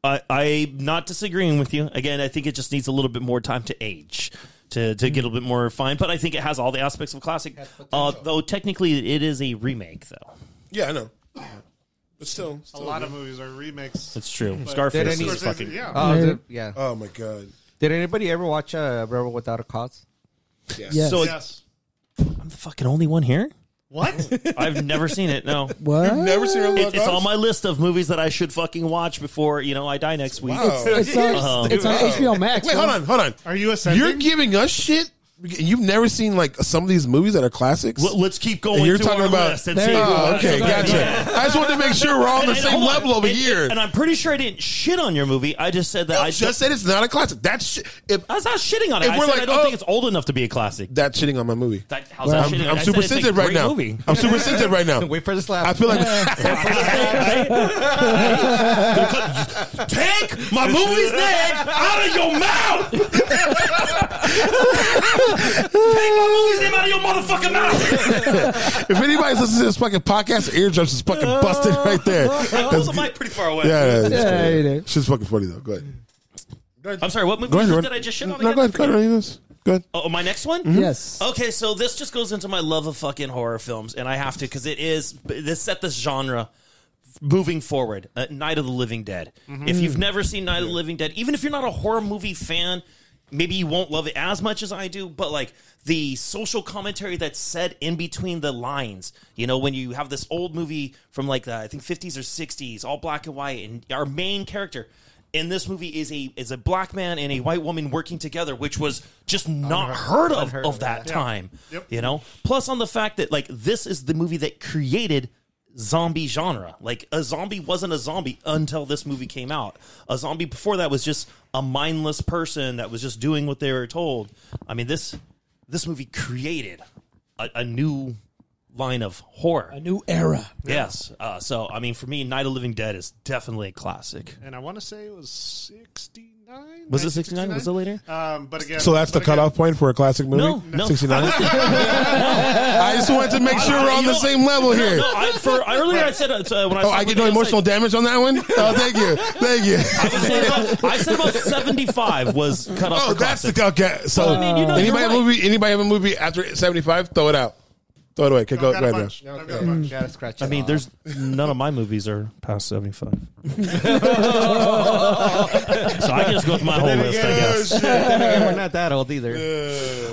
Speaker 6: I, I'm not disagreeing with you. Again, I think it just needs a little bit more time to age, to, to get a little bit more refined. But I think it has all the aspects of classic. Uh, though technically, it is a remake, though.
Speaker 3: Yeah, I know, but still,
Speaker 1: A lot of movies are remakes.
Speaker 6: It's true. Scarface
Speaker 9: Did any-
Speaker 6: is fucking. uh,
Speaker 1: yeah.
Speaker 9: Oh, did, yeah.
Speaker 3: oh my god,
Speaker 9: Did anybody ever watch uh, Rebel Without a Cause?
Speaker 4: Yes.
Speaker 6: So it's,
Speaker 1: yes.
Speaker 6: I'm the fucking only one here.
Speaker 1: What?
Speaker 6: I've never seen it. No,
Speaker 4: What?
Speaker 3: never seen a
Speaker 6: it, it's on my list of movies that I should fucking watch before you know I die next week. Um,
Speaker 4: It's on,
Speaker 6: uh-huh.
Speaker 4: it's on HBO Max.
Speaker 3: Wait,
Speaker 4: bro.
Speaker 3: hold on, hold on.
Speaker 1: Are you ascending?
Speaker 3: You're giving us shit. You've never seen like some of these movies that are classics.
Speaker 6: Let- Let's keep going.
Speaker 3: And you're
Speaker 6: through
Speaker 3: talking
Speaker 6: our
Speaker 3: about-
Speaker 6: list and
Speaker 4: There
Speaker 6: see
Speaker 4: you
Speaker 6: who-
Speaker 3: Oh,
Speaker 4: go.
Speaker 3: okay, gotcha. I just wanted to make sure we're all on the
Speaker 6: And
Speaker 3: same
Speaker 6: hold on.
Speaker 3: level over
Speaker 6: And-
Speaker 3: here.
Speaker 6: And I'm pretty sure I didn't shit on your movie. I just said that I
Speaker 3: I just said it's not a classic. That's sh- if
Speaker 6: I was not shitting on it.
Speaker 3: If
Speaker 6: I
Speaker 3: we're
Speaker 6: said
Speaker 3: like,
Speaker 6: I don't
Speaker 3: oh-
Speaker 6: think it's old enough to be a classic.
Speaker 3: that's shitting on my movie.
Speaker 6: That, how's that
Speaker 3: I'm,
Speaker 6: shitting
Speaker 3: I'm
Speaker 6: on it? I said
Speaker 3: super
Speaker 6: it's a
Speaker 3: sensitive right
Speaker 6: great
Speaker 3: now.
Speaker 6: Movie.
Speaker 3: I'm super sensitive right now.
Speaker 9: Wait for this laugh.
Speaker 3: I feel like
Speaker 6: Take my movie's name out of your mouth. Take my movie's name out of your motherfucking mouth.
Speaker 3: if anybody's listening to this fucking podcast, their eardrums is fucking busted right there.
Speaker 6: Those are mic pretty far away.
Speaker 3: Yeah, yeah,
Speaker 4: Yeah,
Speaker 3: yeah.
Speaker 4: you did.
Speaker 3: Shit's fucking funny though. Go ahead.
Speaker 6: I'm sorry. What movie
Speaker 3: Go ahead.
Speaker 6: was-
Speaker 3: Ron.
Speaker 6: did I just shit on?
Speaker 3: No,
Speaker 6: again?
Speaker 3: go ahead. Mm-hmm. Go ahead. Ron. Go ahead.
Speaker 6: Oh, my next one.
Speaker 4: Yes.
Speaker 6: Okay, so this just goes into my love of fucking horror films, and I have to because it is this set this genre moving forward. Uh, Night of the Living Dead. If you've never seen Night of the Living Dead, even if you're not a horror movie fan, maybe you won't love it as much as I do. But like the social commentary that's said in between the lines, you know, when you have this old movie from like the, I think 50s or 60s, all black and white, and our main character. in this movie is a is a black man and a white woman working together, which was just not heard of of that time. You know, plus on the fact that like this is the movie that created zombie genre. Like a zombie wasn't a zombie until this movie came out. A zombie before that was just a mindless person that was just doing what they were told. I mean this this movie created a, a new line of horror.
Speaker 2: A new era.
Speaker 6: Yes. Uh, so I mean for me Night of the Living Dead is definitely a classic.
Speaker 1: and I want to say it was 69.
Speaker 6: Was it 69? Was it later?
Speaker 1: Um, but again,
Speaker 3: So that's the
Speaker 1: but again,
Speaker 3: cutoff point for a classic movie.
Speaker 6: No, no.
Speaker 3: 69. I just wanted to make sure we're on
Speaker 6: You
Speaker 3: the
Speaker 6: know-
Speaker 3: same level here.
Speaker 6: No, I, for I- earlier I said uh, so when I
Speaker 3: Oh,
Speaker 6: saw
Speaker 3: I get no
Speaker 6: Wicked, was
Speaker 3: emotional
Speaker 6: like-
Speaker 3: damage on that one. Oh, thank you, thank you.
Speaker 6: I said about- I said about seventy five was cut off.
Speaker 3: Oh,
Speaker 6: for
Speaker 3: that's
Speaker 6: classic.
Speaker 3: the okay. So
Speaker 6: I mean, you know,
Speaker 3: anybody
Speaker 6: you're
Speaker 3: have
Speaker 6: right.
Speaker 3: a movie? Anybody have a movie after seventy five? Throw it out. Throw it away. Okay, go,
Speaker 1: I've
Speaker 3: go
Speaker 1: got a
Speaker 3: ahead.
Speaker 1: bunch.
Speaker 3: Ralph.
Speaker 1: I've got a bunch.
Speaker 9: gotta scratch.
Speaker 6: I mean, there's none of my movies are past seventy five. so I can just go with my whole list, I guess.
Speaker 9: we're not that old either.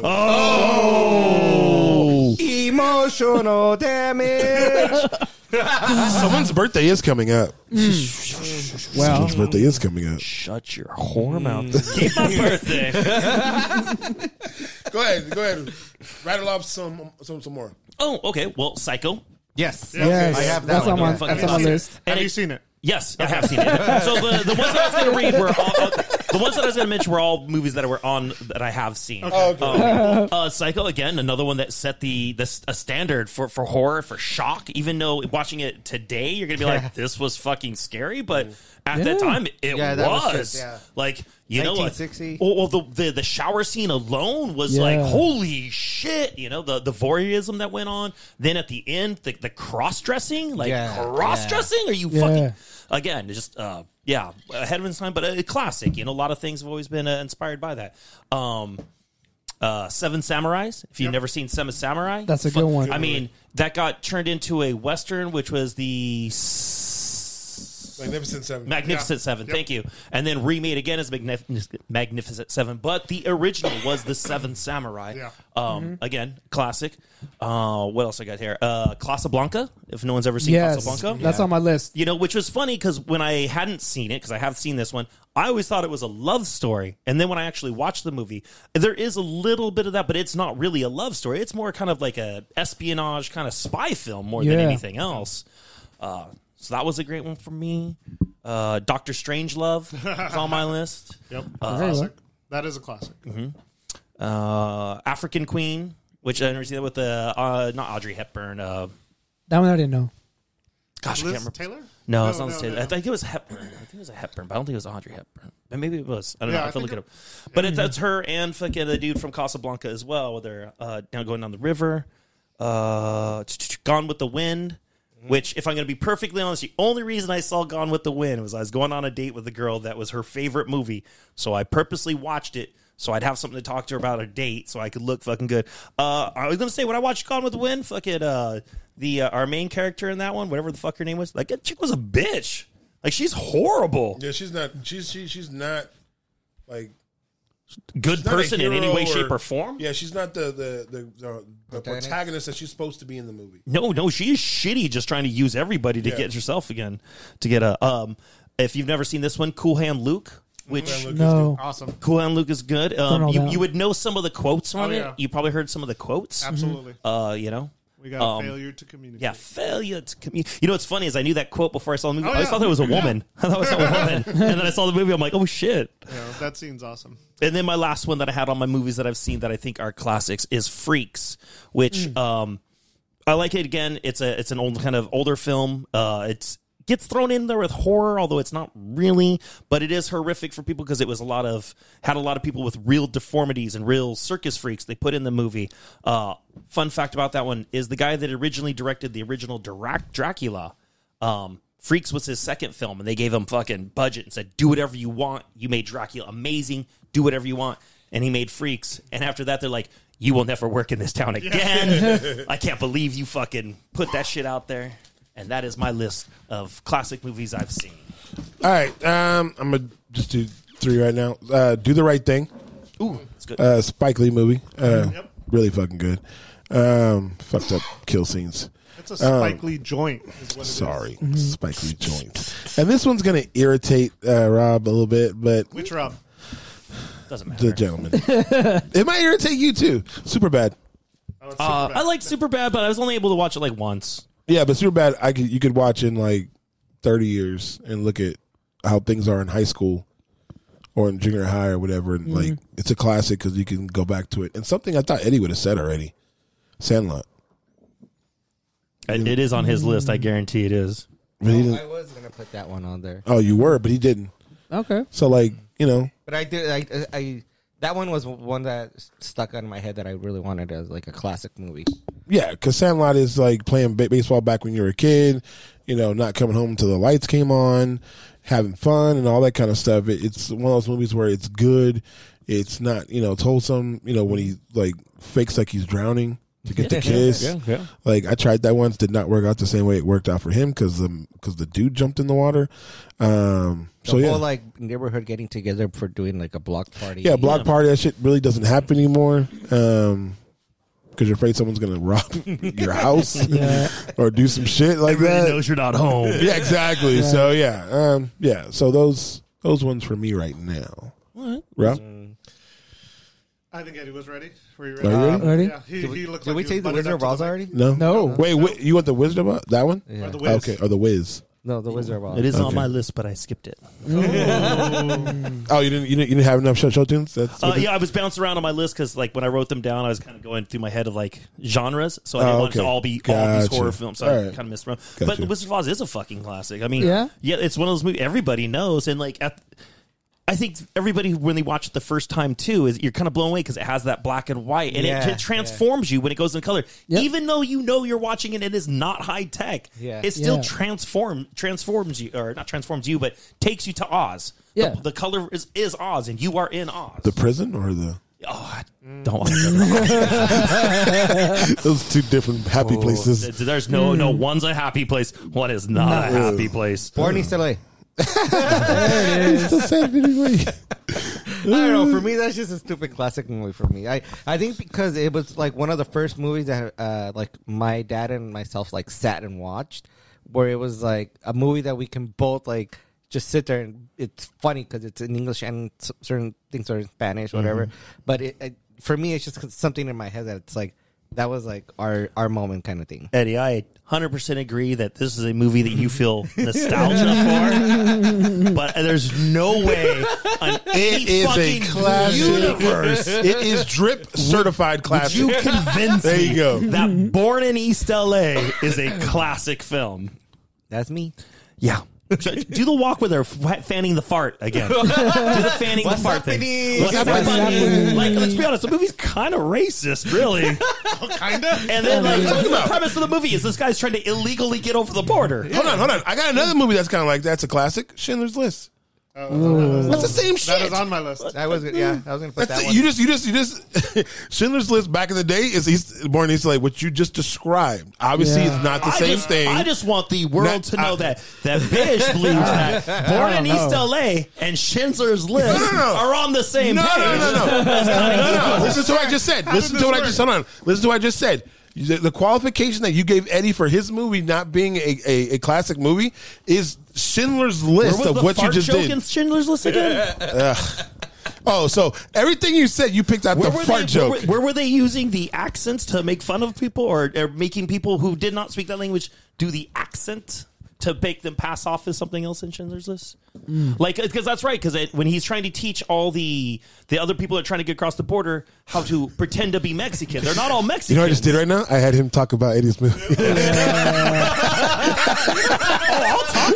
Speaker 6: Oh,
Speaker 9: Emotional damage.
Speaker 3: Someone's birthday is coming up.
Speaker 4: Wow.
Speaker 3: Someone's birthday is coming up.
Speaker 6: shut your whore mouth. Keep my birthday.
Speaker 3: Go ahead. Go ahead. Rattle off some some some more.
Speaker 6: Oh, okay. Well, Psycho.
Speaker 9: yes.
Speaker 4: Yes.
Speaker 9: I have that
Speaker 4: that's
Speaker 9: one.
Speaker 4: on my
Speaker 6: Don't
Speaker 4: that's
Speaker 6: fucking
Speaker 4: on my
Speaker 6: miss it.
Speaker 4: list.
Speaker 1: Have
Speaker 6: And
Speaker 1: you
Speaker 6: it-
Speaker 1: seen it?
Speaker 6: Yes, I have seen it. So the, the ones that I was going to read were all, uh, the ones that I was going to mention were all movies that were on that I have seen.
Speaker 3: Okay.
Speaker 6: Um, uh, Psycho again, another one that set the the s- a standard for for horror for shock. Even though watching it today, you're going to be like, this was fucking scary, but at that time, it
Speaker 9: Yeah, that was
Speaker 6: was.
Speaker 9: just- yeah.
Speaker 6: Like you know, like,
Speaker 9: 1960.
Speaker 6: well, well, the, the the shower scene alone was
Speaker 4: Yeah.
Speaker 6: like holy shit. You know the the voyeurism that went on. Then at the end, the, the cross dressing, like
Speaker 9: Yeah,
Speaker 6: cross dressing. Are you
Speaker 4: Yeah.
Speaker 6: fucking again? Just uh, yeah, ahead of its time, but a, classic. You know, a lot of things have always been uh, inspired by that. Um, uh, Seven Samurais. If you've never seen Seven Samurai,
Speaker 4: That's a
Speaker 6: fu-
Speaker 4: good one.
Speaker 6: I mean, that got turned into a western, which was the. s-
Speaker 3: Magnificent Seven.
Speaker 6: Magnificent Seven, thank you, and then remade again as Magnif- Magnificent Seven, but the original was the Seven Samurai.
Speaker 1: Yeah.
Speaker 6: Um, Again, classic. Uh, what else I got here? Uh, Casablanca. If no one's ever seen
Speaker 4: Yes.
Speaker 6: Casablanca,
Speaker 4: That's on my list.
Speaker 6: you know, which was funny because when I hadn't seen it, because I have seen this one, I always thought it was a love story. And then when I actually watched the movie, there is a little bit of that, but it's not really a love story. It's more kind of like a espionage kind of spy film more than
Speaker 4: Yeah.
Speaker 6: anything else. Uh, so that was a great one for me. Uh, Doctor Strangelove is on my list.
Speaker 1: Yep. classic. That is a classic.
Speaker 6: Mm-hmm. Uh, African Queen, which I never seen that with the uh, not Audrey Hepburn. Uh,
Speaker 4: That one I didn't know.
Speaker 6: gosh, I can't
Speaker 1: Liz
Speaker 6: remember.
Speaker 1: Taylor?
Speaker 6: No,
Speaker 1: No,
Speaker 6: it's not the
Speaker 1: no,
Speaker 6: stage.
Speaker 1: no.
Speaker 6: I think it was Hepburn. I think it was a Hepburn, but I don't think it was Audrey Hepburn. But maybe it was. I don't know.
Speaker 1: Yeah,
Speaker 6: I
Speaker 1: I
Speaker 6: have to look
Speaker 1: think
Speaker 6: it up. But it,
Speaker 3: Mm-hmm.
Speaker 6: that's her and fucking the dude from Casablanca as well. They're uh, now going down the river. Uh, Gone with the Wind.
Speaker 3: Mm-hmm.
Speaker 6: Which, if I'm going to be perfectly honest, the only reason I saw Gone with the Wind was I was going on a date with a girl that was her favorite movie, so I purposely watched it so I'd have something to talk to her about a date, so I could look fucking good. Uh, I was gonna say when I watched Gone with the Wind, fucking uh, the uh, our main character in that one, whatever the fuck her name was, like that chick was a bitch. Like she's horrible.
Speaker 3: Yeah, she's not. She's she, she's not like
Speaker 6: Good
Speaker 3: she's not a
Speaker 6: person in any
Speaker 3: hero
Speaker 6: way, shape, or form.
Speaker 3: Yeah, she's not the the the, the, the protagonist that she's supposed to be in the movie.
Speaker 6: No, no, she is shitty. Just trying to use everybody to
Speaker 3: Yeah.
Speaker 6: get herself again to get a. Um, if you've never seen this one, Cool Hand Luke, which
Speaker 2: No.
Speaker 1: Awesome.
Speaker 6: Cool Hand Luke is good.
Speaker 2: know
Speaker 6: Um,
Speaker 2: that
Speaker 6: you,
Speaker 2: one.
Speaker 6: you would know some of the quotes on
Speaker 1: Oh, yeah. Mm-hmm.
Speaker 6: it. You probably heard some of the quotes.
Speaker 1: Absolutely.
Speaker 6: Uh, you know,
Speaker 1: We got a
Speaker 6: Um,
Speaker 1: failure to communicate.
Speaker 6: Yeah, failure to communicate. You know what's funny is I knew that quote before I saw the movie.
Speaker 1: Oh,
Speaker 6: I always
Speaker 1: yeah.
Speaker 6: thought it was a
Speaker 1: Yeah.
Speaker 6: woman. I thought it was a woman, and then I saw the movie. I'm like, oh shit.
Speaker 1: You know, that scene's awesome.
Speaker 6: And then my last one that I had on my movies that I've seen that I think are classics is Freaks, which um, I like it again. It's a it's an old kind of older film. Uh, it's gets thrown in there with horror, although it's not really, but it is horrific for people because it was a lot of had a lot of people with real deformities and real circus freaks they put in the movie. Uh, fun fact about that one is the guy that originally directed the original Dirac- Dracula. Um, Freaks was his second film, and they gave him fucking budget and said, "Do whatever you want. You made Dracula amazing. Do whatever you want." And he made Freaks, and after that, they're like, "You will never work in this town again." I can't believe you fucking put that shit out there. And that is my list of classic movies I've seen.
Speaker 3: All right, um, I'm gonna just do three right now. Uh, do the right thing.
Speaker 6: Ooh, it's good.
Speaker 3: Uh, Spike Lee movie. Uh,
Speaker 1: Yep.
Speaker 3: really fucking good. Um, fucked up kill scenes.
Speaker 1: It's a Spike Lee joint. Is what it is.
Speaker 3: Sorry, Spike Lee joint. And this one's gonna irritate uh, Rob a little bit, but
Speaker 1: Which Rob?
Speaker 6: Doesn't
Speaker 3: the
Speaker 6: matter.
Speaker 3: gentleman. it might irritate you too. Super bad.
Speaker 1: Oh, it's
Speaker 6: Uh,
Speaker 1: Superbad.
Speaker 6: I like Superbad, but I was only able to watch it like once.
Speaker 3: Yeah, but super bad. I could you could watch in like thirty years and look at how things are in high school or in junior high or whatever, and like it's a classic because you can go back to it. And something I thought Eddie would have said already, Sandlot.
Speaker 6: It it is on his list. I guarantee it is.
Speaker 3: But he
Speaker 9: Oh, I
Speaker 3: didn't,
Speaker 9: was gonna put that one on there,
Speaker 3: oh, you were, but he didn't.
Speaker 4: Okay.
Speaker 3: So like you know,
Speaker 9: but I did. I, I, I that one was one that stuck on my head that I really wanted as like a classic movie.
Speaker 3: yeah, because Sandlot is like playing ba- baseball back when you were a kid. You know, not coming home until the lights came on, having fun and all that kind of stuff. It, it's one of those movies where it's good. It's not you know it's wholesome. You know when he like fakes like he's drowning to get the kiss.
Speaker 6: yeah.
Speaker 3: Like I tried that once, did not work out the same way it worked out for him because the because the dude jumped in the water. Um, so
Speaker 9: The whole
Speaker 3: yeah,
Speaker 9: like neighborhood getting together for doing like a block party.
Speaker 3: yeah,
Speaker 6: E
Speaker 3: block party that shit really doesn't happen anymore. Um, because you're afraid someone's gonna rob your house or do some shit like that.
Speaker 6: Everybody knows you're not home.
Speaker 3: yeah, exactly. So yeah, um, yeah. So those those ones for me right now. Rob,
Speaker 1: I think Eddie was ready. Were you
Speaker 3: Are
Speaker 1: ready? Uh,
Speaker 3: you ready?
Speaker 4: Already?
Speaker 1: Yeah, he,
Speaker 9: Did
Speaker 1: he
Speaker 9: we,
Speaker 1: looked
Speaker 9: did
Speaker 1: like
Speaker 9: we
Speaker 1: he
Speaker 9: take
Speaker 1: was
Speaker 9: the
Speaker 1: buttered
Speaker 9: Wizard
Speaker 1: up
Speaker 9: of
Speaker 1: to
Speaker 9: Oz
Speaker 1: the-
Speaker 9: already?
Speaker 3: no,
Speaker 4: No.
Speaker 3: Wait, wait, you want the Wizard of Oz? That one?
Speaker 9: Yeah.
Speaker 1: Or the Wiz.
Speaker 3: Okay, or the Wiz?
Speaker 9: No, the Wizard of Oz.
Speaker 6: It is on
Speaker 3: Okay.
Speaker 6: my list, but I skipped it.
Speaker 3: Oh, you didn't, you didn't, you didn't have enough show, show tunes. That's
Speaker 6: Uh,
Speaker 3: what it-
Speaker 6: yeah, I was bouncing around on my list because, like, when I wrote them down, I was kind of going through my head of like genres, so I didn't
Speaker 3: Oh,
Speaker 6: want it to
Speaker 3: okay.
Speaker 6: all be all these
Speaker 3: Gotcha.
Speaker 6: horror films. So
Speaker 3: All
Speaker 6: I
Speaker 3: right.
Speaker 6: kind of missed around. But
Speaker 3: Gotcha.
Speaker 6: The Wizard of Oz is a fucking classic. I mean,
Speaker 4: Yeah.
Speaker 6: yeah, it's one of those movies everybody knows, and like, at, I think everybody when they watch it the first time too is you're kind of blown away because it has that black and white, and
Speaker 9: Yeah,
Speaker 6: it, it transforms you when it goes in color, even though you know you're watching it and it's not high tech.
Speaker 9: Yeah.
Speaker 6: it still
Speaker 4: Yeah.
Speaker 6: transform transforms you, or not transforms you, but takes you to Oz. The-
Speaker 4: Yeah.
Speaker 6: the, color is, is Oz, and you are in Oz.
Speaker 3: the prison or the
Speaker 6: Oh, I don't want to.
Speaker 3: those two different happy places.
Speaker 6: There's no no one's a happy place. One is not a happy place.
Speaker 9: Born East LA.
Speaker 3: It's the same anyway.
Speaker 9: I don't know. For me, that's just a stupid classic movie for me. I, I think because it was like one of the first movies that uh, like my dad and myself like sat and watched, where it was like a movie that we can both like just sit there and it's funny because it's in English and s- certain things are in Spanish, whatever.
Speaker 1: Mm-hmm.
Speaker 9: But it, it for me, it's just something in my head that it's like that was like our our moment kind of thing.
Speaker 6: Eddie, I 100% agree that this is a movie that you feel nostalgia for, but there's no way on any
Speaker 3: It is
Speaker 6: fucking
Speaker 3: a classic.
Speaker 6: universe
Speaker 3: It is drip certified classic.
Speaker 6: you convince
Speaker 3: There you
Speaker 6: me
Speaker 3: go.
Speaker 6: that Born in East LA is a classic film.
Speaker 9: That's me. Yeah.
Speaker 6: So do the walk with her, f- fanning the fart again. do the fanning the fart thing. What's
Speaker 9: happening?
Speaker 6: happening? Like, let's be honest, the movie's kind of racist, really.
Speaker 1: Kinda.
Speaker 6: And then, like, what's the premise of the movie is this guy's trying to illegally get over the border.
Speaker 3: Hold on, hold on. I got another movie that's kind of like that's a classic. Schindler's List. That's the same shit.
Speaker 1: That is on my list.
Speaker 9: That was yeah. I was gonna put
Speaker 3: That's
Speaker 9: that
Speaker 3: it.
Speaker 9: one.
Speaker 3: you just, you just, you just. Schindler's List back in the day is East, born in East LA, which you just described. Obviously,
Speaker 4: Yeah.
Speaker 3: it's not the
Speaker 6: I
Speaker 3: same
Speaker 6: just,
Speaker 3: thing.
Speaker 6: I just want the world
Speaker 3: Not-
Speaker 6: to know
Speaker 3: I-
Speaker 6: that that Bish believes that Born in East LA and Schindler's List
Speaker 3: No, no, no.
Speaker 6: are on the same
Speaker 3: no,
Speaker 6: page.
Speaker 3: no, no, no, no, no, no. Listen to what I just said.
Speaker 1: How
Speaker 3: Listen
Speaker 1: did
Speaker 3: to what
Speaker 1: this
Speaker 3: I just. Hold on. Listen to what I just said. The, the qualification that you gave Eddie for his movie not being a, a, a classic movie is Schindler's
Speaker 6: Where
Speaker 3: List
Speaker 6: was
Speaker 3: of
Speaker 6: the
Speaker 3: what you
Speaker 6: fart
Speaker 3: just
Speaker 6: joke
Speaker 3: did.
Speaker 6: in Schindler's List again?
Speaker 3: Oh, so everything you said, you picked out
Speaker 6: Where
Speaker 3: the
Speaker 6: were,
Speaker 3: fart
Speaker 6: they,
Speaker 3: joke.
Speaker 6: Where, were, where were they using the accents to make fun of people or, or making people who did not speak that language do the accent to make them pass off as something else in Schindler's List?
Speaker 3: Mm.
Speaker 6: Like, because that's right, because when he's trying to teach all the the other people that are trying to get across the border how to pretend to be Mexican, they're not all Mexican.
Speaker 3: you know what I just did right now? I had him talk about Eddie's movie.
Speaker 6: Oh, talk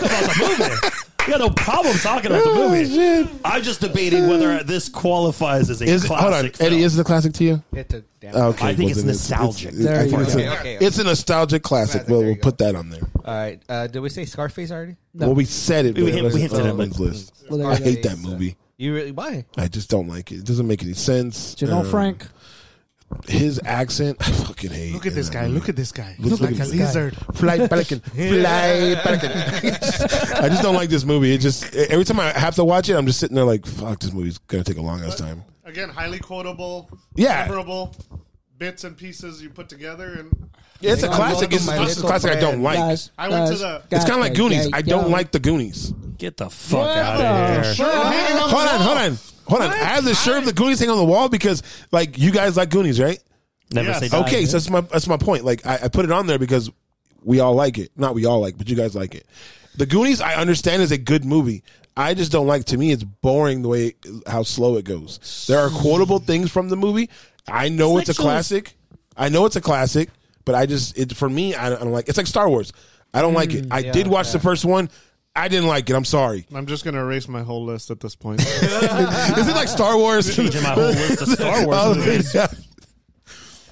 Speaker 6: about the movie. You got no problem talking about
Speaker 3: Oh,
Speaker 6: the movie. I'm just debating whether this qualifies as a
Speaker 3: Is it,
Speaker 6: classic.
Speaker 3: hold on,
Speaker 6: film.
Speaker 3: Eddie, is it a classic to you?
Speaker 9: It's a damn.
Speaker 1: Oh,
Speaker 3: Okay,
Speaker 6: I think it's
Speaker 3: then
Speaker 6: nostalgic.
Speaker 3: It's, I
Speaker 4: you
Speaker 3: think it's,
Speaker 9: go.
Speaker 3: a,
Speaker 9: Okay, okay, okay.
Speaker 3: it's a nostalgic classic.
Speaker 9: Classic,
Speaker 3: Well,
Speaker 9: there
Speaker 3: we'll
Speaker 9: you go.
Speaker 3: put that on there.
Speaker 9: All right. Uh, did we say Scarface already? Oh,
Speaker 3: Well, we said it.
Speaker 6: We
Speaker 3: but
Speaker 6: hint-
Speaker 3: it wasn't
Speaker 6: we hinted
Speaker 3: on
Speaker 6: at it.
Speaker 3: this list.
Speaker 4: Well, there
Speaker 3: I
Speaker 4: you go.
Speaker 3: hate that movie.
Speaker 9: You really? Why?
Speaker 3: I just don't like it. It doesn't make any sense.
Speaker 4: Janelle
Speaker 3: Um,
Speaker 4: Frank.
Speaker 3: His accent, I fucking hate.
Speaker 1: Look at this guy. Look at this guy.
Speaker 3: Look
Speaker 1: Looks
Speaker 3: at
Speaker 1: like a
Speaker 3: this guy.
Speaker 1: lizard.
Speaker 3: Fly pelican, fly pelican. I just don't like this movie. It just every time I have to watch it, I'm just sitting there like, fuck, this movie's gonna take a long ass time.
Speaker 1: Again, highly quotable.
Speaker 3: Yeah.
Speaker 1: Memorable bits and pieces you put together, and
Speaker 3: It's a
Speaker 9: Hey,
Speaker 3: classic.
Speaker 9: welcome,
Speaker 3: It's
Speaker 9: my
Speaker 3: just a
Speaker 9: little
Speaker 3: classic I don't
Speaker 9: friend.
Speaker 3: like.
Speaker 4: Guys,
Speaker 1: I went to
Speaker 4: guys,
Speaker 1: the-
Speaker 3: It's kind
Speaker 4: guys,
Speaker 3: of like Goonies.
Speaker 4: guys,
Speaker 3: I don't
Speaker 4: yo.
Speaker 3: like the Goonies.
Speaker 6: Get the fuck out of here.
Speaker 3: Hold on, hold on, hold on. I have the shirt of the Goonies hang on the wall because, like, you guys like Goonies, right?
Speaker 6: Never
Speaker 1: Yes.
Speaker 6: say die.
Speaker 3: Okay, so that's my that's my point. Like, I, I put it on there because we all like it. Not we all like, but you guys like it. The Goonies, I understand, is a good movie. I just don't like. To me, it's boring the way how slow it goes. There are quotable things from the movie. I know it's,
Speaker 6: It's
Speaker 3: a
Speaker 6: like
Speaker 3: classic. I know it's a classic, but I just it for me. I don't, I don't like. It's like Star Wars. I don't like it. I did watch the first one. I didn't like it. I'm sorry.
Speaker 1: I'm just gonna erase my whole list at this point.
Speaker 3: Is it like Star Wars?
Speaker 6: Changing my whole list of Star Wars
Speaker 3: Oh,
Speaker 6: movies.
Speaker 3: yeah.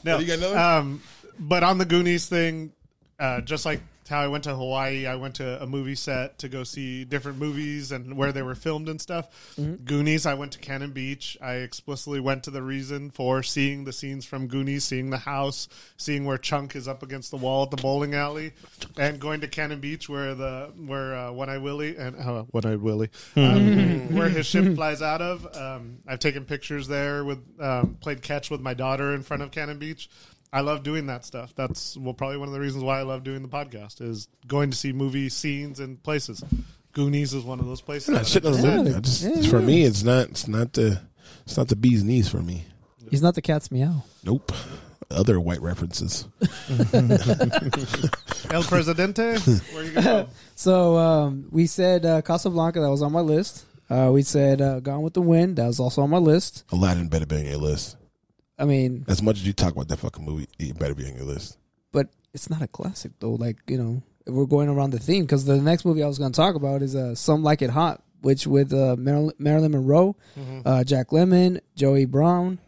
Speaker 1: No.
Speaker 3: You got another?
Speaker 1: Um, but on the Goonies thing, uh, just like how I went to Hawaii, I went to a movie set to go see different movies and where they were filmed and stuff. Goonies, I went to Cannon Beach. I explicitly went to the reason for seeing the scenes from Goonies, seeing the house, seeing where Chunk is up against the wall at the bowling alley, and going to Cannon Beach where the where uh, One Eye Willie and uh, One Eye Willie, um, where his ship flies out of. Um, I've taken pictures there with um, played catch with my daughter in front of Cannon Beach. I love doing that stuff. That's well probably one of the reasons why I love doing the podcast is going to see movie scenes and places. Goonies is one of those places.
Speaker 3: Nah, shit doesn't matter. I just- for me, it's not. It's not the. It's not the bee's knees for me.
Speaker 4: He's not the cat's meow.
Speaker 3: Nope. Other white references.
Speaker 1: El Presidente. Where you go?
Speaker 4: So um, we said uh, Casablanca. That was on my list. Uh, we said uh, Gone with the Wind. That was also on my list.
Speaker 3: Aladdin better be on your list.
Speaker 4: I mean,
Speaker 3: As much as you talk about that fucking movie, it better be on your list.
Speaker 4: but it's not a classic though. Like you know, if we're going around the theme because the next movie I was going to talk about is uh, Some Like It Hot, which with uh, Marilyn, Marilyn Monroe,
Speaker 1: Mm-hmm.
Speaker 4: uh, Jack Lemmon, Joey Brown.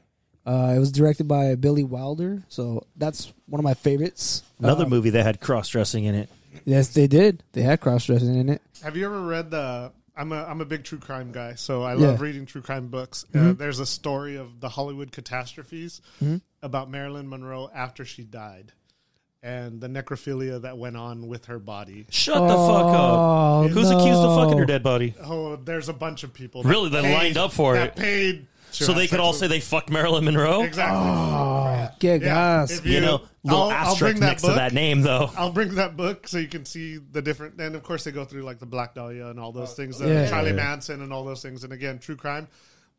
Speaker 4: Uh, it was directed by Billy Wilder, so that's one of my favorites.
Speaker 6: Another
Speaker 4: Uh,
Speaker 6: movie that had cross dressing in it.
Speaker 4: yes, they did. They had cross dressing in it.
Speaker 1: Have you ever read the? I'm a I'm a big true crime guy, so I love
Speaker 4: Yeah.
Speaker 1: reading true crime books. Uh,
Speaker 3: Mm-hmm.
Speaker 1: there's a story of the Hollywood catastrophes about Marilyn Monroe after she died, and the necrophilia that went on with her body.
Speaker 6: Shut the fuck
Speaker 4: Oh,
Speaker 3: Oh,
Speaker 6: up. Who's accused of fucking her dead body?
Speaker 1: Oh, there's a bunch of people
Speaker 6: Really? They lined up for
Speaker 1: that
Speaker 6: it.
Speaker 1: Paid to
Speaker 6: So
Speaker 1: have
Speaker 6: they could
Speaker 1: sex
Speaker 6: all
Speaker 1: with-
Speaker 6: say "Oh, they fucked Marilyn Monroe?
Speaker 1: exactly.
Speaker 4: Que
Speaker 1: Yeah,
Speaker 4: gas.
Speaker 1: if
Speaker 6: You know, little
Speaker 1: I'll- I'll
Speaker 6: asterisk
Speaker 1: bring that
Speaker 6: next to
Speaker 1: book.
Speaker 6: that name, though.
Speaker 1: I'll bring that book so you can see the different. And of course, they go through like the Black Dahlia and all
Speaker 3: Oh,
Speaker 1: those things, uh,
Speaker 4: Yeah.
Speaker 1: Charlie Manson and all those things. And again, true crime.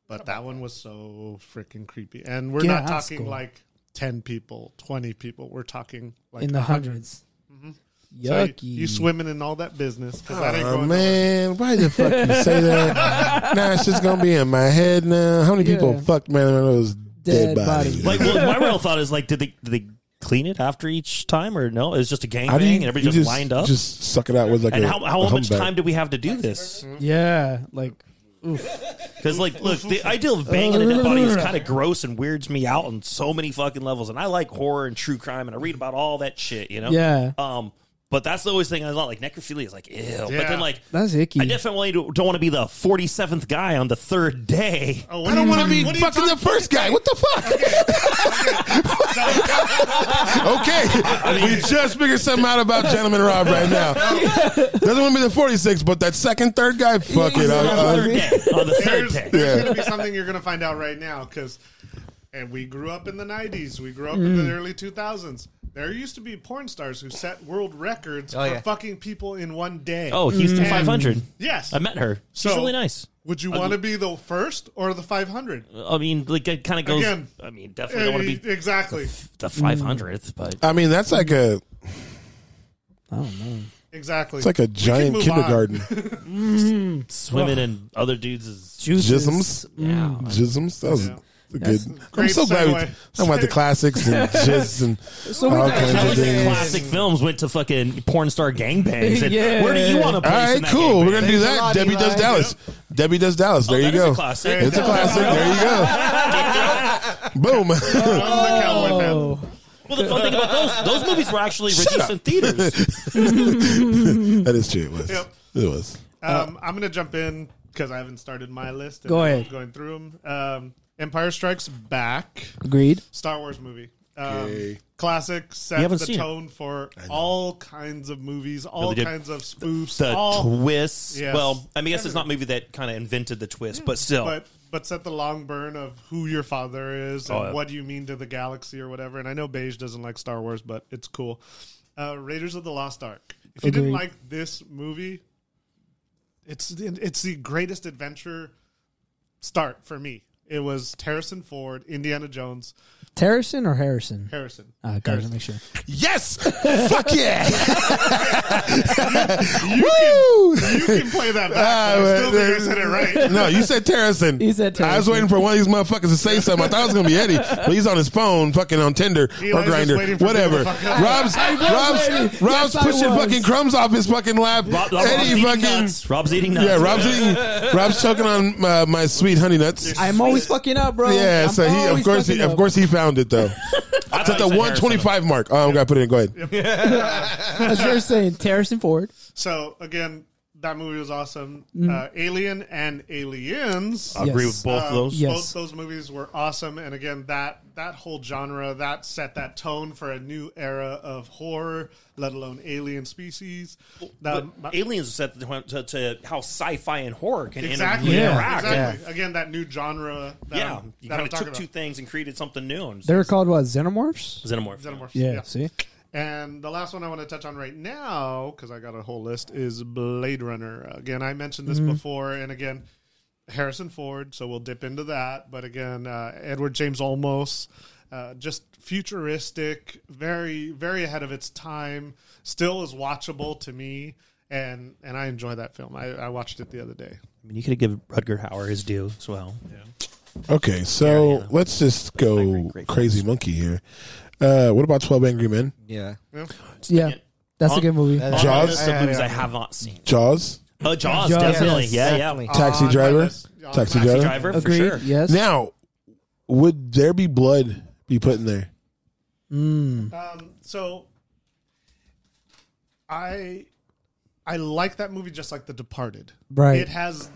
Speaker 1: But that one was so freaking creepy. And we're not
Speaker 4: Gasco.
Speaker 1: talking like 10 people, 20 people. We're talking like
Speaker 4: in the
Speaker 1: 100.
Speaker 4: hundreds.
Speaker 1: Mm-hmm. So you-
Speaker 4: Yucky.
Speaker 1: you swimming in all that business. 'cause that ain't
Speaker 3: Oh
Speaker 1: going
Speaker 3: man, why the fuck you say that? nah, it's just gonna be in my head now. How many people
Speaker 4: Yeah.
Speaker 3: fucked Marilyn Monroe's dead,
Speaker 4: Dead
Speaker 3: body?
Speaker 4: body.
Speaker 6: Like, well, my real thought is like, did they, did they clean it after each time, or no? It was just a gangbang
Speaker 3: How do you,
Speaker 6: and everybody
Speaker 3: you
Speaker 6: just, lined up.
Speaker 3: Just suck it out with like
Speaker 6: and
Speaker 3: a,
Speaker 6: how,
Speaker 3: a
Speaker 6: how much
Speaker 3: humpback.
Speaker 6: time do we have to do this?
Speaker 1: Mm-hmm.
Speaker 4: Yeah, like
Speaker 6: Because like, look,
Speaker 1: Mm-hmm.
Speaker 6: the idea of banging a dead body
Speaker 3: Mm-hmm.
Speaker 6: is kind of gross and weirds me out on so many fucking levels. And I like horror and true crime, and I read about all that shit. You know,
Speaker 4: Yeah.
Speaker 6: Um, but that's the always thing I thought. Like necrophilia is like ew, but
Speaker 1: Yeah.
Speaker 6: then like
Speaker 4: that's icky.
Speaker 6: I definitely don't want to be the forty seventh guy on the third day.
Speaker 1: Oh, what
Speaker 3: I
Speaker 1: do
Speaker 3: don't
Speaker 1: you-
Speaker 3: want to be
Speaker 1: what do you
Speaker 3: fucking the
Speaker 1: talk-
Speaker 3: first guy. What the fuck? okay, we just figured something out about Gentleman Rob right now. Doesn't want to be the 46, but that second, third guy, fuck it.
Speaker 6: on the
Speaker 3: I- I-
Speaker 6: third day.
Speaker 3: Oh.
Speaker 6: On the third
Speaker 1: There's,
Speaker 6: day.
Speaker 1: there's going to be something you're going to find out right now because, and we grew up in the 90s, we grew up in the early 2000s. There used to be porn stars who set world records
Speaker 9: Oh,
Speaker 1: for
Speaker 9: yeah.
Speaker 1: fucking people in one day.
Speaker 6: Oh, Houston
Speaker 1: Mm.
Speaker 6: 500.
Speaker 1: Yes.
Speaker 6: I met her. She's
Speaker 1: So-
Speaker 6: really nice.
Speaker 1: Would you want to be the first or the 500?
Speaker 6: I mean, like it kind of goes.
Speaker 1: Again.
Speaker 6: I mean, definitely don't want to be
Speaker 1: Eh, exactly.
Speaker 6: the 500th, but
Speaker 3: I mean, that's like a
Speaker 1: Exactly.
Speaker 3: it's like a giant
Speaker 1: move
Speaker 3: kindergarten.
Speaker 6: swimming in other dudes is
Speaker 4: Juices. Mm.
Speaker 3: Jisms,
Speaker 6: yeah.
Speaker 3: jisms. That was
Speaker 1: Yeah.
Speaker 3: a good. I'm
Speaker 1: Great
Speaker 3: so glad we
Speaker 1: segue.
Speaker 3: talking about the classics and jizz and all
Speaker 6: That
Speaker 3: kinds of
Speaker 6: was in
Speaker 3: things.
Speaker 6: classic films went to fucking porn star gangbangs. And
Speaker 4: Yeah.
Speaker 6: Where do you want
Speaker 3: All
Speaker 6: to place in
Speaker 3: right,
Speaker 6: that
Speaker 3: cool. We're
Speaker 6: gangbang?
Speaker 3: gonna do that.
Speaker 9: lot,
Speaker 3: Debbie does
Speaker 9: Eli.
Speaker 3: Dallas. Debbie does Dallas. There you
Speaker 6: that is
Speaker 3: go.
Speaker 6: a classic.
Speaker 3: It's a classic. There you go. Boom.
Speaker 1: the cowboy
Speaker 4: Oh.
Speaker 1: fan.
Speaker 6: Well, the fun thing about those those movies were actually released in theaters.
Speaker 3: that is true. It was.
Speaker 1: Yep.
Speaker 3: It was.
Speaker 1: Um, I'm going to jump in because I haven't started my list. and
Speaker 4: Go
Speaker 1: I'm
Speaker 4: ahead.
Speaker 1: Going through them. Um, Empire Strikes Back,
Speaker 4: Agreed.
Speaker 1: Star Wars movie. Um,
Speaker 3: Okay.
Speaker 1: Classic
Speaker 6: haven't
Speaker 1: sets the
Speaker 6: seen it.
Speaker 1: tone for all kinds of movies, all
Speaker 6: did.
Speaker 1: kinds of spoofs,
Speaker 6: The
Speaker 1: all,
Speaker 6: twists.
Speaker 1: Yes. Mm.
Speaker 6: Well, I mean, I guess it's not a movie that kind of invented the twist, but still.
Speaker 1: but but set the long burn of who your father is
Speaker 6: Oh,
Speaker 1: and
Speaker 6: yeah.
Speaker 1: what you mean to the galaxy or whatever. And I know Beige doesn't like Star Wars, but it's cool. Uh, Raiders of the Lost Ark. If you didn't
Speaker 4: Agreed.
Speaker 1: like this movie, it's it's the greatest adventure start for me. It was Harrison Ford, Indiana Jones,
Speaker 4: Harrison or Harrison?
Speaker 1: Harrison.
Speaker 6: Uh-huh.
Speaker 4: Uh, gotta make sure.
Speaker 3: Yes. Fuck yeah. Woo.
Speaker 1: You can play that back.
Speaker 3: Ah,
Speaker 1: but I
Speaker 3: man,
Speaker 1: still think I
Speaker 3: there's-
Speaker 1: said it right.
Speaker 3: No, you said Terrison.
Speaker 4: He said
Speaker 3: I was
Speaker 4: Terrison.
Speaker 3: waiting for one of these motherfuckers to say something. I thought it was gonna be Eddie, but he's on his phone, fucking on Tinder
Speaker 1: Eli's
Speaker 3: or
Speaker 1: just
Speaker 3: Grinder,
Speaker 1: waiting for
Speaker 3: whatever.
Speaker 1: people to fuck up.
Speaker 3: Rob's
Speaker 4: waiting.
Speaker 3: Rob's Rob's
Speaker 4: Yes, I
Speaker 3: pushing
Speaker 4: was.
Speaker 3: fucking crumbs off his fucking lap.
Speaker 6: Rob, Rob's
Speaker 3: Eddie
Speaker 6: eating
Speaker 3: fucking
Speaker 6: nuts. Rob's eating nuts.
Speaker 3: yeah. Rob's eating. Rob's choking on my, my sweet honey nuts.
Speaker 4: I'm always fucking up, bro.
Speaker 3: Yeah,
Speaker 4: I'm
Speaker 3: so he of
Speaker 4: always
Speaker 3: course he,
Speaker 4: fucking
Speaker 3: of
Speaker 4: up.
Speaker 3: course he found it though.
Speaker 6: I
Speaker 3: It's at
Speaker 6: thought
Speaker 3: the
Speaker 6: you said
Speaker 3: one twenty
Speaker 6: Harrison.
Speaker 3: five mark. Oh, I'm gonna put it in. Go ahead.
Speaker 4: As you're saying, Harrison Ford.
Speaker 1: So again, that movie was awesome. Uh, Alien and Aliens.
Speaker 6: I agree
Speaker 4: Yes.
Speaker 6: with both of
Speaker 1: Um,
Speaker 6: those.
Speaker 4: yeah.
Speaker 1: Both
Speaker 4: Yes.
Speaker 1: those movies were awesome, and again, that that whole genre that set that tone for a new era of horror, let alone alien species. That,
Speaker 6: But aliens set the, to, to how sci-fi and horror can
Speaker 1: exactly,
Speaker 6: inter-
Speaker 1: yeah,
Speaker 6: interact.
Speaker 1: exactly. Again, that new genre. That
Speaker 6: Yeah,
Speaker 1: I'm-
Speaker 6: you
Speaker 1: that
Speaker 6: kind
Speaker 1: I'm
Speaker 6: of took
Speaker 1: talking
Speaker 6: two
Speaker 1: about.
Speaker 6: things and created something new. And
Speaker 4: They were called what? Xenomorphs.
Speaker 6: Xenomorph.
Speaker 1: Xenomorphs,
Speaker 4: Yeah.
Speaker 1: yeah.
Speaker 4: See.
Speaker 1: And the last one I want to touch on right now, because I got a whole list, is Blade Runner. Again, I mentioned this before, and again, Harrison Ford, so we'll dip into that. But again, uh, Edward James Olmos, uh, just futuristic, very, very ahead of its time, still is watchable to me. And, and I enjoy that film. I, I watched it the other day.
Speaker 6: I mean, you could have given Rudger Hauer his due as well.
Speaker 3: Okay, so let's just go crazy monkey here. Uh, what about Twelve Angry Men?
Speaker 9: Yeah.
Speaker 4: Yeah, that's a good movie.
Speaker 9: That's-
Speaker 3: Jaws?
Speaker 6: Jaws. Of movies I have not seen.
Speaker 3: Jaws,
Speaker 6: Uh, Jaws,
Speaker 4: Jaws,
Speaker 6: definitely.
Speaker 4: yes.
Speaker 6: Yeah,
Speaker 9: Definitely.
Speaker 6: yeah.
Speaker 3: Taxi
Speaker 1: On my
Speaker 3: Driver,
Speaker 1: list. Yeah,
Speaker 3: Taxi
Speaker 1: Uh, Taxi
Speaker 3: Driver.
Speaker 6: Driver for
Speaker 4: Agreed.
Speaker 6: sure.
Speaker 4: Yes.
Speaker 3: Now, would there be blood be put in there?
Speaker 1: Um, so I I like that movie just like The Departed.
Speaker 4: Right.
Speaker 1: It has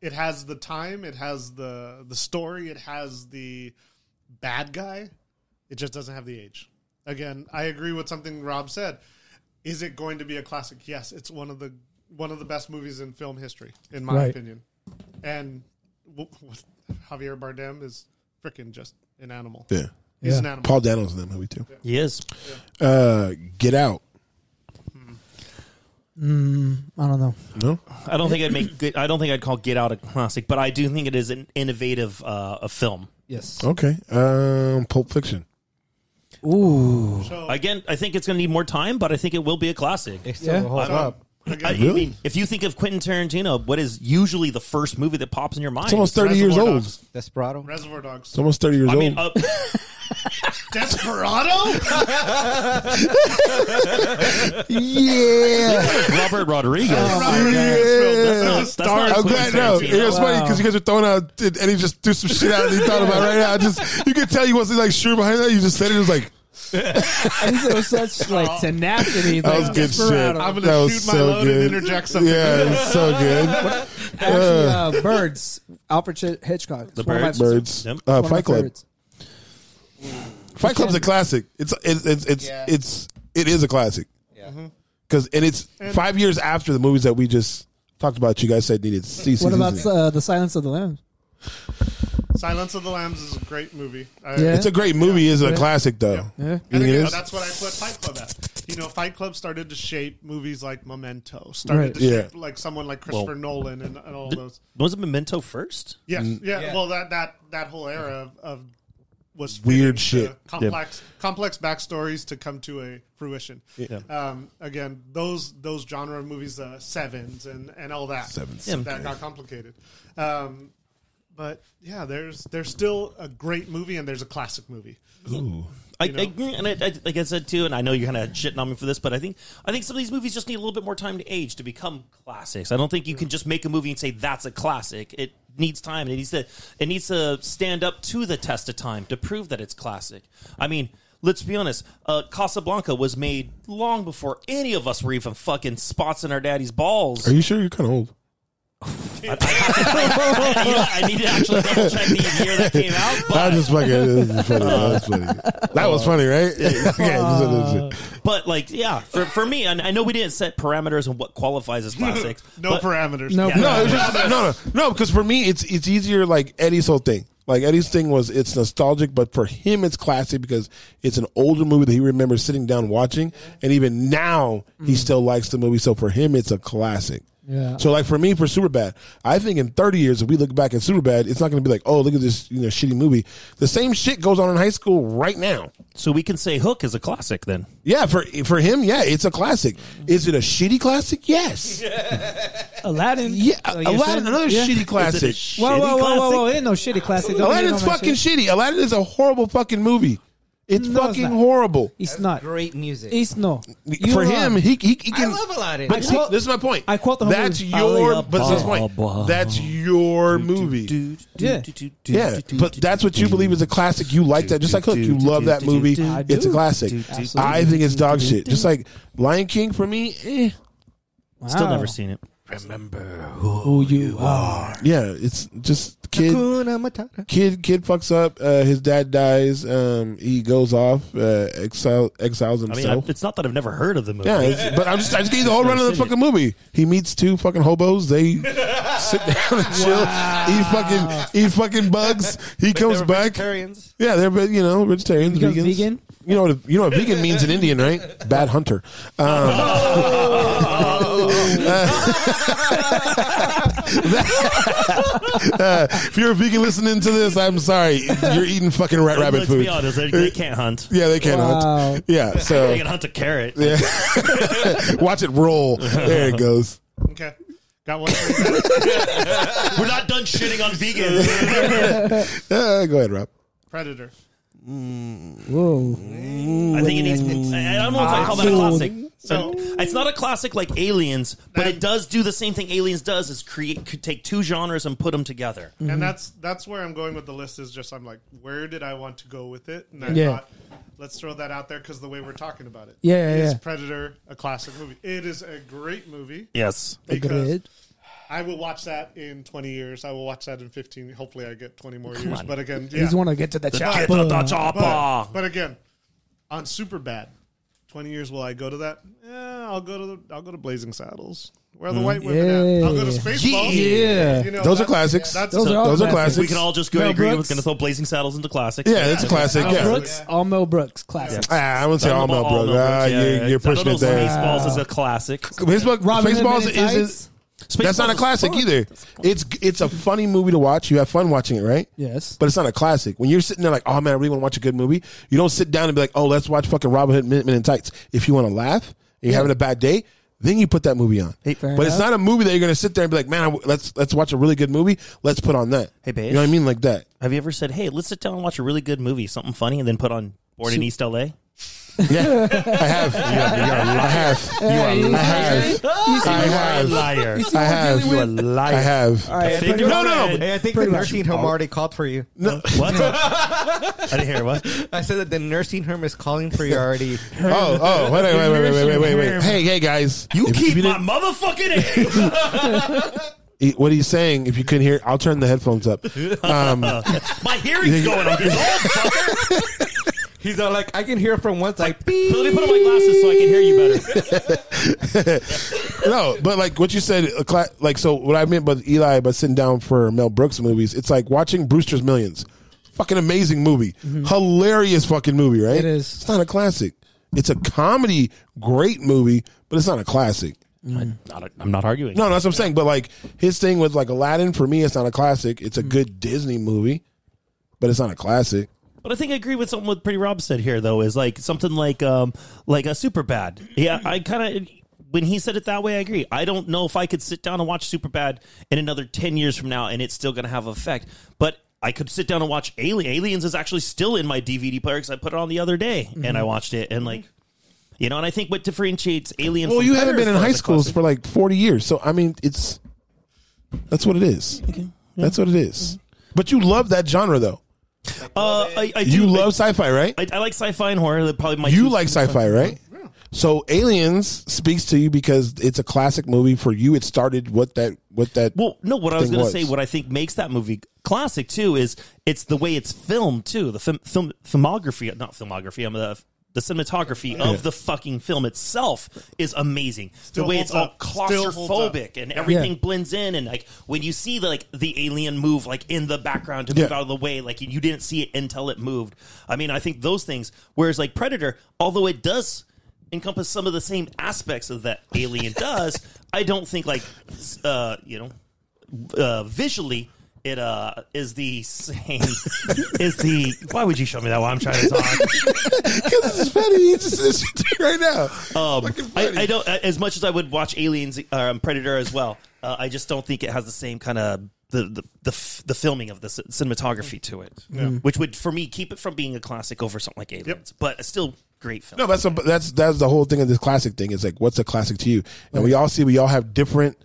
Speaker 1: it has the time, it has the the story, it has the bad guy. It just doesn't have the age. Again, I agree with something Rob said. Is it going to be a classic? Yes, it's one of the one of the best movies in film history in my
Speaker 4: Right.
Speaker 1: opinion. And w- w- Javier Bardem is freaking just an animal.
Speaker 3: Yeah,
Speaker 1: He's an
Speaker 4: Yeah.
Speaker 1: animal.
Speaker 3: Paul Dano's in that movie too.
Speaker 6: Yes.
Speaker 3: Uh, Get Out.
Speaker 4: I don't know.
Speaker 3: No,
Speaker 6: I don't think I'd make. Good, I don't think I'd call Get Out a classic, but I do think it is an innovative uh, a film.
Speaker 4: Yes.
Speaker 3: okay. Um, Pulp Fiction.
Speaker 4: Ooh.
Speaker 1: So
Speaker 6: Again, I think it's going to need more time, but I think it will be a classic.
Speaker 9: It still
Speaker 4: Yeah.
Speaker 9: holds
Speaker 1: um,
Speaker 9: up.
Speaker 1: again,
Speaker 6: I, I
Speaker 3: Really?
Speaker 6: mean, if you think of Quentin Tarantino, what is usually the first movie that pops in your mind?
Speaker 3: It's almost thirty years
Speaker 1: Reservoir
Speaker 3: old.
Speaker 1: Dogs. uh,
Speaker 3: It's
Speaker 9: Desperado.
Speaker 1: Reservoir Dogs.
Speaker 3: almost thirty years
Speaker 6: I mean,
Speaker 3: old.
Speaker 6: uh,
Speaker 1: Desperado?
Speaker 3: yeah.
Speaker 6: uh, Robert Rodriguez.
Speaker 1: Robert Redfield. That's not a
Speaker 6: That's not
Speaker 1: star.
Speaker 6: a
Speaker 3: I'm
Speaker 6: Quentin
Speaker 3: glad. Oh, No,
Speaker 6: Tarantino.
Speaker 3: it was funny because you guys were throwing out, and he just threw some shit out that he thought about right now. I just you could tell he wasn't like sure behind that. You just said it, it was like
Speaker 2: And so such like tenacity.
Speaker 3: that
Speaker 2: like,
Speaker 3: was good shit.
Speaker 2: desperado.
Speaker 1: I'm gonna
Speaker 3: that was
Speaker 1: shoot my
Speaker 3: so
Speaker 1: load and
Speaker 3: good.
Speaker 1: interject something.
Speaker 3: Yeah, it was so good.
Speaker 2: Actually, uh, Birds. Alfred Hitch- Hitchcock.
Speaker 6: The
Speaker 2: It's one of my-
Speaker 6: Birds.
Speaker 3: Birds.
Speaker 6: Yep.
Speaker 3: Uh,
Speaker 2: one of my
Speaker 3: Fight Club.
Speaker 2: favorites.
Speaker 3: Fight Club's a classic. It's it's it's it's
Speaker 9: Yeah.
Speaker 3: it's it is a classic.
Speaker 9: Yeah.
Speaker 1: Mm-hmm.
Speaker 3: Because and it's five years after the movies that we just talked about. You guys said needed to see. see,
Speaker 2: What
Speaker 3: see,
Speaker 2: about
Speaker 3: see.
Speaker 2: uh, the Silence of the Lambs?
Speaker 1: Silence of the Lambs is a great movie. I,
Speaker 2: Yeah.
Speaker 3: It's a great movie. Is it a classic though?
Speaker 2: Yeah.
Speaker 3: You
Speaker 1: And
Speaker 3: think it
Speaker 1: again,
Speaker 3: is?
Speaker 1: that's what I put Fight Club at. You know, Fight Club started to shape movies like Memento, started
Speaker 2: Right.
Speaker 1: to
Speaker 3: Yeah.
Speaker 1: shape like someone like Christopher Nolan and, and all those.
Speaker 6: Was it Memento first?
Speaker 1: Yes, yeah, Well, that that that whole era of, of was
Speaker 3: Weird
Speaker 1: fitting to
Speaker 3: shit.
Speaker 1: complex complex backstories to come to a fruition. Um, again, those those genre movies, uh, sevens and and all that
Speaker 3: Sevens.
Speaker 1: that got complicated. Um, but yeah, there's there's still a great movie and there's a classic movie.
Speaker 6: I, I, and I, I, like I said too, and I know you're kind of shitting on me for this, but I think I think some of these movies just need a little bit more time to age to become classics. I don't think you can just make a movie and say that's a classic. It needs time, and it needs to it needs to stand up to the test of time to prove that it's classic. I mean. Let's be honest. Uh, Casablanca was made long before any of us were even fucking spots in our daddy's balls.
Speaker 3: Are you sure you're kind of old?
Speaker 6: I, you know, I need to actually double check the year that came out. But
Speaker 3: I just fucking. This is funny. That was funny. That was funny, right? okay,
Speaker 6: But like, yeah, for, for me, and I know we didn't set parameters on what qualifies as classics.
Speaker 1: No
Speaker 6: but-
Speaker 1: parameters.
Speaker 2: No
Speaker 6: Yeah.
Speaker 3: no, it was just, no, no, no. Because for me, it's it's easier. Like Eddie's whole thing. Like Eddie's thing was it's nostalgic, but for him, it's classic because it's an older movie that he remembers sitting down watching, and even now he still likes the movie. So for him, it's a classic.
Speaker 2: Yeah.
Speaker 3: So like for me, for Superbad, I think in 30 years, if we look back at Superbad, it's not going to be like, oh, look at this you know shitty movie. The same shit goes on in high school right now.
Speaker 6: So we can say Hook is a classic then.
Speaker 3: Yeah, for for him, yeah, it's a classic. Is it a shitty classic? Yes.
Speaker 2: Aladdin.
Speaker 3: Yeah,
Speaker 2: Like you
Speaker 3: Aladdin,
Speaker 2: said.
Speaker 3: another
Speaker 2: Yeah.
Speaker 3: shitty
Speaker 6: Is it a
Speaker 3: classic.
Speaker 6: shitty
Speaker 2: Whoa, whoa, whoa, whoa,
Speaker 6: classic?
Speaker 2: whoa! Ain't no shitty classic. Don't hate
Speaker 3: Aladdin's
Speaker 2: on my
Speaker 3: fucking
Speaker 2: shit.
Speaker 3: shitty. Aladdin is a horrible fucking movie. It's
Speaker 2: No, it's
Speaker 3: fucking
Speaker 2: not.
Speaker 3: horrible.
Speaker 2: He's not.
Speaker 9: Great music.
Speaker 2: He's no.
Speaker 3: For
Speaker 2: You uh,
Speaker 3: him,
Speaker 2: are-
Speaker 3: he, he, he can.
Speaker 9: I love Aladdin.
Speaker 3: But
Speaker 9: I
Speaker 3: see,
Speaker 2: quote-
Speaker 3: this is my point.
Speaker 2: I quote the whole
Speaker 3: That's
Speaker 2: movie.
Speaker 3: your.
Speaker 6: Alibaba.
Speaker 3: But that's my point. That's your movie.
Speaker 2: Yeah.
Speaker 3: Yeah, but that's what you believe is a classic. You like that, just like Hook. You love that movie. It's a classic.
Speaker 2: Absolutely.
Speaker 3: I think it's dog shit. Just like Lion King for me. Eh.
Speaker 6: Still
Speaker 2: Wow.
Speaker 6: never seen it.
Speaker 2: who you are.
Speaker 3: Yeah, it's just kid.
Speaker 9: Hakuna Matata.
Speaker 3: Kid kid fucks up. Uh, his dad dies. Um, he goes off. Uh, exile, exiles
Speaker 6: I
Speaker 3: himself.
Speaker 6: mean, I- it's not that I've never heard of the movie.
Speaker 3: Yeah, it's, but I'm just I just gave you the whole run of the
Speaker 6: seen it.
Speaker 3: fucking movie. He meets two fucking hobos. They sit down and chill, eat fucking eat fucking bugs. He comes back.
Speaker 9: Vegetarians.
Speaker 3: Yeah, they're ve- you know vegetarians,
Speaker 2: Becomes
Speaker 3: vegans.
Speaker 2: vegan?
Speaker 3: You know what a, you know what vegan means in Indian, right? Bad hunter. Um,
Speaker 2: Oh.
Speaker 3: uh, if you're a vegan listening to this, I'm sorry. You're eating fucking rat
Speaker 6: Let's
Speaker 3: rabbit
Speaker 6: let's
Speaker 3: food.
Speaker 6: be honest, they, they can't hunt.
Speaker 3: Yeah, they can't
Speaker 2: Wow.
Speaker 3: hunt. Yeah,
Speaker 6: They
Speaker 3: so
Speaker 6: can hunt a carrot.
Speaker 3: watch it roll. There it goes.
Speaker 1: Okay, got one. for you.
Speaker 6: We're not done shitting on vegans.
Speaker 3: Uh, go ahead, Rob.
Speaker 1: Predator.
Speaker 2: Whoa.
Speaker 6: I think it needs. I I don't know if I call that a classic.
Speaker 1: So-
Speaker 6: it's not a classic like Aliens, but it does do the same thing Aliens does: is create, could take two genres and put them together.
Speaker 2: Mm-hmm.
Speaker 1: and that's that's where I'm going with the list. Is just I'm like, where did I want to go with it? And I
Speaker 2: Yeah.
Speaker 1: thought, let's throw that out there because the way we're talking about it,
Speaker 2: Yeah, yeah,
Speaker 1: is
Speaker 2: yeah.
Speaker 1: Predator a classic movie? It is a great movie
Speaker 6: Yes,
Speaker 1: because
Speaker 2: Good.
Speaker 1: I will watch that in 20 years. I will watch that in 15. Hopefully, I get 20 more years.
Speaker 6: on.
Speaker 1: But again, yeah.
Speaker 2: He's want to get to the
Speaker 6: Get to the
Speaker 2: chopper.
Speaker 6: chopper.
Speaker 1: but, but again, on Super Bad, 20 years will I go to that? Yeah, I'll go to the, I'll go to Blazing Saddles. Where are the white women at? I'll go to
Speaker 2: Mm-hmm. Yeah.
Speaker 1: Spaceballs.
Speaker 2: Yeah.
Speaker 1: You
Speaker 3: Those
Speaker 1: know,
Speaker 3: are
Speaker 1: that's-
Speaker 3: classics.
Speaker 1: That's
Speaker 2: Those are all
Speaker 3: Those are
Speaker 2: classics.
Speaker 3: classics.
Speaker 6: we can all just go and
Speaker 2: Mel
Speaker 6: agree. We're
Speaker 2: Brooks.
Speaker 6: going to throw Blazing Saddles into classics.
Speaker 3: yeah, it's a classic.
Speaker 2: Mel
Speaker 3: Yeah,
Speaker 2: Brooks, all Mel Brooks, classic.
Speaker 3: Ah, I wouldn't say all Mel Brooks. Ah, you're, you're pushing it there.
Speaker 6: Spaceballs is a classic.
Speaker 3: Baseball,
Speaker 2: Robin Hood
Speaker 3: Spaceballs
Speaker 2: Men in
Speaker 3: is
Speaker 2: Tights?
Speaker 3: that's not a classic either. It's it's a funny movie to watch. You have fun watching it, right?
Speaker 2: Yes.
Speaker 3: But it's not a classic. When you're sitting there like, oh man, I really want to watch a good movie. You don't sit down and be like, oh, let's watch fucking Robin Hood Men Men in Tights. If you want to laugh, and you're having a bad day, then you put that movie on. but
Speaker 2: fair
Speaker 3: it's
Speaker 2: enough.
Speaker 3: not a movie that you're gonna sit there and be like, man, I w- let's let's watch a really good movie. Let's put on that.
Speaker 6: Hey, babe.
Speaker 3: you know what I mean? Like that.
Speaker 6: Have you ever said, "Hey, let's sit down and watch a really good movie, something funny," and then put on Born in East LA.
Speaker 3: Yeah, I have. You are, you are, I have. You are, I have. I have.
Speaker 6: Liar.
Speaker 3: I have.
Speaker 6: You are a liar.
Speaker 3: I have.
Speaker 6: Figure
Speaker 9: no, no.
Speaker 6: red.
Speaker 9: Hey, I think the nursing home already called for you.
Speaker 6: What? I didn't hear what.
Speaker 9: I said that the nursing home is calling for you already.
Speaker 3: Oh, oh, wait, wait, wait, wait, wait, wait, wait, wait. Hey, hey, guys.
Speaker 6: You
Speaker 3: If- if
Speaker 6: keep
Speaker 3: you
Speaker 6: my
Speaker 3: didn't-
Speaker 6: motherfucking egg.
Speaker 3: he- What he's saying, if you couldn't hear, I'll turn the headphones up. Um,
Speaker 6: my hearing's going. I'm getting old, fucker.
Speaker 9: He's all like, I can hear from one side.
Speaker 6: So let me put on my glasses so I can hear you better.
Speaker 3: no, but like what you said, a cla- like so what I meant by Eli, by sitting down for Mel Brooks movies, it's like watching Brewster's Millions. Fucking amazing movie,
Speaker 6: Mm-hmm.
Speaker 3: hilarious fucking movie, right?
Speaker 4: It is.
Speaker 3: It's not a classic. It's a comedy, great movie, but it's not a classic.
Speaker 6: Not- I'm not arguing.
Speaker 3: No, no, that's what I'm saying. But like his thing with like Aladdin, for me, it's not a classic. It's a good Disney movie, but it's not a classic.
Speaker 6: But I think I agree with something what Pretty Rob said here though is like something like um like a super bad. Yeah, I kind of when he said it that way, I agree. I don't know if I could sit down and watch Superbad in another ten years from now and it's still going to have effect. But I could sit down and watch Alien. Aliens is actually still in my DVD player because I put it on the other day and I watched it and like. You know, and I think what differentiates Alien.
Speaker 3: Well,
Speaker 6: from
Speaker 3: you haven't been
Speaker 6: Predator
Speaker 3: in
Speaker 6: as far
Speaker 3: high
Speaker 6: as a
Speaker 3: schools
Speaker 6: classic-
Speaker 3: for like 40 years, so I mean, it's that's what it is. That's what it is. But you love that genre, though.
Speaker 6: Uh, I, I
Speaker 3: You
Speaker 6: do-
Speaker 3: love sci-fi, right?
Speaker 6: I, I like sci-fi and horror. They're Probably my
Speaker 3: you
Speaker 6: two-
Speaker 3: like sci-fi, right? So Aliens speaks to you because it's a classic movie for you. It started what that what that
Speaker 6: Well, no, what I was
Speaker 3: thing
Speaker 6: going to
Speaker 3: was.
Speaker 6: say, what I think makes that movie classic too, is it's the way it's filmed too. The film, film filmography, not filmography, I'm the the cinematography of the fucking film itself is amazing. the way
Speaker 1: holds
Speaker 6: it's all
Speaker 1: up. Still holds up.
Speaker 6: claustrophobic and everything blends in, and like when you see the, like the alien move like in the background to move
Speaker 3: Yeah.
Speaker 6: out of the way, like you didn't see it until it moved. I mean, I think those things. Whereas like Predator, although it does encompass some of the same aspects of that Alien does, I don't think like s- uh, you know uh, visually it uh is the same is the why would you show me that while I'm trying to talk?
Speaker 3: because it's funny. It's just it's just right now.
Speaker 6: Um,
Speaker 3: Fucking funny.
Speaker 6: I, I don't as much as I would watch Aliens uh, um, Predator as well. Uh, I just don't think it has the same kind of the the the, f- the filming of the c- cinematography to it, which would for me keep it from being a classic over something like Aliens, but it's still great film.
Speaker 3: No, that's a, that's that's the whole thing of this classic thing. It's like what's a classic to you? And we all see we all have different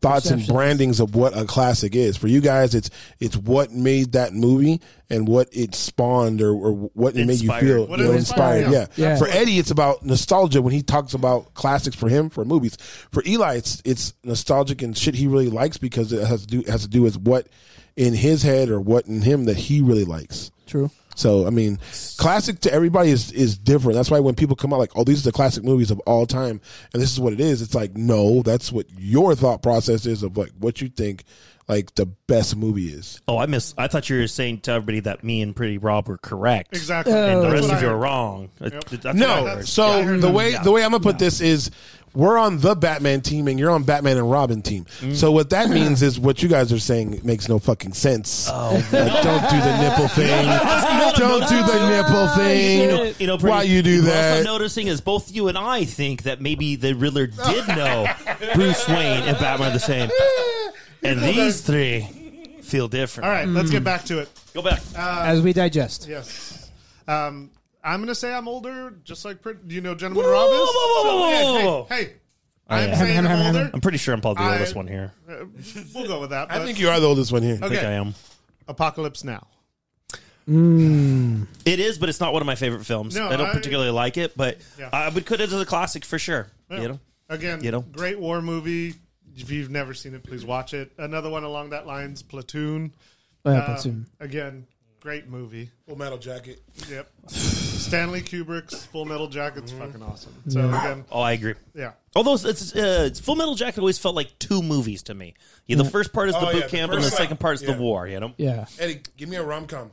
Speaker 3: thoughts and brandings of what a classic is. For you guys, it's it's what made that movie and what it spawned or, or what it
Speaker 6: Inspired.
Speaker 3: made you feel
Speaker 1: What
Speaker 3: you
Speaker 1: it
Speaker 3: know,
Speaker 1: inspired,
Speaker 3: inspired. Yeah.
Speaker 1: yeah.
Speaker 4: Yeah.
Speaker 3: For Eddie, it's about nostalgia when he talks about classics for him for movies. For Eli, it's it's nostalgic and shit he really likes because it has to do has to do with what in his head or what in him that he really likes.
Speaker 4: True.
Speaker 3: So I mean, classic to everybody is is different. That's why when people come out like, "Oh, these are the classic movies of all time," and this is what it is. It's like, no, that's what your thought process is of like what you think like the best movie is.
Speaker 6: Oh, I miss. I thought you were saying to everybody that me and Pretty Rob were correct.
Speaker 1: Exactly.
Speaker 6: And the
Speaker 1: That's
Speaker 6: rest
Speaker 1: what
Speaker 6: of
Speaker 1: I
Speaker 6: you are
Speaker 1: heard.
Speaker 6: wrong. That's what I
Speaker 3: No,
Speaker 6: heard.
Speaker 3: so the way the way I'm gonna put this is. We're on the Batman team, and you're on Batman and Robin team. So what that means is what you guys are saying makes no fucking sense. Like, don't do the nipple thing. don't do the nipple thing.
Speaker 6: You know, you know pretty,
Speaker 3: why you do
Speaker 6: what
Speaker 3: that?
Speaker 6: Also noticing is both you and I think that maybe the Riddler did know Bruce Wayne and Batman are the same, and these three feel different.
Speaker 1: All right, let's
Speaker 6: Hmm.
Speaker 1: get back to it.
Speaker 6: go back.
Speaker 4: As we
Speaker 1: Uh,
Speaker 4: digest.
Speaker 1: Yes. Um, I'm gonna say I'm older, just like Prit- you know, gentleman
Speaker 6: Whoa,
Speaker 1: Rob is.
Speaker 6: whoa, whoa, whoa,
Speaker 1: So, hey,
Speaker 6: whoa,
Speaker 1: hey,
Speaker 6: whoa.
Speaker 1: hey,
Speaker 6: I
Speaker 1: I'm
Speaker 6: am.
Speaker 1: saying
Speaker 4: Ham, ham, ham,
Speaker 1: I'm
Speaker 4: ham.
Speaker 1: older.
Speaker 6: I'm pretty sure I'm probably the
Speaker 1: I-
Speaker 6: oldest one here.
Speaker 1: Uh, We'll go with that.
Speaker 3: I
Speaker 1: but-
Speaker 3: think you are the oldest one here.
Speaker 6: I think I
Speaker 1: okay.
Speaker 6: am.
Speaker 1: Apocalypse Now.
Speaker 6: It is, but it's not one of my favorite films.
Speaker 1: No,
Speaker 6: I don't
Speaker 1: I-
Speaker 6: particularly like it, but
Speaker 1: Yeah.
Speaker 6: I would put it as a classic for sure. You know,
Speaker 1: Again,
Speaker 6: You know?
Speaker 1: great war movie. If you've never seen it, please watch it. Another one along that lines, Platoon.
Speaker 4: Oh, yeah,
Speaker 1: Uh,
Speaker 4: platoon.
Speaker 1: Again, great movie.
Speaker 3: Full Metal Jacket.
Speaker 1: Yep. Stanley Kubrick's Full Metal Jacket's
Speaker 6: Mm-hmm.
Speaker 1: fucking awesome. So again,
Speaker 6: oh, I agree.
Speaker 1: yeah.
Speaker 6: Although it's, it's, uh, it's Full Metal Jacket always felt like two movies to me. Yeah, the first part is the
Speaker 3: Oh,
Speaker 6: boot
Speaker 3: yeah, the
Speaker 6: camp, and the
Speaker 3: first
Speaker 6: second
Speaker 3: one.
Speaker 6: part is the
Speaker 3: Yeah.
Speaker 6: war. You know,
Speaker 4: Yeah.
Speaker 3: Eddie, give me a rom com.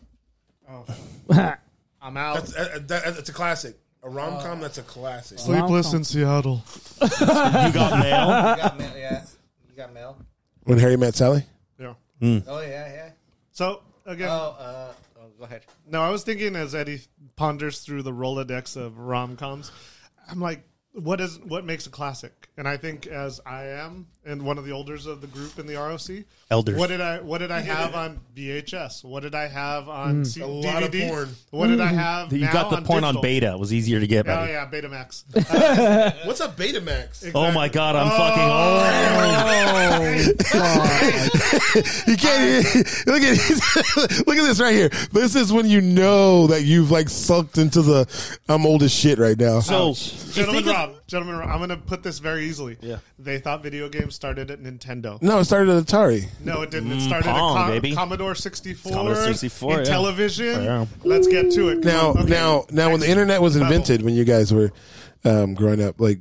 Speaker 1: I'm out.
Speaker 3: That's, uh, that, that's a classic. A rom com that's a classic.
Speaker 1: Sleepless in Seattle.
Speaker 6: you got mail.
Speaker 9: You got mail, yeah. You got mail.
Speaker 3: When Harry met Sally?
Speaker 1: Yeah.
Speaker 6: Mm.
Speaker 9: Oh yeah,
Speaker 1: So again,
Speaker 9: yeah. Oh, uh, oh, go ahead.
Speaker 1: No, I was thinking as Eddie ponders through the Rolodex of rom coms, I'm like, what is what makes a classic? And I think as I am and one of the elders of the group in the ROC,
Speaker 6: Elders.
Speaker 1: What did I what did I have on VHS? What did I have on C-
Speaker 3: Hmm. A
Speaker 1: DVD?
Speaker 3: lot of porn. Hmm.
Speaker 1: What did I have?
Speaker 6: You
Speaker 1: now
Speaker 6: got the porn on
Speaker 1: digital?
Speaker 6: beta. It was easier to get,
Speaker 1: Oh
Speaker 6: buddy.
Speaker 1: yeah, Betamax. Uh,
Speaker 3: What's a Betamax?
Speaker 6: Oh my god, I'm fucking
Speaker 1: Oh.
Speaker 6: old.
Speaker 3: You can't. even- look at look at this right here. This is when you know that you've like sucked into the I'm old as shit right now.
Speaker 6: So, you
Speaker 1: Gentlemen
Speaker 6: think of-
Speaker 1: Rob, gentlemen Rob, I'm going to put this very easily.
Speaker 6: Yeah.
Speaker 1: They thought video games started at Nintendo.
Speaker 3: no, it started at Atari.
Speaker 1: No, it didn't. It started
Speaker 6: Mm, Pong,
Speaker 1: at Com-
Speaker 6: baby.
Speaker 1: Commodore 64,
Speaker 6: Commodore 64,
Speaker 1: in
Speaker 6: yeah.
Speaker 1: television.
Speaker 6: Yeah.
Speaker 1: Let's get to it. Come
Speaker 3: Now,
Speaker 1: on. Okay.
Speaker 3: now, now, when the internet was
Speaker 1: level.
Speaker 3: invented, when you guys were um, growing up, like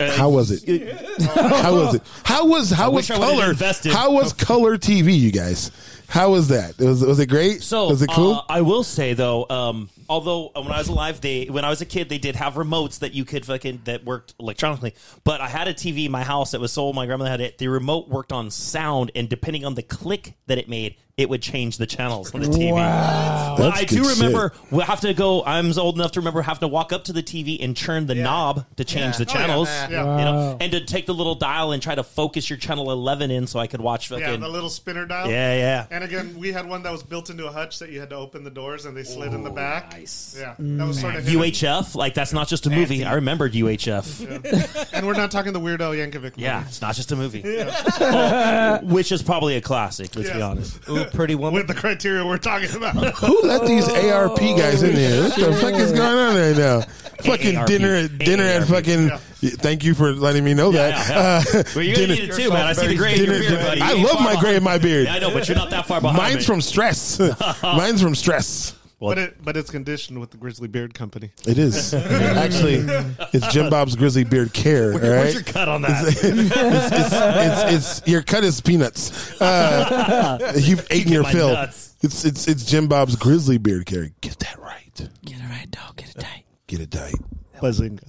Speaker 6: uh,
Speaker 3: how was it? How was it? How was how was
Speaker 6: wish I would've
Speaker 3: color?
Speaker 6: invested.
Speaker 3: How was color TV? You guys, how was that? Was was it great?
Speaker 6: So
Speaker 3: was it cool?
Speaker 6: uh, I will say though, um, although when I was alive, they when I was a kid, they did have remotes that you could fucking that worked electronically. But I had a TV in my house that was sold. My grandmother had it. The remote worked on sound, and depending on the click that it made, it would change the channels on the TV. But
Speaker 3: That's
Speaker 6: I do
Speaker 3: good shit.
Speaker 6: remember we have to go. I'm old enough to remember having to walk up to the TV and turn the knob to change the channels.
Speaker 1: Yeah.
Speaker 6: You know, and to take the little dial and try to focus your channel 11 in so I could watch fucking.
Speaker 1: Yeah, the little spinner dial.
Speaker 6: yeah, yeah.
Speaker 1: And again, we had one that was built into a hutch that you had to open the doors and they slid in the back.
Speaker 6: nice. Mm.
Speaker 1: Yeah, that was sort of hidden.
Speaker 6: UHF, like that's not just a movie. I remembered UHF.
Speaker 1: And we're not talking the weirdo Yankovic. movie.
Speaker 6: Yeah, it's not just a movie. Oh, which is probably a classic. Let's be
Speaker 1: Yeah.
Speaker 6: honest.
Speaker 9: Ooh, pretty woman.
Speaker 1: with the criteria we're talking about.
Speaker 3: Who let these ARP
Speaker 6: Oh,
Speaker 3: guys in there? What the fuck is going on right now? Fucking
Speaker 6: AARP.
Speaker 3: dinner at dinner at
Speaker 6: AARP.
Speaker 3: fucking. Thank you for letting me know that.
Speaker 6: yeah,
Speaker 3: Uh,
Speaker 6: Well, you're gonna
Speaker 3: dinner-
Speaker 6: need it too, man. I see the gray in your
Speaker 3: dinner-
Speaker 6: beard, buddy.
Speaker 3: I
Speaker 6: You ain't
Speaker 3: love
Speaker 6: far
Speaker 3: my gray
Speaker 6: behind.
Speaker 3: in my beard.
Speaker 6: Yeah, I know, but you're not that far behind.
Speaker 3: Mine's
Speaker 6: me.
Speaker 3: from stress. Mine's from stress.
Speaker 1: But it, but it's conditioned with the Grizzly Beard Company.
Speaker 3: It is actually it's Jim Bob's Grizzly Beard Care. all right?
Speaker 6: What's your cut on that?
Speaker 3: it's, it's, it's, it's your cut is peanuts. Uh, you've eaten your
Speaker 6: my
Speaker 3: fill.
Speaker 6: nuts.
Speaker 3: It's it's it's Jim Bob's grizzly beard carry. Get that right.
Speaker 4: Get it right, dog. Get it tight.
Speaker 3: Get it tight.
Speaker 1: Bazinga.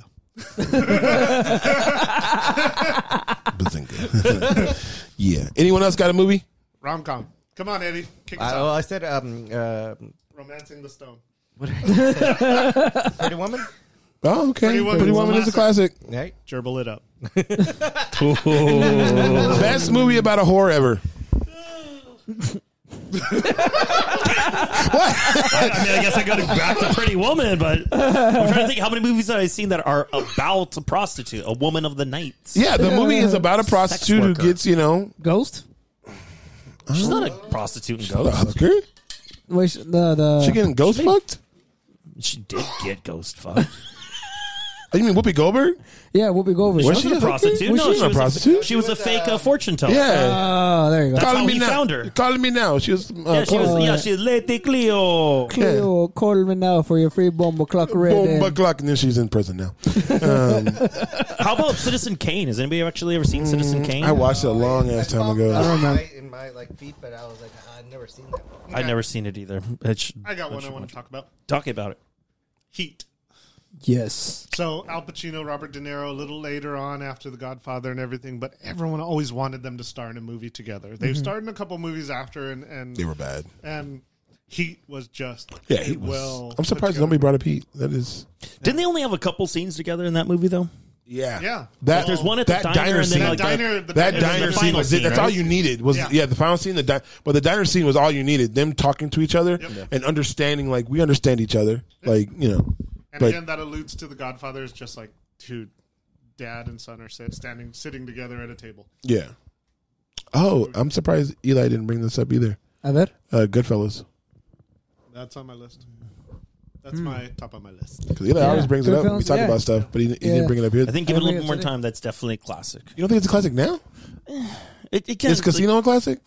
Speaker 3: Bazinga. yeah. Anyone else got a movie?
Speaker 1: Rom com. Come on, Eddie. Kick us
Speaker 9: I, well,
Speaker 1: off.
Speaker 9: I said um, uh,
Speaker 1: Romancing the Stone.
Speaker 9: pretty woman.
Speaker 3: Oh, okay. Pretty
Speaker 1: Pretty
Speaker 3: Woman,
Speaker 1: Woman
Speaker 3: is a classic.
Speaker 9: Right?
Speaker 1: Gerbil it up.
Speaker 3: Best movie about a whore ever.
Speaker 6: I mean, I guess I go to back to Pretty Woman, but I'm trying to think how many movies that I've seen that are about a prostitute, a woman of the night.
Speaker 3: Yeah, the movie is about a prostitute who
Speaker 6: worker.
Speaker 3: gets you know
Speaker 4: Ghost.
Speaker 6: She's not a prostitute and
Speaker 3: the
Speaker 6: ghost.
Speaker 3: hooker.
Speaker 4: Wait, sh- the the
Speaker 3: She getting ghost fucked.
Speaker 6: She did get ghost fucked.
Speaker 3: Oh, you mean Whoopi Goldberg?
Speaker 4: yeah, Whoopi Goldberg.
Speaker 6: Was she a
Speaker 3: hooker?
Speaker 6: prostitute?
Speaker 3: Was
Speaker 6: No,
Speaker 3: she,
Speaker 6: she
Speaker 3: not a
Speaker 6: was a-
Speaker 3: prostitute?
Speaker 6: She was a fake uh, fortune teller.
Speaker 3: yeah.
Speaker 4: Oh, there you go.
Speaker 6: That's
Speaker 3: Calling
Speaker 6: how
Speaker 3: me
Speaker 6: he
Speaker 3: now.
Speaker 6: found her.
Speaker 3: Calling me now. She was. Uh,
Speaker 6: Yeah, she
Speaker 3: Cor-
Speaker 6: was. Yeah, she's Lady Cleo.
Speaker 4: Cleo Coleman now for your free bomba clock red.
Speaker 3: Boom,
Speaker 4: end.
Speaker 3: buck, luck, and then she's in prison now.
Speaker 6: How about Citizen Kane? Has anybody actually ever seen Citizen Kane?
Speaker 3: Mm, I watched it a long ass time
Speaker 9: I
Speaker 3: ago.
Speaker 9: don't know. In my like feet, but I was like, "Ah, I've never seen that. One.
Speaker 6: I've never seen it either. It should,
Speaker 1: I got one I want to talk about.
Speaker 6: talk about it.
Speaker 1: Heat.
Speaker 4: Yes.
Speaker 1: So Al Pacino, Robert De Niro, a little later on after The Godfather and everything, but everyone always wanted them to star in a movie together. They've starred in a couple movies after, and
Speaker 3: Mm-hmm.
Speaker 1: and
Speaker 3: They were bad.
Speaker 1: and Heat was just
Speaker 3: Yeah, he was.
Speaker 1: well
Speaker 3: I'm
Speaker 1: put
Speaker 3: surprised
Speaker 1: together.
Speaker 3: nobody brought up Heat. That is.
Speaker 6: Didn't they only have a couple scenes together in that movie though?
Speaker 3: Yeah.
Speaker 1: Yeah.
Speaker 3: That,
Speaker 6: There's one at the
Speaker 3: that
Speaker 6: diner
Speaker 3: diner
Speaker 6: and then,
Speaker 3: scene.
Speaker 6: like,
Speaker 1: That diner- the-
Speaker 3: that
Speaker 1: the
Speaker 3: diner
Speaker 6: final
Speaker 3: scene was it.
Speaker 6: scene,
Speaker 3: That's
Speaker 6: right?
Speaker 3: all you neided was yeah.
Speaker 1: Yeah.
Speaker 3: the final scene. The di- but the diner scene was all you needed. Them talking to each other and understanding like we understand each other. Like you know,
Speaker 1: And
Speaker 3: but
Speaker 1: again, that alludes to The Godfather is just like two dad and son are sit, standing sitting together at a table.
Speaker 3: yeah. Oh, I'm surprised Eli didn't bring this up either.
Speaker 4: A ver.
Speaker 3: Uh, Goodfellas,
Speaker 1: That's on my list. That's
Speaker 3: Hmm.
Speaker 1: my top on my list.
Speaker 3: because Eli always brings it up. We
Speaker 4: Goodfellas,
Speaker 3: talk
Speaker 4: yeah.
Speaker 3: about stuff, but he, he
Speaker 4: Yeah.
Speaker 3: didn't bring it up here.
Speaker 6: I think give it a
Speaker 4: don't
Speaker 6: little
Speaker 4: think
Speaker 6: more
Speaker 4: it's in
Speaker 6: time. That's definitely a classic.
Speaker 3: you don't think it's a classic now?
Speaker 6: It, it can,
Speaker 3: Is Casino a classic?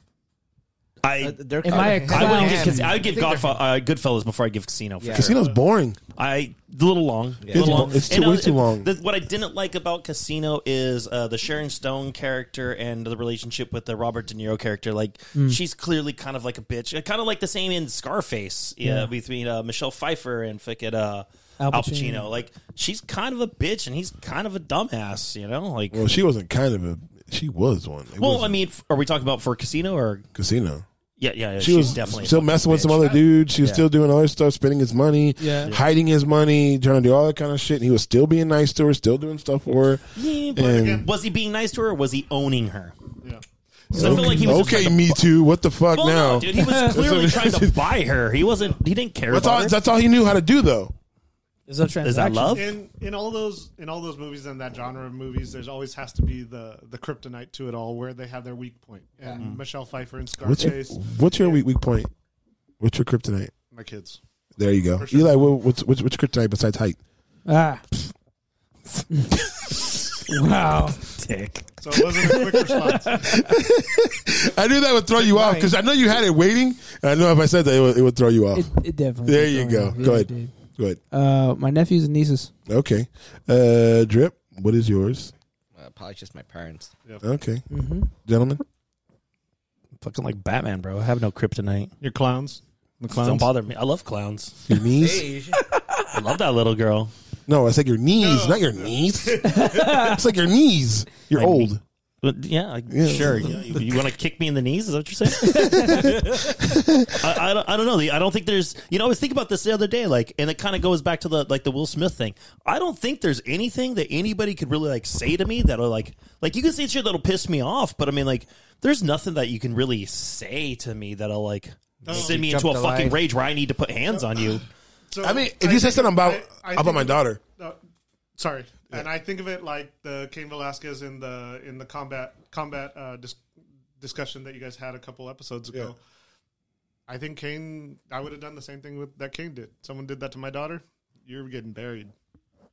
Speaker 6: I.
Speaker 9: Uh, They're
Speaker 4: Am I a
Speaker 9: called-
Speaker 4: clown?
Speaker 6: I wouldn't give. Cas- I would give
Speaker 9: I think
Speaker 6: Godfa- uh, Goodfellas before I give Casino. For
Speaker 9: Yeah.
Speaker 6: sure.
Speaker 3: Casino's boring.
Speaker 6: I a little long. A
Speaker 3: It's
Speaker 6: little
Speaker 3: bo- it's too- way too long.
Speaker 6: the- what I didn't like about Casino is uh, the Sharon Stone character and the relationship with the Robert De Niro character. Like
Speaker 4: Mm.
Speaker 6: she's clearly kind of like a bitch. Uh, Kind of like the same in Scarface. Yeah, between uh, Michelle Pfeiffer and fucking uh, Al,
Speaker 4: Al
Speaker 6: Pacino.
Speaker 4: Pacino.
Speaker 6: Like she's kind of a bitch and he's kind of a dumbass. You know, like.
Speaker 3: Well, she wasn't kind of a. She was one. It
Speaker 6: Well,
Speaker 3: was
Speaker 6: I mean, f- are we talking about for Casino or
Speaker 3: Casino.
Speaker 6: Yeah, yeah, yeah
Speaker 3: She, was
Speaker 6: definitely a
Speaker 3: still
Speaker 6: fucking
Speaker 3: messing with some
Speaker 6: bitch.
Speaker 3: other dude. She was
Speaker 6: Yeah.
Speaker 3: still doing other stuff, spending his money,
Speaker 4: Yeah.
Speaker 3: hiding his money, trying to do all that kind of shit. And he was still being nice to her, still doing stuff for her.
Speaker 6: Yeah, but
Speaker 3: And
Speaker 6: was he being nice to her? or Was he owning her?
Speaker 1: Yeah.
Speaker 6: 'Cause I feel like he was just
Speaker 3: okay,
Speaker 6: like a
Speaker 3: me
Speaker 6: bu-
Speaker 3: too. What the fuck
Speaker 6: Well,
Speaker 3: now?
Speaker 6: no, dude, he was clearly
Speaker 3: what-
Speaker 6: trying to buy her. He wasn't. He didn't care
Speaker 3: that's
Speaker 6: about
Speaker 3: all.
Speaker 6: her.
Speaker 3: That's all he knew how to do, though.
Speaker 4: Is that
Speaker 6: Is that love?
Speaker 1: in in all those in all those movies and that genre of movies, there's always has to be the the kryptonite to it all, where they have their weak point. And Michelle Pfeiffer in
Speaker 3: Hmm. What's your,
Speaker 1: Scarface,
Speaker 3: what's your weak weak point? What's your kryptonite?
Speaker 1: my kids.
Speaker 3: There you go,
Speaker 1: sure.
Speaker 3: Eli. What, what's what's what's your kryptonite besides height?
Speaker 4: Ah, wow.
Speaker 6: Dick.
Speaker 1: So it wasn't a quick response.
Speaker 3: I knew that would throw you off because I know you had it waiting. And I know if I said that, it would, it would throw you off.
Speaker 4: It, it definitely.
Speaker 3: there
Speaker 4: did
Speaker 3: you
Speaker 4: throw me
Speaker 3: go.
Speaker 4: off. Yeah,
Speaker 3: go
Speaker 4: it
Speaker 3: ahead.
Speaker 4: did.
Speaker 3: Go ahead.
Speaker 4: Uh, my nephews and nieces.
Speaker 3: Okay. Uh, Drip, what is yours?
Speaker 9: Uh, probably just my parents.
Speaker 3: Okay.
Speaker 4: Mm-hmm.
Speaker 3: Gentlemen,
Speaker 6: Fucking like Batman, bro. I have no kryptonite.
Speaker 1: Your clowns, the
Speaker 6: Don't bother me. I love clowns.
Speaker 3: your knees?
Speaker 6: I love that little girl.
Speaker 3: No, I said your knees, not your knees. it's like your knees. You're
Speaker 6: My
Speaker 3: old.
Speaker 6: knee. But yeah, like, sure. Yeah, you want to kick me in the knees? Is that what you're saying? I, I, don't, I don't know. I don't think there's. You know, I was thinking about this the other day, like, and it kind of goes back to the like the Will Smith thing. I don't think there's anything that anybody could really like say to me that'll like like you can say shit that'll piss me off, but I mean like there's nothing that you can really say to me that'll like send me
Speaker 9: You
Speaker 6: into a
Speaker 9: jumped the
Speaker 6: fucking
Speaker 9: line.
Speaker 6: rage where I need to put hands on you.
Speaker 1: So
Speaker 3: I mean, if you said
Speaker 1: think-
Speaker 3: something about
Speaker 1: I- I
Speaker 3: about
Speaker 1: think
Speaker 3: my
Speaker 1: of-
Speaker 3: daughter,
Speaker 1: uh, sorry, and I think of it like the Cain Velasquez in the in the combat combat uh, dis- discussion that you guys had a couple episodes ago. I think Kane. I would have done the same thing with that Kane did. Someone did that to my daughter. You're getting buried.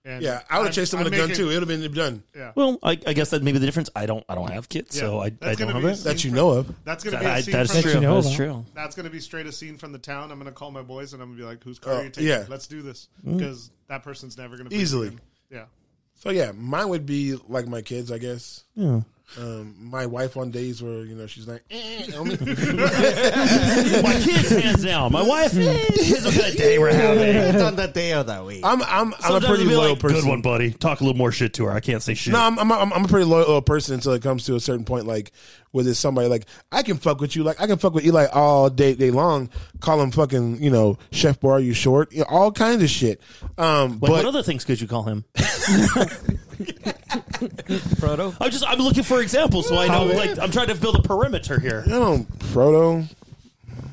Speaker 1: And
Speaker 3: yeah, I would
Speaker 1: I'm-
Speaker 3: have chased him with
Speaker 1: I'm
Speaker 3: a gun
Speaker 1: making-
Speaker 3: too. It would have been done.
Speaker 1: Yeah,
Speaker 6: Well, I, I guess that maybe the difference. I don't I don't have kids,
Speaker 1: yeah.
Speaker 6: so I, I don't
Speaker 1: That's gonna
Speaker 6: have
Speaker 1: be a
Speaker 6: it.
Speaker 1: scene
Speaker 3: That you
Speaker 1: from-
Speaker 3: know of.
Speaker 1: That's gonna
Speaker 6: That-
Speaker 1: be a
Speaker 6: I-
Speaker 1: scene
Speaker 6: that's
Speaker 1: from
Speaker 6: true.
Speaker 4: know
Speaker 6: That's
Speaker 4: about.
Speaker 6: true.
Speaker 1: That's going to be straight a scene from the town. I'm going to call my boys and I'm going to be like, "Whose car
Speaker 3: Oh,
Speaker 1: are you taking?
Speaker 3: yeah.
Speaker 1: Let's do this
Speaker 6: Mm.
Speaker 1: because that person's never going to
Speaker 3: Easily.
Speaker 1: Yeah,
Speaker 3: So yeah, mine would be like my kids, I guess. Um, my wife on days where you know she's like, eh, on me.
Speaker 6: My kids hands down. My wife. eh, Here's what kind of day we're having.
Speaker 9: it's on the day of that week.
Speaker 3: I'm I'm I'm a
Speaker 6: Sometimes
Speaker 3: pretty
Speaker 6: it'll be
Speaker 3: loyal
Speaker 6: like,
Speaker 3: person.
Speaker 6: Good one, buddy. Talk a little more shit to her. I can't say shit.
Speaker 3: No, I'm, I'm I'm I'm a pretty loyal uh, person until it comes to a certain point. Like with it's somebody like I can fuck with you, like I can fuck with Eli all day day long. Call him fucking you know Chef Bar, you short, you know, all kinds of shit. Um,
Speaker 6: like, what
Speaker 3: but
Speaker 6: other things could you call him?
Speaker 9: Frodo.
Speaker 6: I'm just I'm looking for examples, so I know. Like I'm trying to build a perimeter here.
Speaker 3: you know Frodo,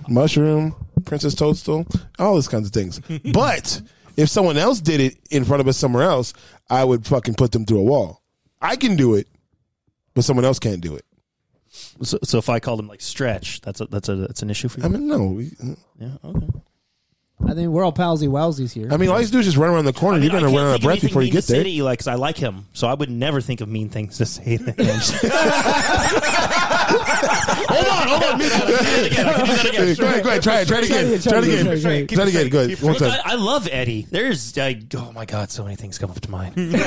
Speaker 3: Mushroom, Princess Toadstool, all those kinds of things. but if someone else did it in front of us somewhere else, I would fucking put them through a wall. I can do it, but someone else can't do it.
Speaker 6: So, so if I called him like stretch, that's a, that's a that's an issue for you.
Speaker 3: I mean, no. we-
Speaker 6: yeah, okay.
Speaker 4: I think we're all palsy wowsies here.
Speaker 3: I mean, all you have to do is just run around the corner.
Speaker 6: I mean,
Speaker 3: You're
Speaker 6: I
Speaker 3: gonna
Speaker 6: can't
Speaker 3: run out of
Speaker 6: think of
Speaker 3: breath
Speaker 6: anything
Speaker 3: before you
Speaker 6: mean
Speaker 3: get
Speaker 6: to say
Speaker 3: there.
Speaker 6: to Eli, because I like him, so I would never think of mean things to say to him.
Speaker 3: Hold on, hold on. Go ahead, go ahead. Try it. Try it again. Try it again. Try it again. Try it again. Go ahead. One
Speaker 6: Look, I,
Speaker 3: time.
Speaker 6: I love Eddie. There's, I, oh my God, so many things come up to mind. Fuck it,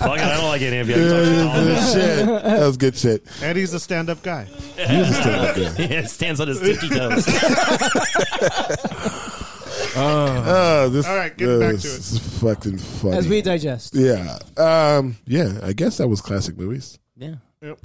Speaker 6: I don't like any of you. I'm talking to all of you.
Speaker 3: Good shit. That was good shit.
Speaker 1: Eddie's a stand-up guy.
Speaker 3: Jesus, dude, up there.
Speaker 6: Yeah, it stands on his tippy toes.
Speaker 3: Oh, this.
Speaker 1: All right, getting back to
Speaker 3: this
Speaker 1: it.
Speaker 3: is fucking
Speaker 4: As
Speaker 3: funny.
Speaker 4: we digest.
Speaker 3: Yeah. Um. Yeah. I guess that was classic movies.
Speaker 6: yeah.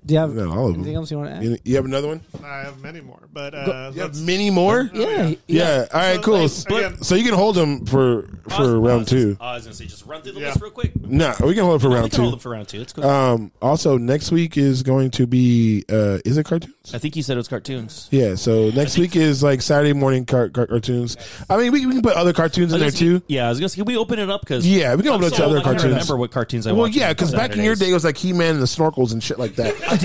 Speaker 4: Do you have
Speaker 3: Not all of
Speaker 4: anything
Speaker 3: them.
Speaker 4: else you want to add?
Speaker 3: You you have another one?
Speaker 1: I have many more, but uh,
Speaker 3: You have
Speaker 1: let's-
Speaker 3: many more?
Speaker 4: yeah. he- he-
Speaker 3: Yeah. All right. Cool.
Speaker 1: Again.
Speaker 3: So you can hold them for for round two.
Speaker 6: Oh, I was going to say, just run through the
Speaker 1: Yeah.
Speaker 6: list real quick.
Speaker 3: No, we can hold it for
Speaker 6: we
Speaker 3: round
Speaker 6: can hold
Speaker 3: two.
Speaker 6: them for round two. It's cool.
Speaker 3: Um. Also, next week is going to be. Uh. Is it cartoons?
Speaker 6: I think you said it was cartoons.
Speaker 3: Yeah, so next week is like Saturday morning car- car- cartoons. I mean, we, we can put other cartoons in there too.
Speaker 6: Yeah, I was going to say, can we open it up? Cause
Speaker 3: Yeah, we can open
Speaker 6: I'm
Speaker 3: up to
Speaker 6: old,
Speaker 3: other
Speaker 6: I can't
Speaker 3: cartoons.
Speaker 6: remember what cartoons I
Speaker 3: Well,
Speaker 6: watched
Speaker 3: yeah,
Speaker 6: on
Speaker 3: because back in your day, it
Speaker 6: Saturdays.
Speaker 3: was like He Man and the Snorkels and shit like that. I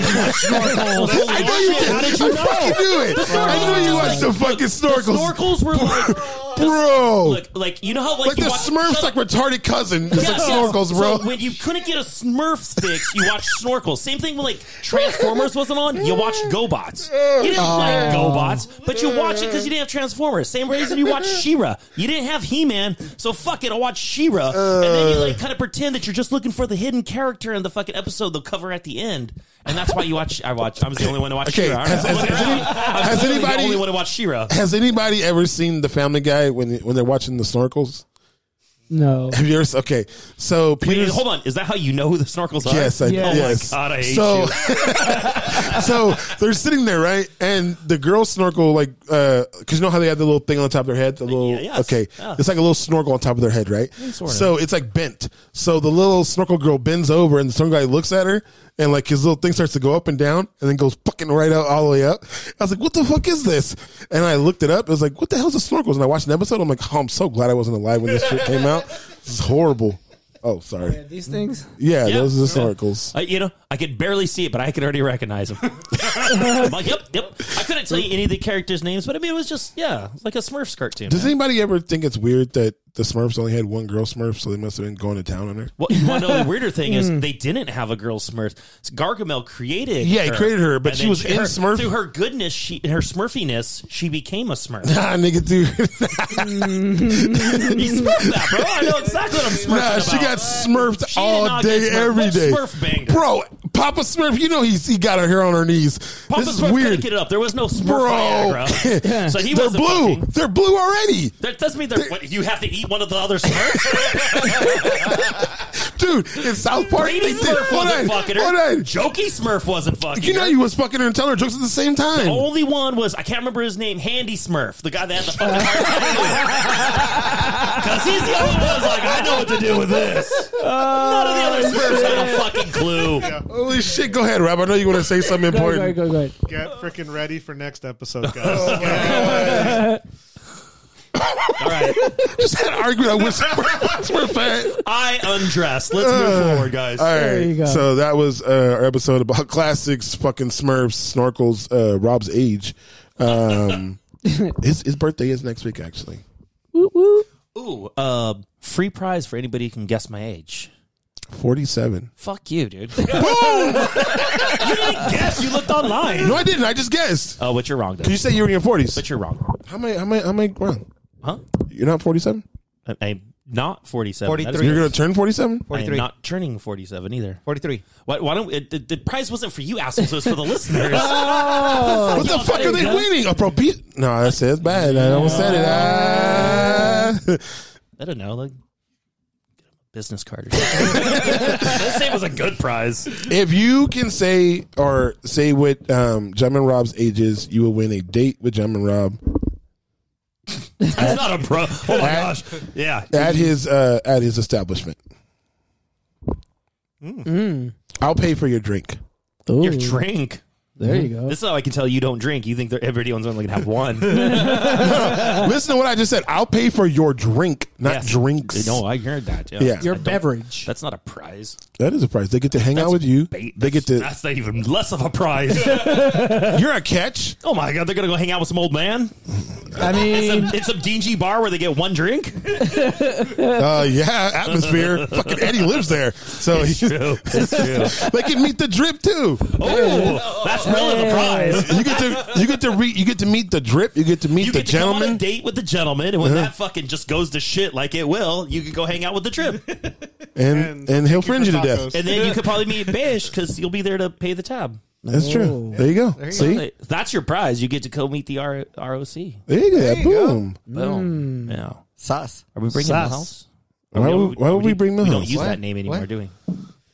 Speaker 6: I know you did. How did you
Speaker 3: I
Speaker 6: know?
Speaker 3: fucking knew it. I knew you watched the fucking
Speaker 6: The
Speaker 3: Snorkels,
Speaker 6: snorkels were like,
Speaker 3: bro.
Speaker 6: look, like, you know how like,
Speaker 3: like
Speaker 6: you
Speaker 3: the
Speaker 6: watch-
Speaker 3: Smurfs, like retarded cousin, just like
Speaker 6: Yes, yes.
Speaker 3: Snorkels, bro.
Speaker 6: So when you couldn't get a Smurfs fix, you watched Snorkels. Same thing with like Transformers wasn't on. You watched GoBots. You didn't like GoBots, but you watched it because you didn't have Transformers. Same reason you watched She-Ra. You didn't have He-Man, so fuck it. I'll watch She-Ra, and then you like kind of pretend that you're just looking for the hidden character in the fucking episode they'll cover at the end, and that's why you watch. I watch. I was the only one to watch
Speaker 3: Okay,
Speaker 6: She-Ra.
Speaker 3: has-
Speaker 6: I'm
Speaker 3: has-
Speaker 6: looking
Speaker 3: has
Speaker 6: around.
Speaker 3: any-
Speaker 6: I'm
Speaker 3: has
Speaker 6: clearly
Speaker 3: anybody-
Speaker 6: the only one to watch She-Ra?
Speaker 3: Has anybody ever seen the Family Guy when when they're watching the Snorkels?
Speaker 4: No.
Speaker 3: Have you ever? s- Okay, so
Speaker 6: Wait,
Speaker 3: Peter's.
Speaker 6: hold on. Is that how you know who the snorkels are?
Speaker 3: Yes, I,
Speaker 6: Oh
Speaker 3: yes.
Speaker 6: my god, I hate
Speaker 3: so,
Speaker 6: you.
Speaker 3: so they're sitting there, right? And the girls snorkel like because you know how they have the little thing on the top of their head, the little
Speaker 6: yes.
Speaker 3: okay,
Speaker 6: Yeah. Mm,
Speaker 3: it's like a little snorkel on top of their head, right?
Speaker 6: sort of.
Speaker 3: so it's like bent. So the little snorkel girl bends over, and the snorkel guy looks at her, and like his little thing starts to go up and down, and then goes fucking right out all the way up. I was like, "What the fuck is this?" And I looked it up. It was like, "What the hell's a snorkels?" And I watched an episode. I'm like, "Oh, I'm so glad I wasn't alive when this shit came out. This is horrible." Oh, sorry.
Speaker 4: These things.
Speaker 3: Yeah,
Speaker 6: Yeah.
Speaker 3: those are the
Speaker 6: Yeah.
Speaker 3: snorkels.
Speaker 6: I, you know, I could barely see it, but I could already recognize him. I'm like, yep, yep. I couldn't tell you any of the characters' names, but I mean, it was just yeah, it's like a Smurfs cartoon.
Speaker 3: Does
Speaker 6: man.
Speaker 3: anybody ever think it's weird that the Smurfs only had one girl Smurf, so they must have been going to town on her?
Speaker 6: Well, you want to know the weirder thing is they didn't have a girl Smurf. So Gargamel created.
Speaker 3: Yeah, he created her, but
Speaker 6: And
Speaker 3: she
Speaker 6: then
Speaker 3: was in
Speaker 6: her-
Speaker 3: Smurf-
Speaker 6: Through her goodness, she her Smurfiness, she became a Smurf.
Speaker 3: Nah, nigga, dude.
Speaker 6: You Smurf that, bro. I know exactly what I'm Smurfing
Speaker 3: Nah, she
Speaker 6: about.
Speaker 3: got smurfed
Speaker 6: She did
Speaker 3: all
Speaker 6: not get
Speaker 3: day,
Speaker 6: Smurfed.
Speaker 3: every
Speaker 6: What
Speaker 3: day.
Speaker 6: Smurf banged her?
Speaker 3: Bro, Papa Smurf, you know he's, he got her hair on her knees.
Speaker 6: Papa
Speaker 3: this
Speaker 6: Smurf
Speaker 3: is
Speaker 6: couldn't
Speaker 3: weird.
Speaker 6: get it up. There was no Smurf
Speaker 3: Bro,
Speaker 6: Viagra. So he
Speaker 3: they're
Speaker 6: wasn't
Speaker 3: blue.
Speaker 6: fucking.
Speaker 3: They're blue already.
Speaker 6: That doesn't mean they're, what, you have to eat one of the other Smurfs.
Speaker 3: Dude, in South Park, they
Speaker 6: Brady
Speaker 3: did.
Speaker 6: Smurf
Speaker 3: Hold on,
Speaker 6: wasn't fucking her.
Speaker 3: hold on.
Speaker 6: Jokey Smurf wasn't fucking
Speaker 3: You know
Speaker 6: her.
Speaker 3: you was fucking her and telling her jokes at the same time.
Speaker 6: Only one was I can't remember his name. Handy Smurf, the guy that had the fucking because he's the only one that's like I know what to do with this. None of the other Smurfs had a fucking clue.
Speaker 3: Holy shit, go ahead, Rob. I know you want to say something
Speaker 4: Go ahead,
Speaker 3: important.
Speaker 4: go ahead, go ahead.
Speaker 1: Get freaking ready for next episode,
Speaker 3: Oh,
Speaker 1: guys.
Speaker 6: All right,
Speaker 3: Just had an argument. I wish Smurf had.
Speaker 6: I undressed. Let's move forward, guys.
Speaker 3: Uh, All right.
Speaker 4: you go.
Speaker 3: So that was uh, our episode about classics, fucking Smurfs, snorkels, uh, Rob's age. Um, his, his birthday is next week, actually.
Speaker 6: Ooh, uh, free prize for anybody who can guess my age.
Speaker 3: 47.
Speaker 6: Fuck you, dude. you didn't guess. You looked online.
Speaker 3: No, I didn't. I just guessed.
Speaker 6: Oh, but you're wrong.
Speaker 3: You
Speaker 6: Though.
Speaker 3: said you were in your 40s.
Speaker 6: But you're wrong.
Speaker 3: How am I, how am I, how am I wrong?
Speaker 6: Huh?
Speaker 3: You're not 47?
Speaker 6: I- Uh, I'm not 47. That is
Speaker 9: 43.
Speaker 3: You're going to turn 47?
Speaker 6: I am
Speaker 9: 43.
Speaker 6: not turning 47 either.
Speaker 9: 43.
Speaker 6: Why, why don't it, the, the prize wasn't for you assholes? It was for the listeners.
Speaker 3: What the fuck are they winning? A pro beat? No, that's it. It's bad. I almost said it. Ah.
Speaker 6: I don't know. Like, business card. Or something. Let's say it was a good prize.
Speaker 3: If you can say or say what um, Jim and Rob's age is, you will win a date with Jim and Rob.
Speaker 6: That's not a pro. Oh my gosh. Yeah.
Speaker 3: at his uh, at his establishment. Mm. I'll pay for your drink.
Speaker 4: Ooh,
Speaker 6: Your drink.
Speaker 4: there you go.
Speaker 6: This is how I can tell you don't drink. You think that everyone's only going to have one.
Speaker 3: Listen to what I just said. I'll pay for your drink, not
Speaker 6: Yes.
Speaker 3: drinks.
Speaker 6: no, I heard that. Yeah.
Speaker 3: Yeah.
Speaker 4: Your
Speaker 6: I don't-
Speaker 4: beverage.
Speaker 6: That's not a prize.
Speaker 3: that is a prize. They get to hang out with you.
Speaker 6: Bait.
Speaker 3: They get to.
Speaker 6: That's not even less of a prize.
Speaker 3: You're a catch.
Speaker 6: oh my god, they're going to go hang out with some old man
Speaker 4: I mean,
Speaker 6: in some dingy bar where they get one drink.
Speaker 3: Uh, yeah, atmosphere. Fucking Eddie lives there, so he,
Speaker 6: True. It's true.
Speaker 3: they can meet the drip too.
Speaker 6: Oh, that's really the prize.
Speaker 3: You get to you get to re, you get to meet the drip. You get to meet
Speaker 6: you
Speaker 3: the
Speaker 6: get to Come on a
Speaker 3: gentleman. Uh-huh.
Speaker 6: date with the gentleman, and when that fucking just goes to shit like it will, you could go hang out with the trip, and
Speaker 3: and and he'll fringe you to death.
Speaker 6: then you could probably meet Bish because you'll be there to pay the tab.
Speaker 3: That's true. There you go. See,
Speaker 6: That's your prize. You get to go meet the R- ROC.
Speaker 3: there you go. Boom.
Speaker 6: Boom. Yeah.
Speaker 9: Sauce.
Speaker 6: Are we bringing
Speaker 4: Sus.
Speaker 6: Milhouse?
Speaker 3: Mm. Why would, why would we bring
Speaker 6: We don't
Speaker 3: Milhouse?
Speaker 6: use that name anymore, do we?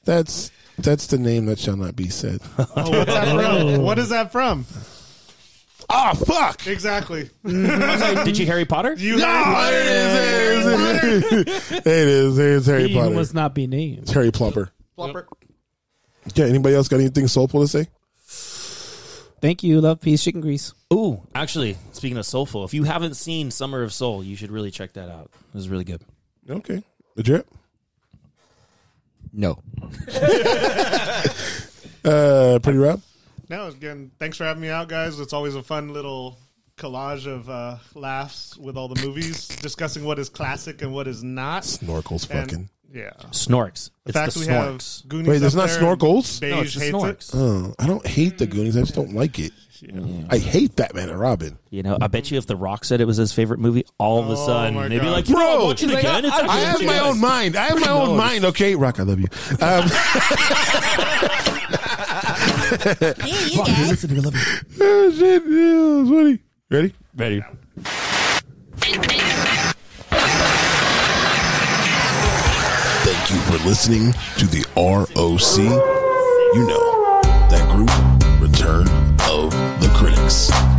Speaker 3: That's that's the name that shall not be said.
Speaker 1: Oh, what's that from? What is that from?
Speaker 3: Ah, fuck!
Speaker 1: Exactly.
Speaker 6: I'm sorry, did you Harry Potter?
Speaker 1: You
Speaker 3: Ah, there it is. There it is. There it is. There it is. Harry
Speaker 4: he who
Speaker 3: Potter.
Speaker 4: must not be named.
Speaker 3: It's Harry Plumper. Yeah. Anybody else got anything soulful to say?
Speaker 4: Thank you. Love, peace, chicken grease.
Speaker 6: Ooh, actually, speaking of Soulful, if you haven't seen Summer of Soul, you should really check that out. It was really good.
Speaker 3: Okay. The drip.
Speaker 9: No.
Speaker 3: Uh, pretty rap.
Speaker 1: No, again, thanks for having me out, guys. It's always a fun little collage of uh, laughs with all the movies, discussing what is classic and what is not.
Speaker 3: Snorkels,
Speaker 1: And-
Speaker 3: fucking.
Speaker 1: yeah.
Speaker 6: Snorks.
Speaker 1: The
Speaker 6: It's
Speaker 1: fact
Speaker 6: the
Speaker 1: we
Speaker 6: Snorks.
Speaker 1: have Goonies.
Speaker 3: Wait, there's not
Speaker 1: up there
Speaker 3: snorkels?
Speaker 1: and
Speaker 6: no,
Speaker 1: Beige
Speaker 6: it's the
Speaker 1: hates it.
Speaker 6: Snorks.
Speaker 3: Oh, I don't hate the Goonies. I just don't like it. I hate Batman and Robin.
Speaker 6: You know, I bet you if The Rock said it was his favorite movie, all of a
Speaker 1: Oh
Speaker 6: sudden
Speaker 1: my
Speaker 6: they'd be
Speaker 1: God.
Speaker 6: like, "You know,
Speaker 3: Bro,
Speaker 6: I watch it
Speaker 3: he's like,
Speaker 6: again." It's
Speaker 3: I have
Speaker 6: actually
Speaker 3: my
Speaker 6: good."
Speaker 3: own mind. I have my own mind. Okay, Rock, I love you. Um, oh, shit, yeah, that's funny. Ready?
Speaker 6: Ready?
Speaker 3: you for listening to the ROC. You know, that group, Return of the Critics.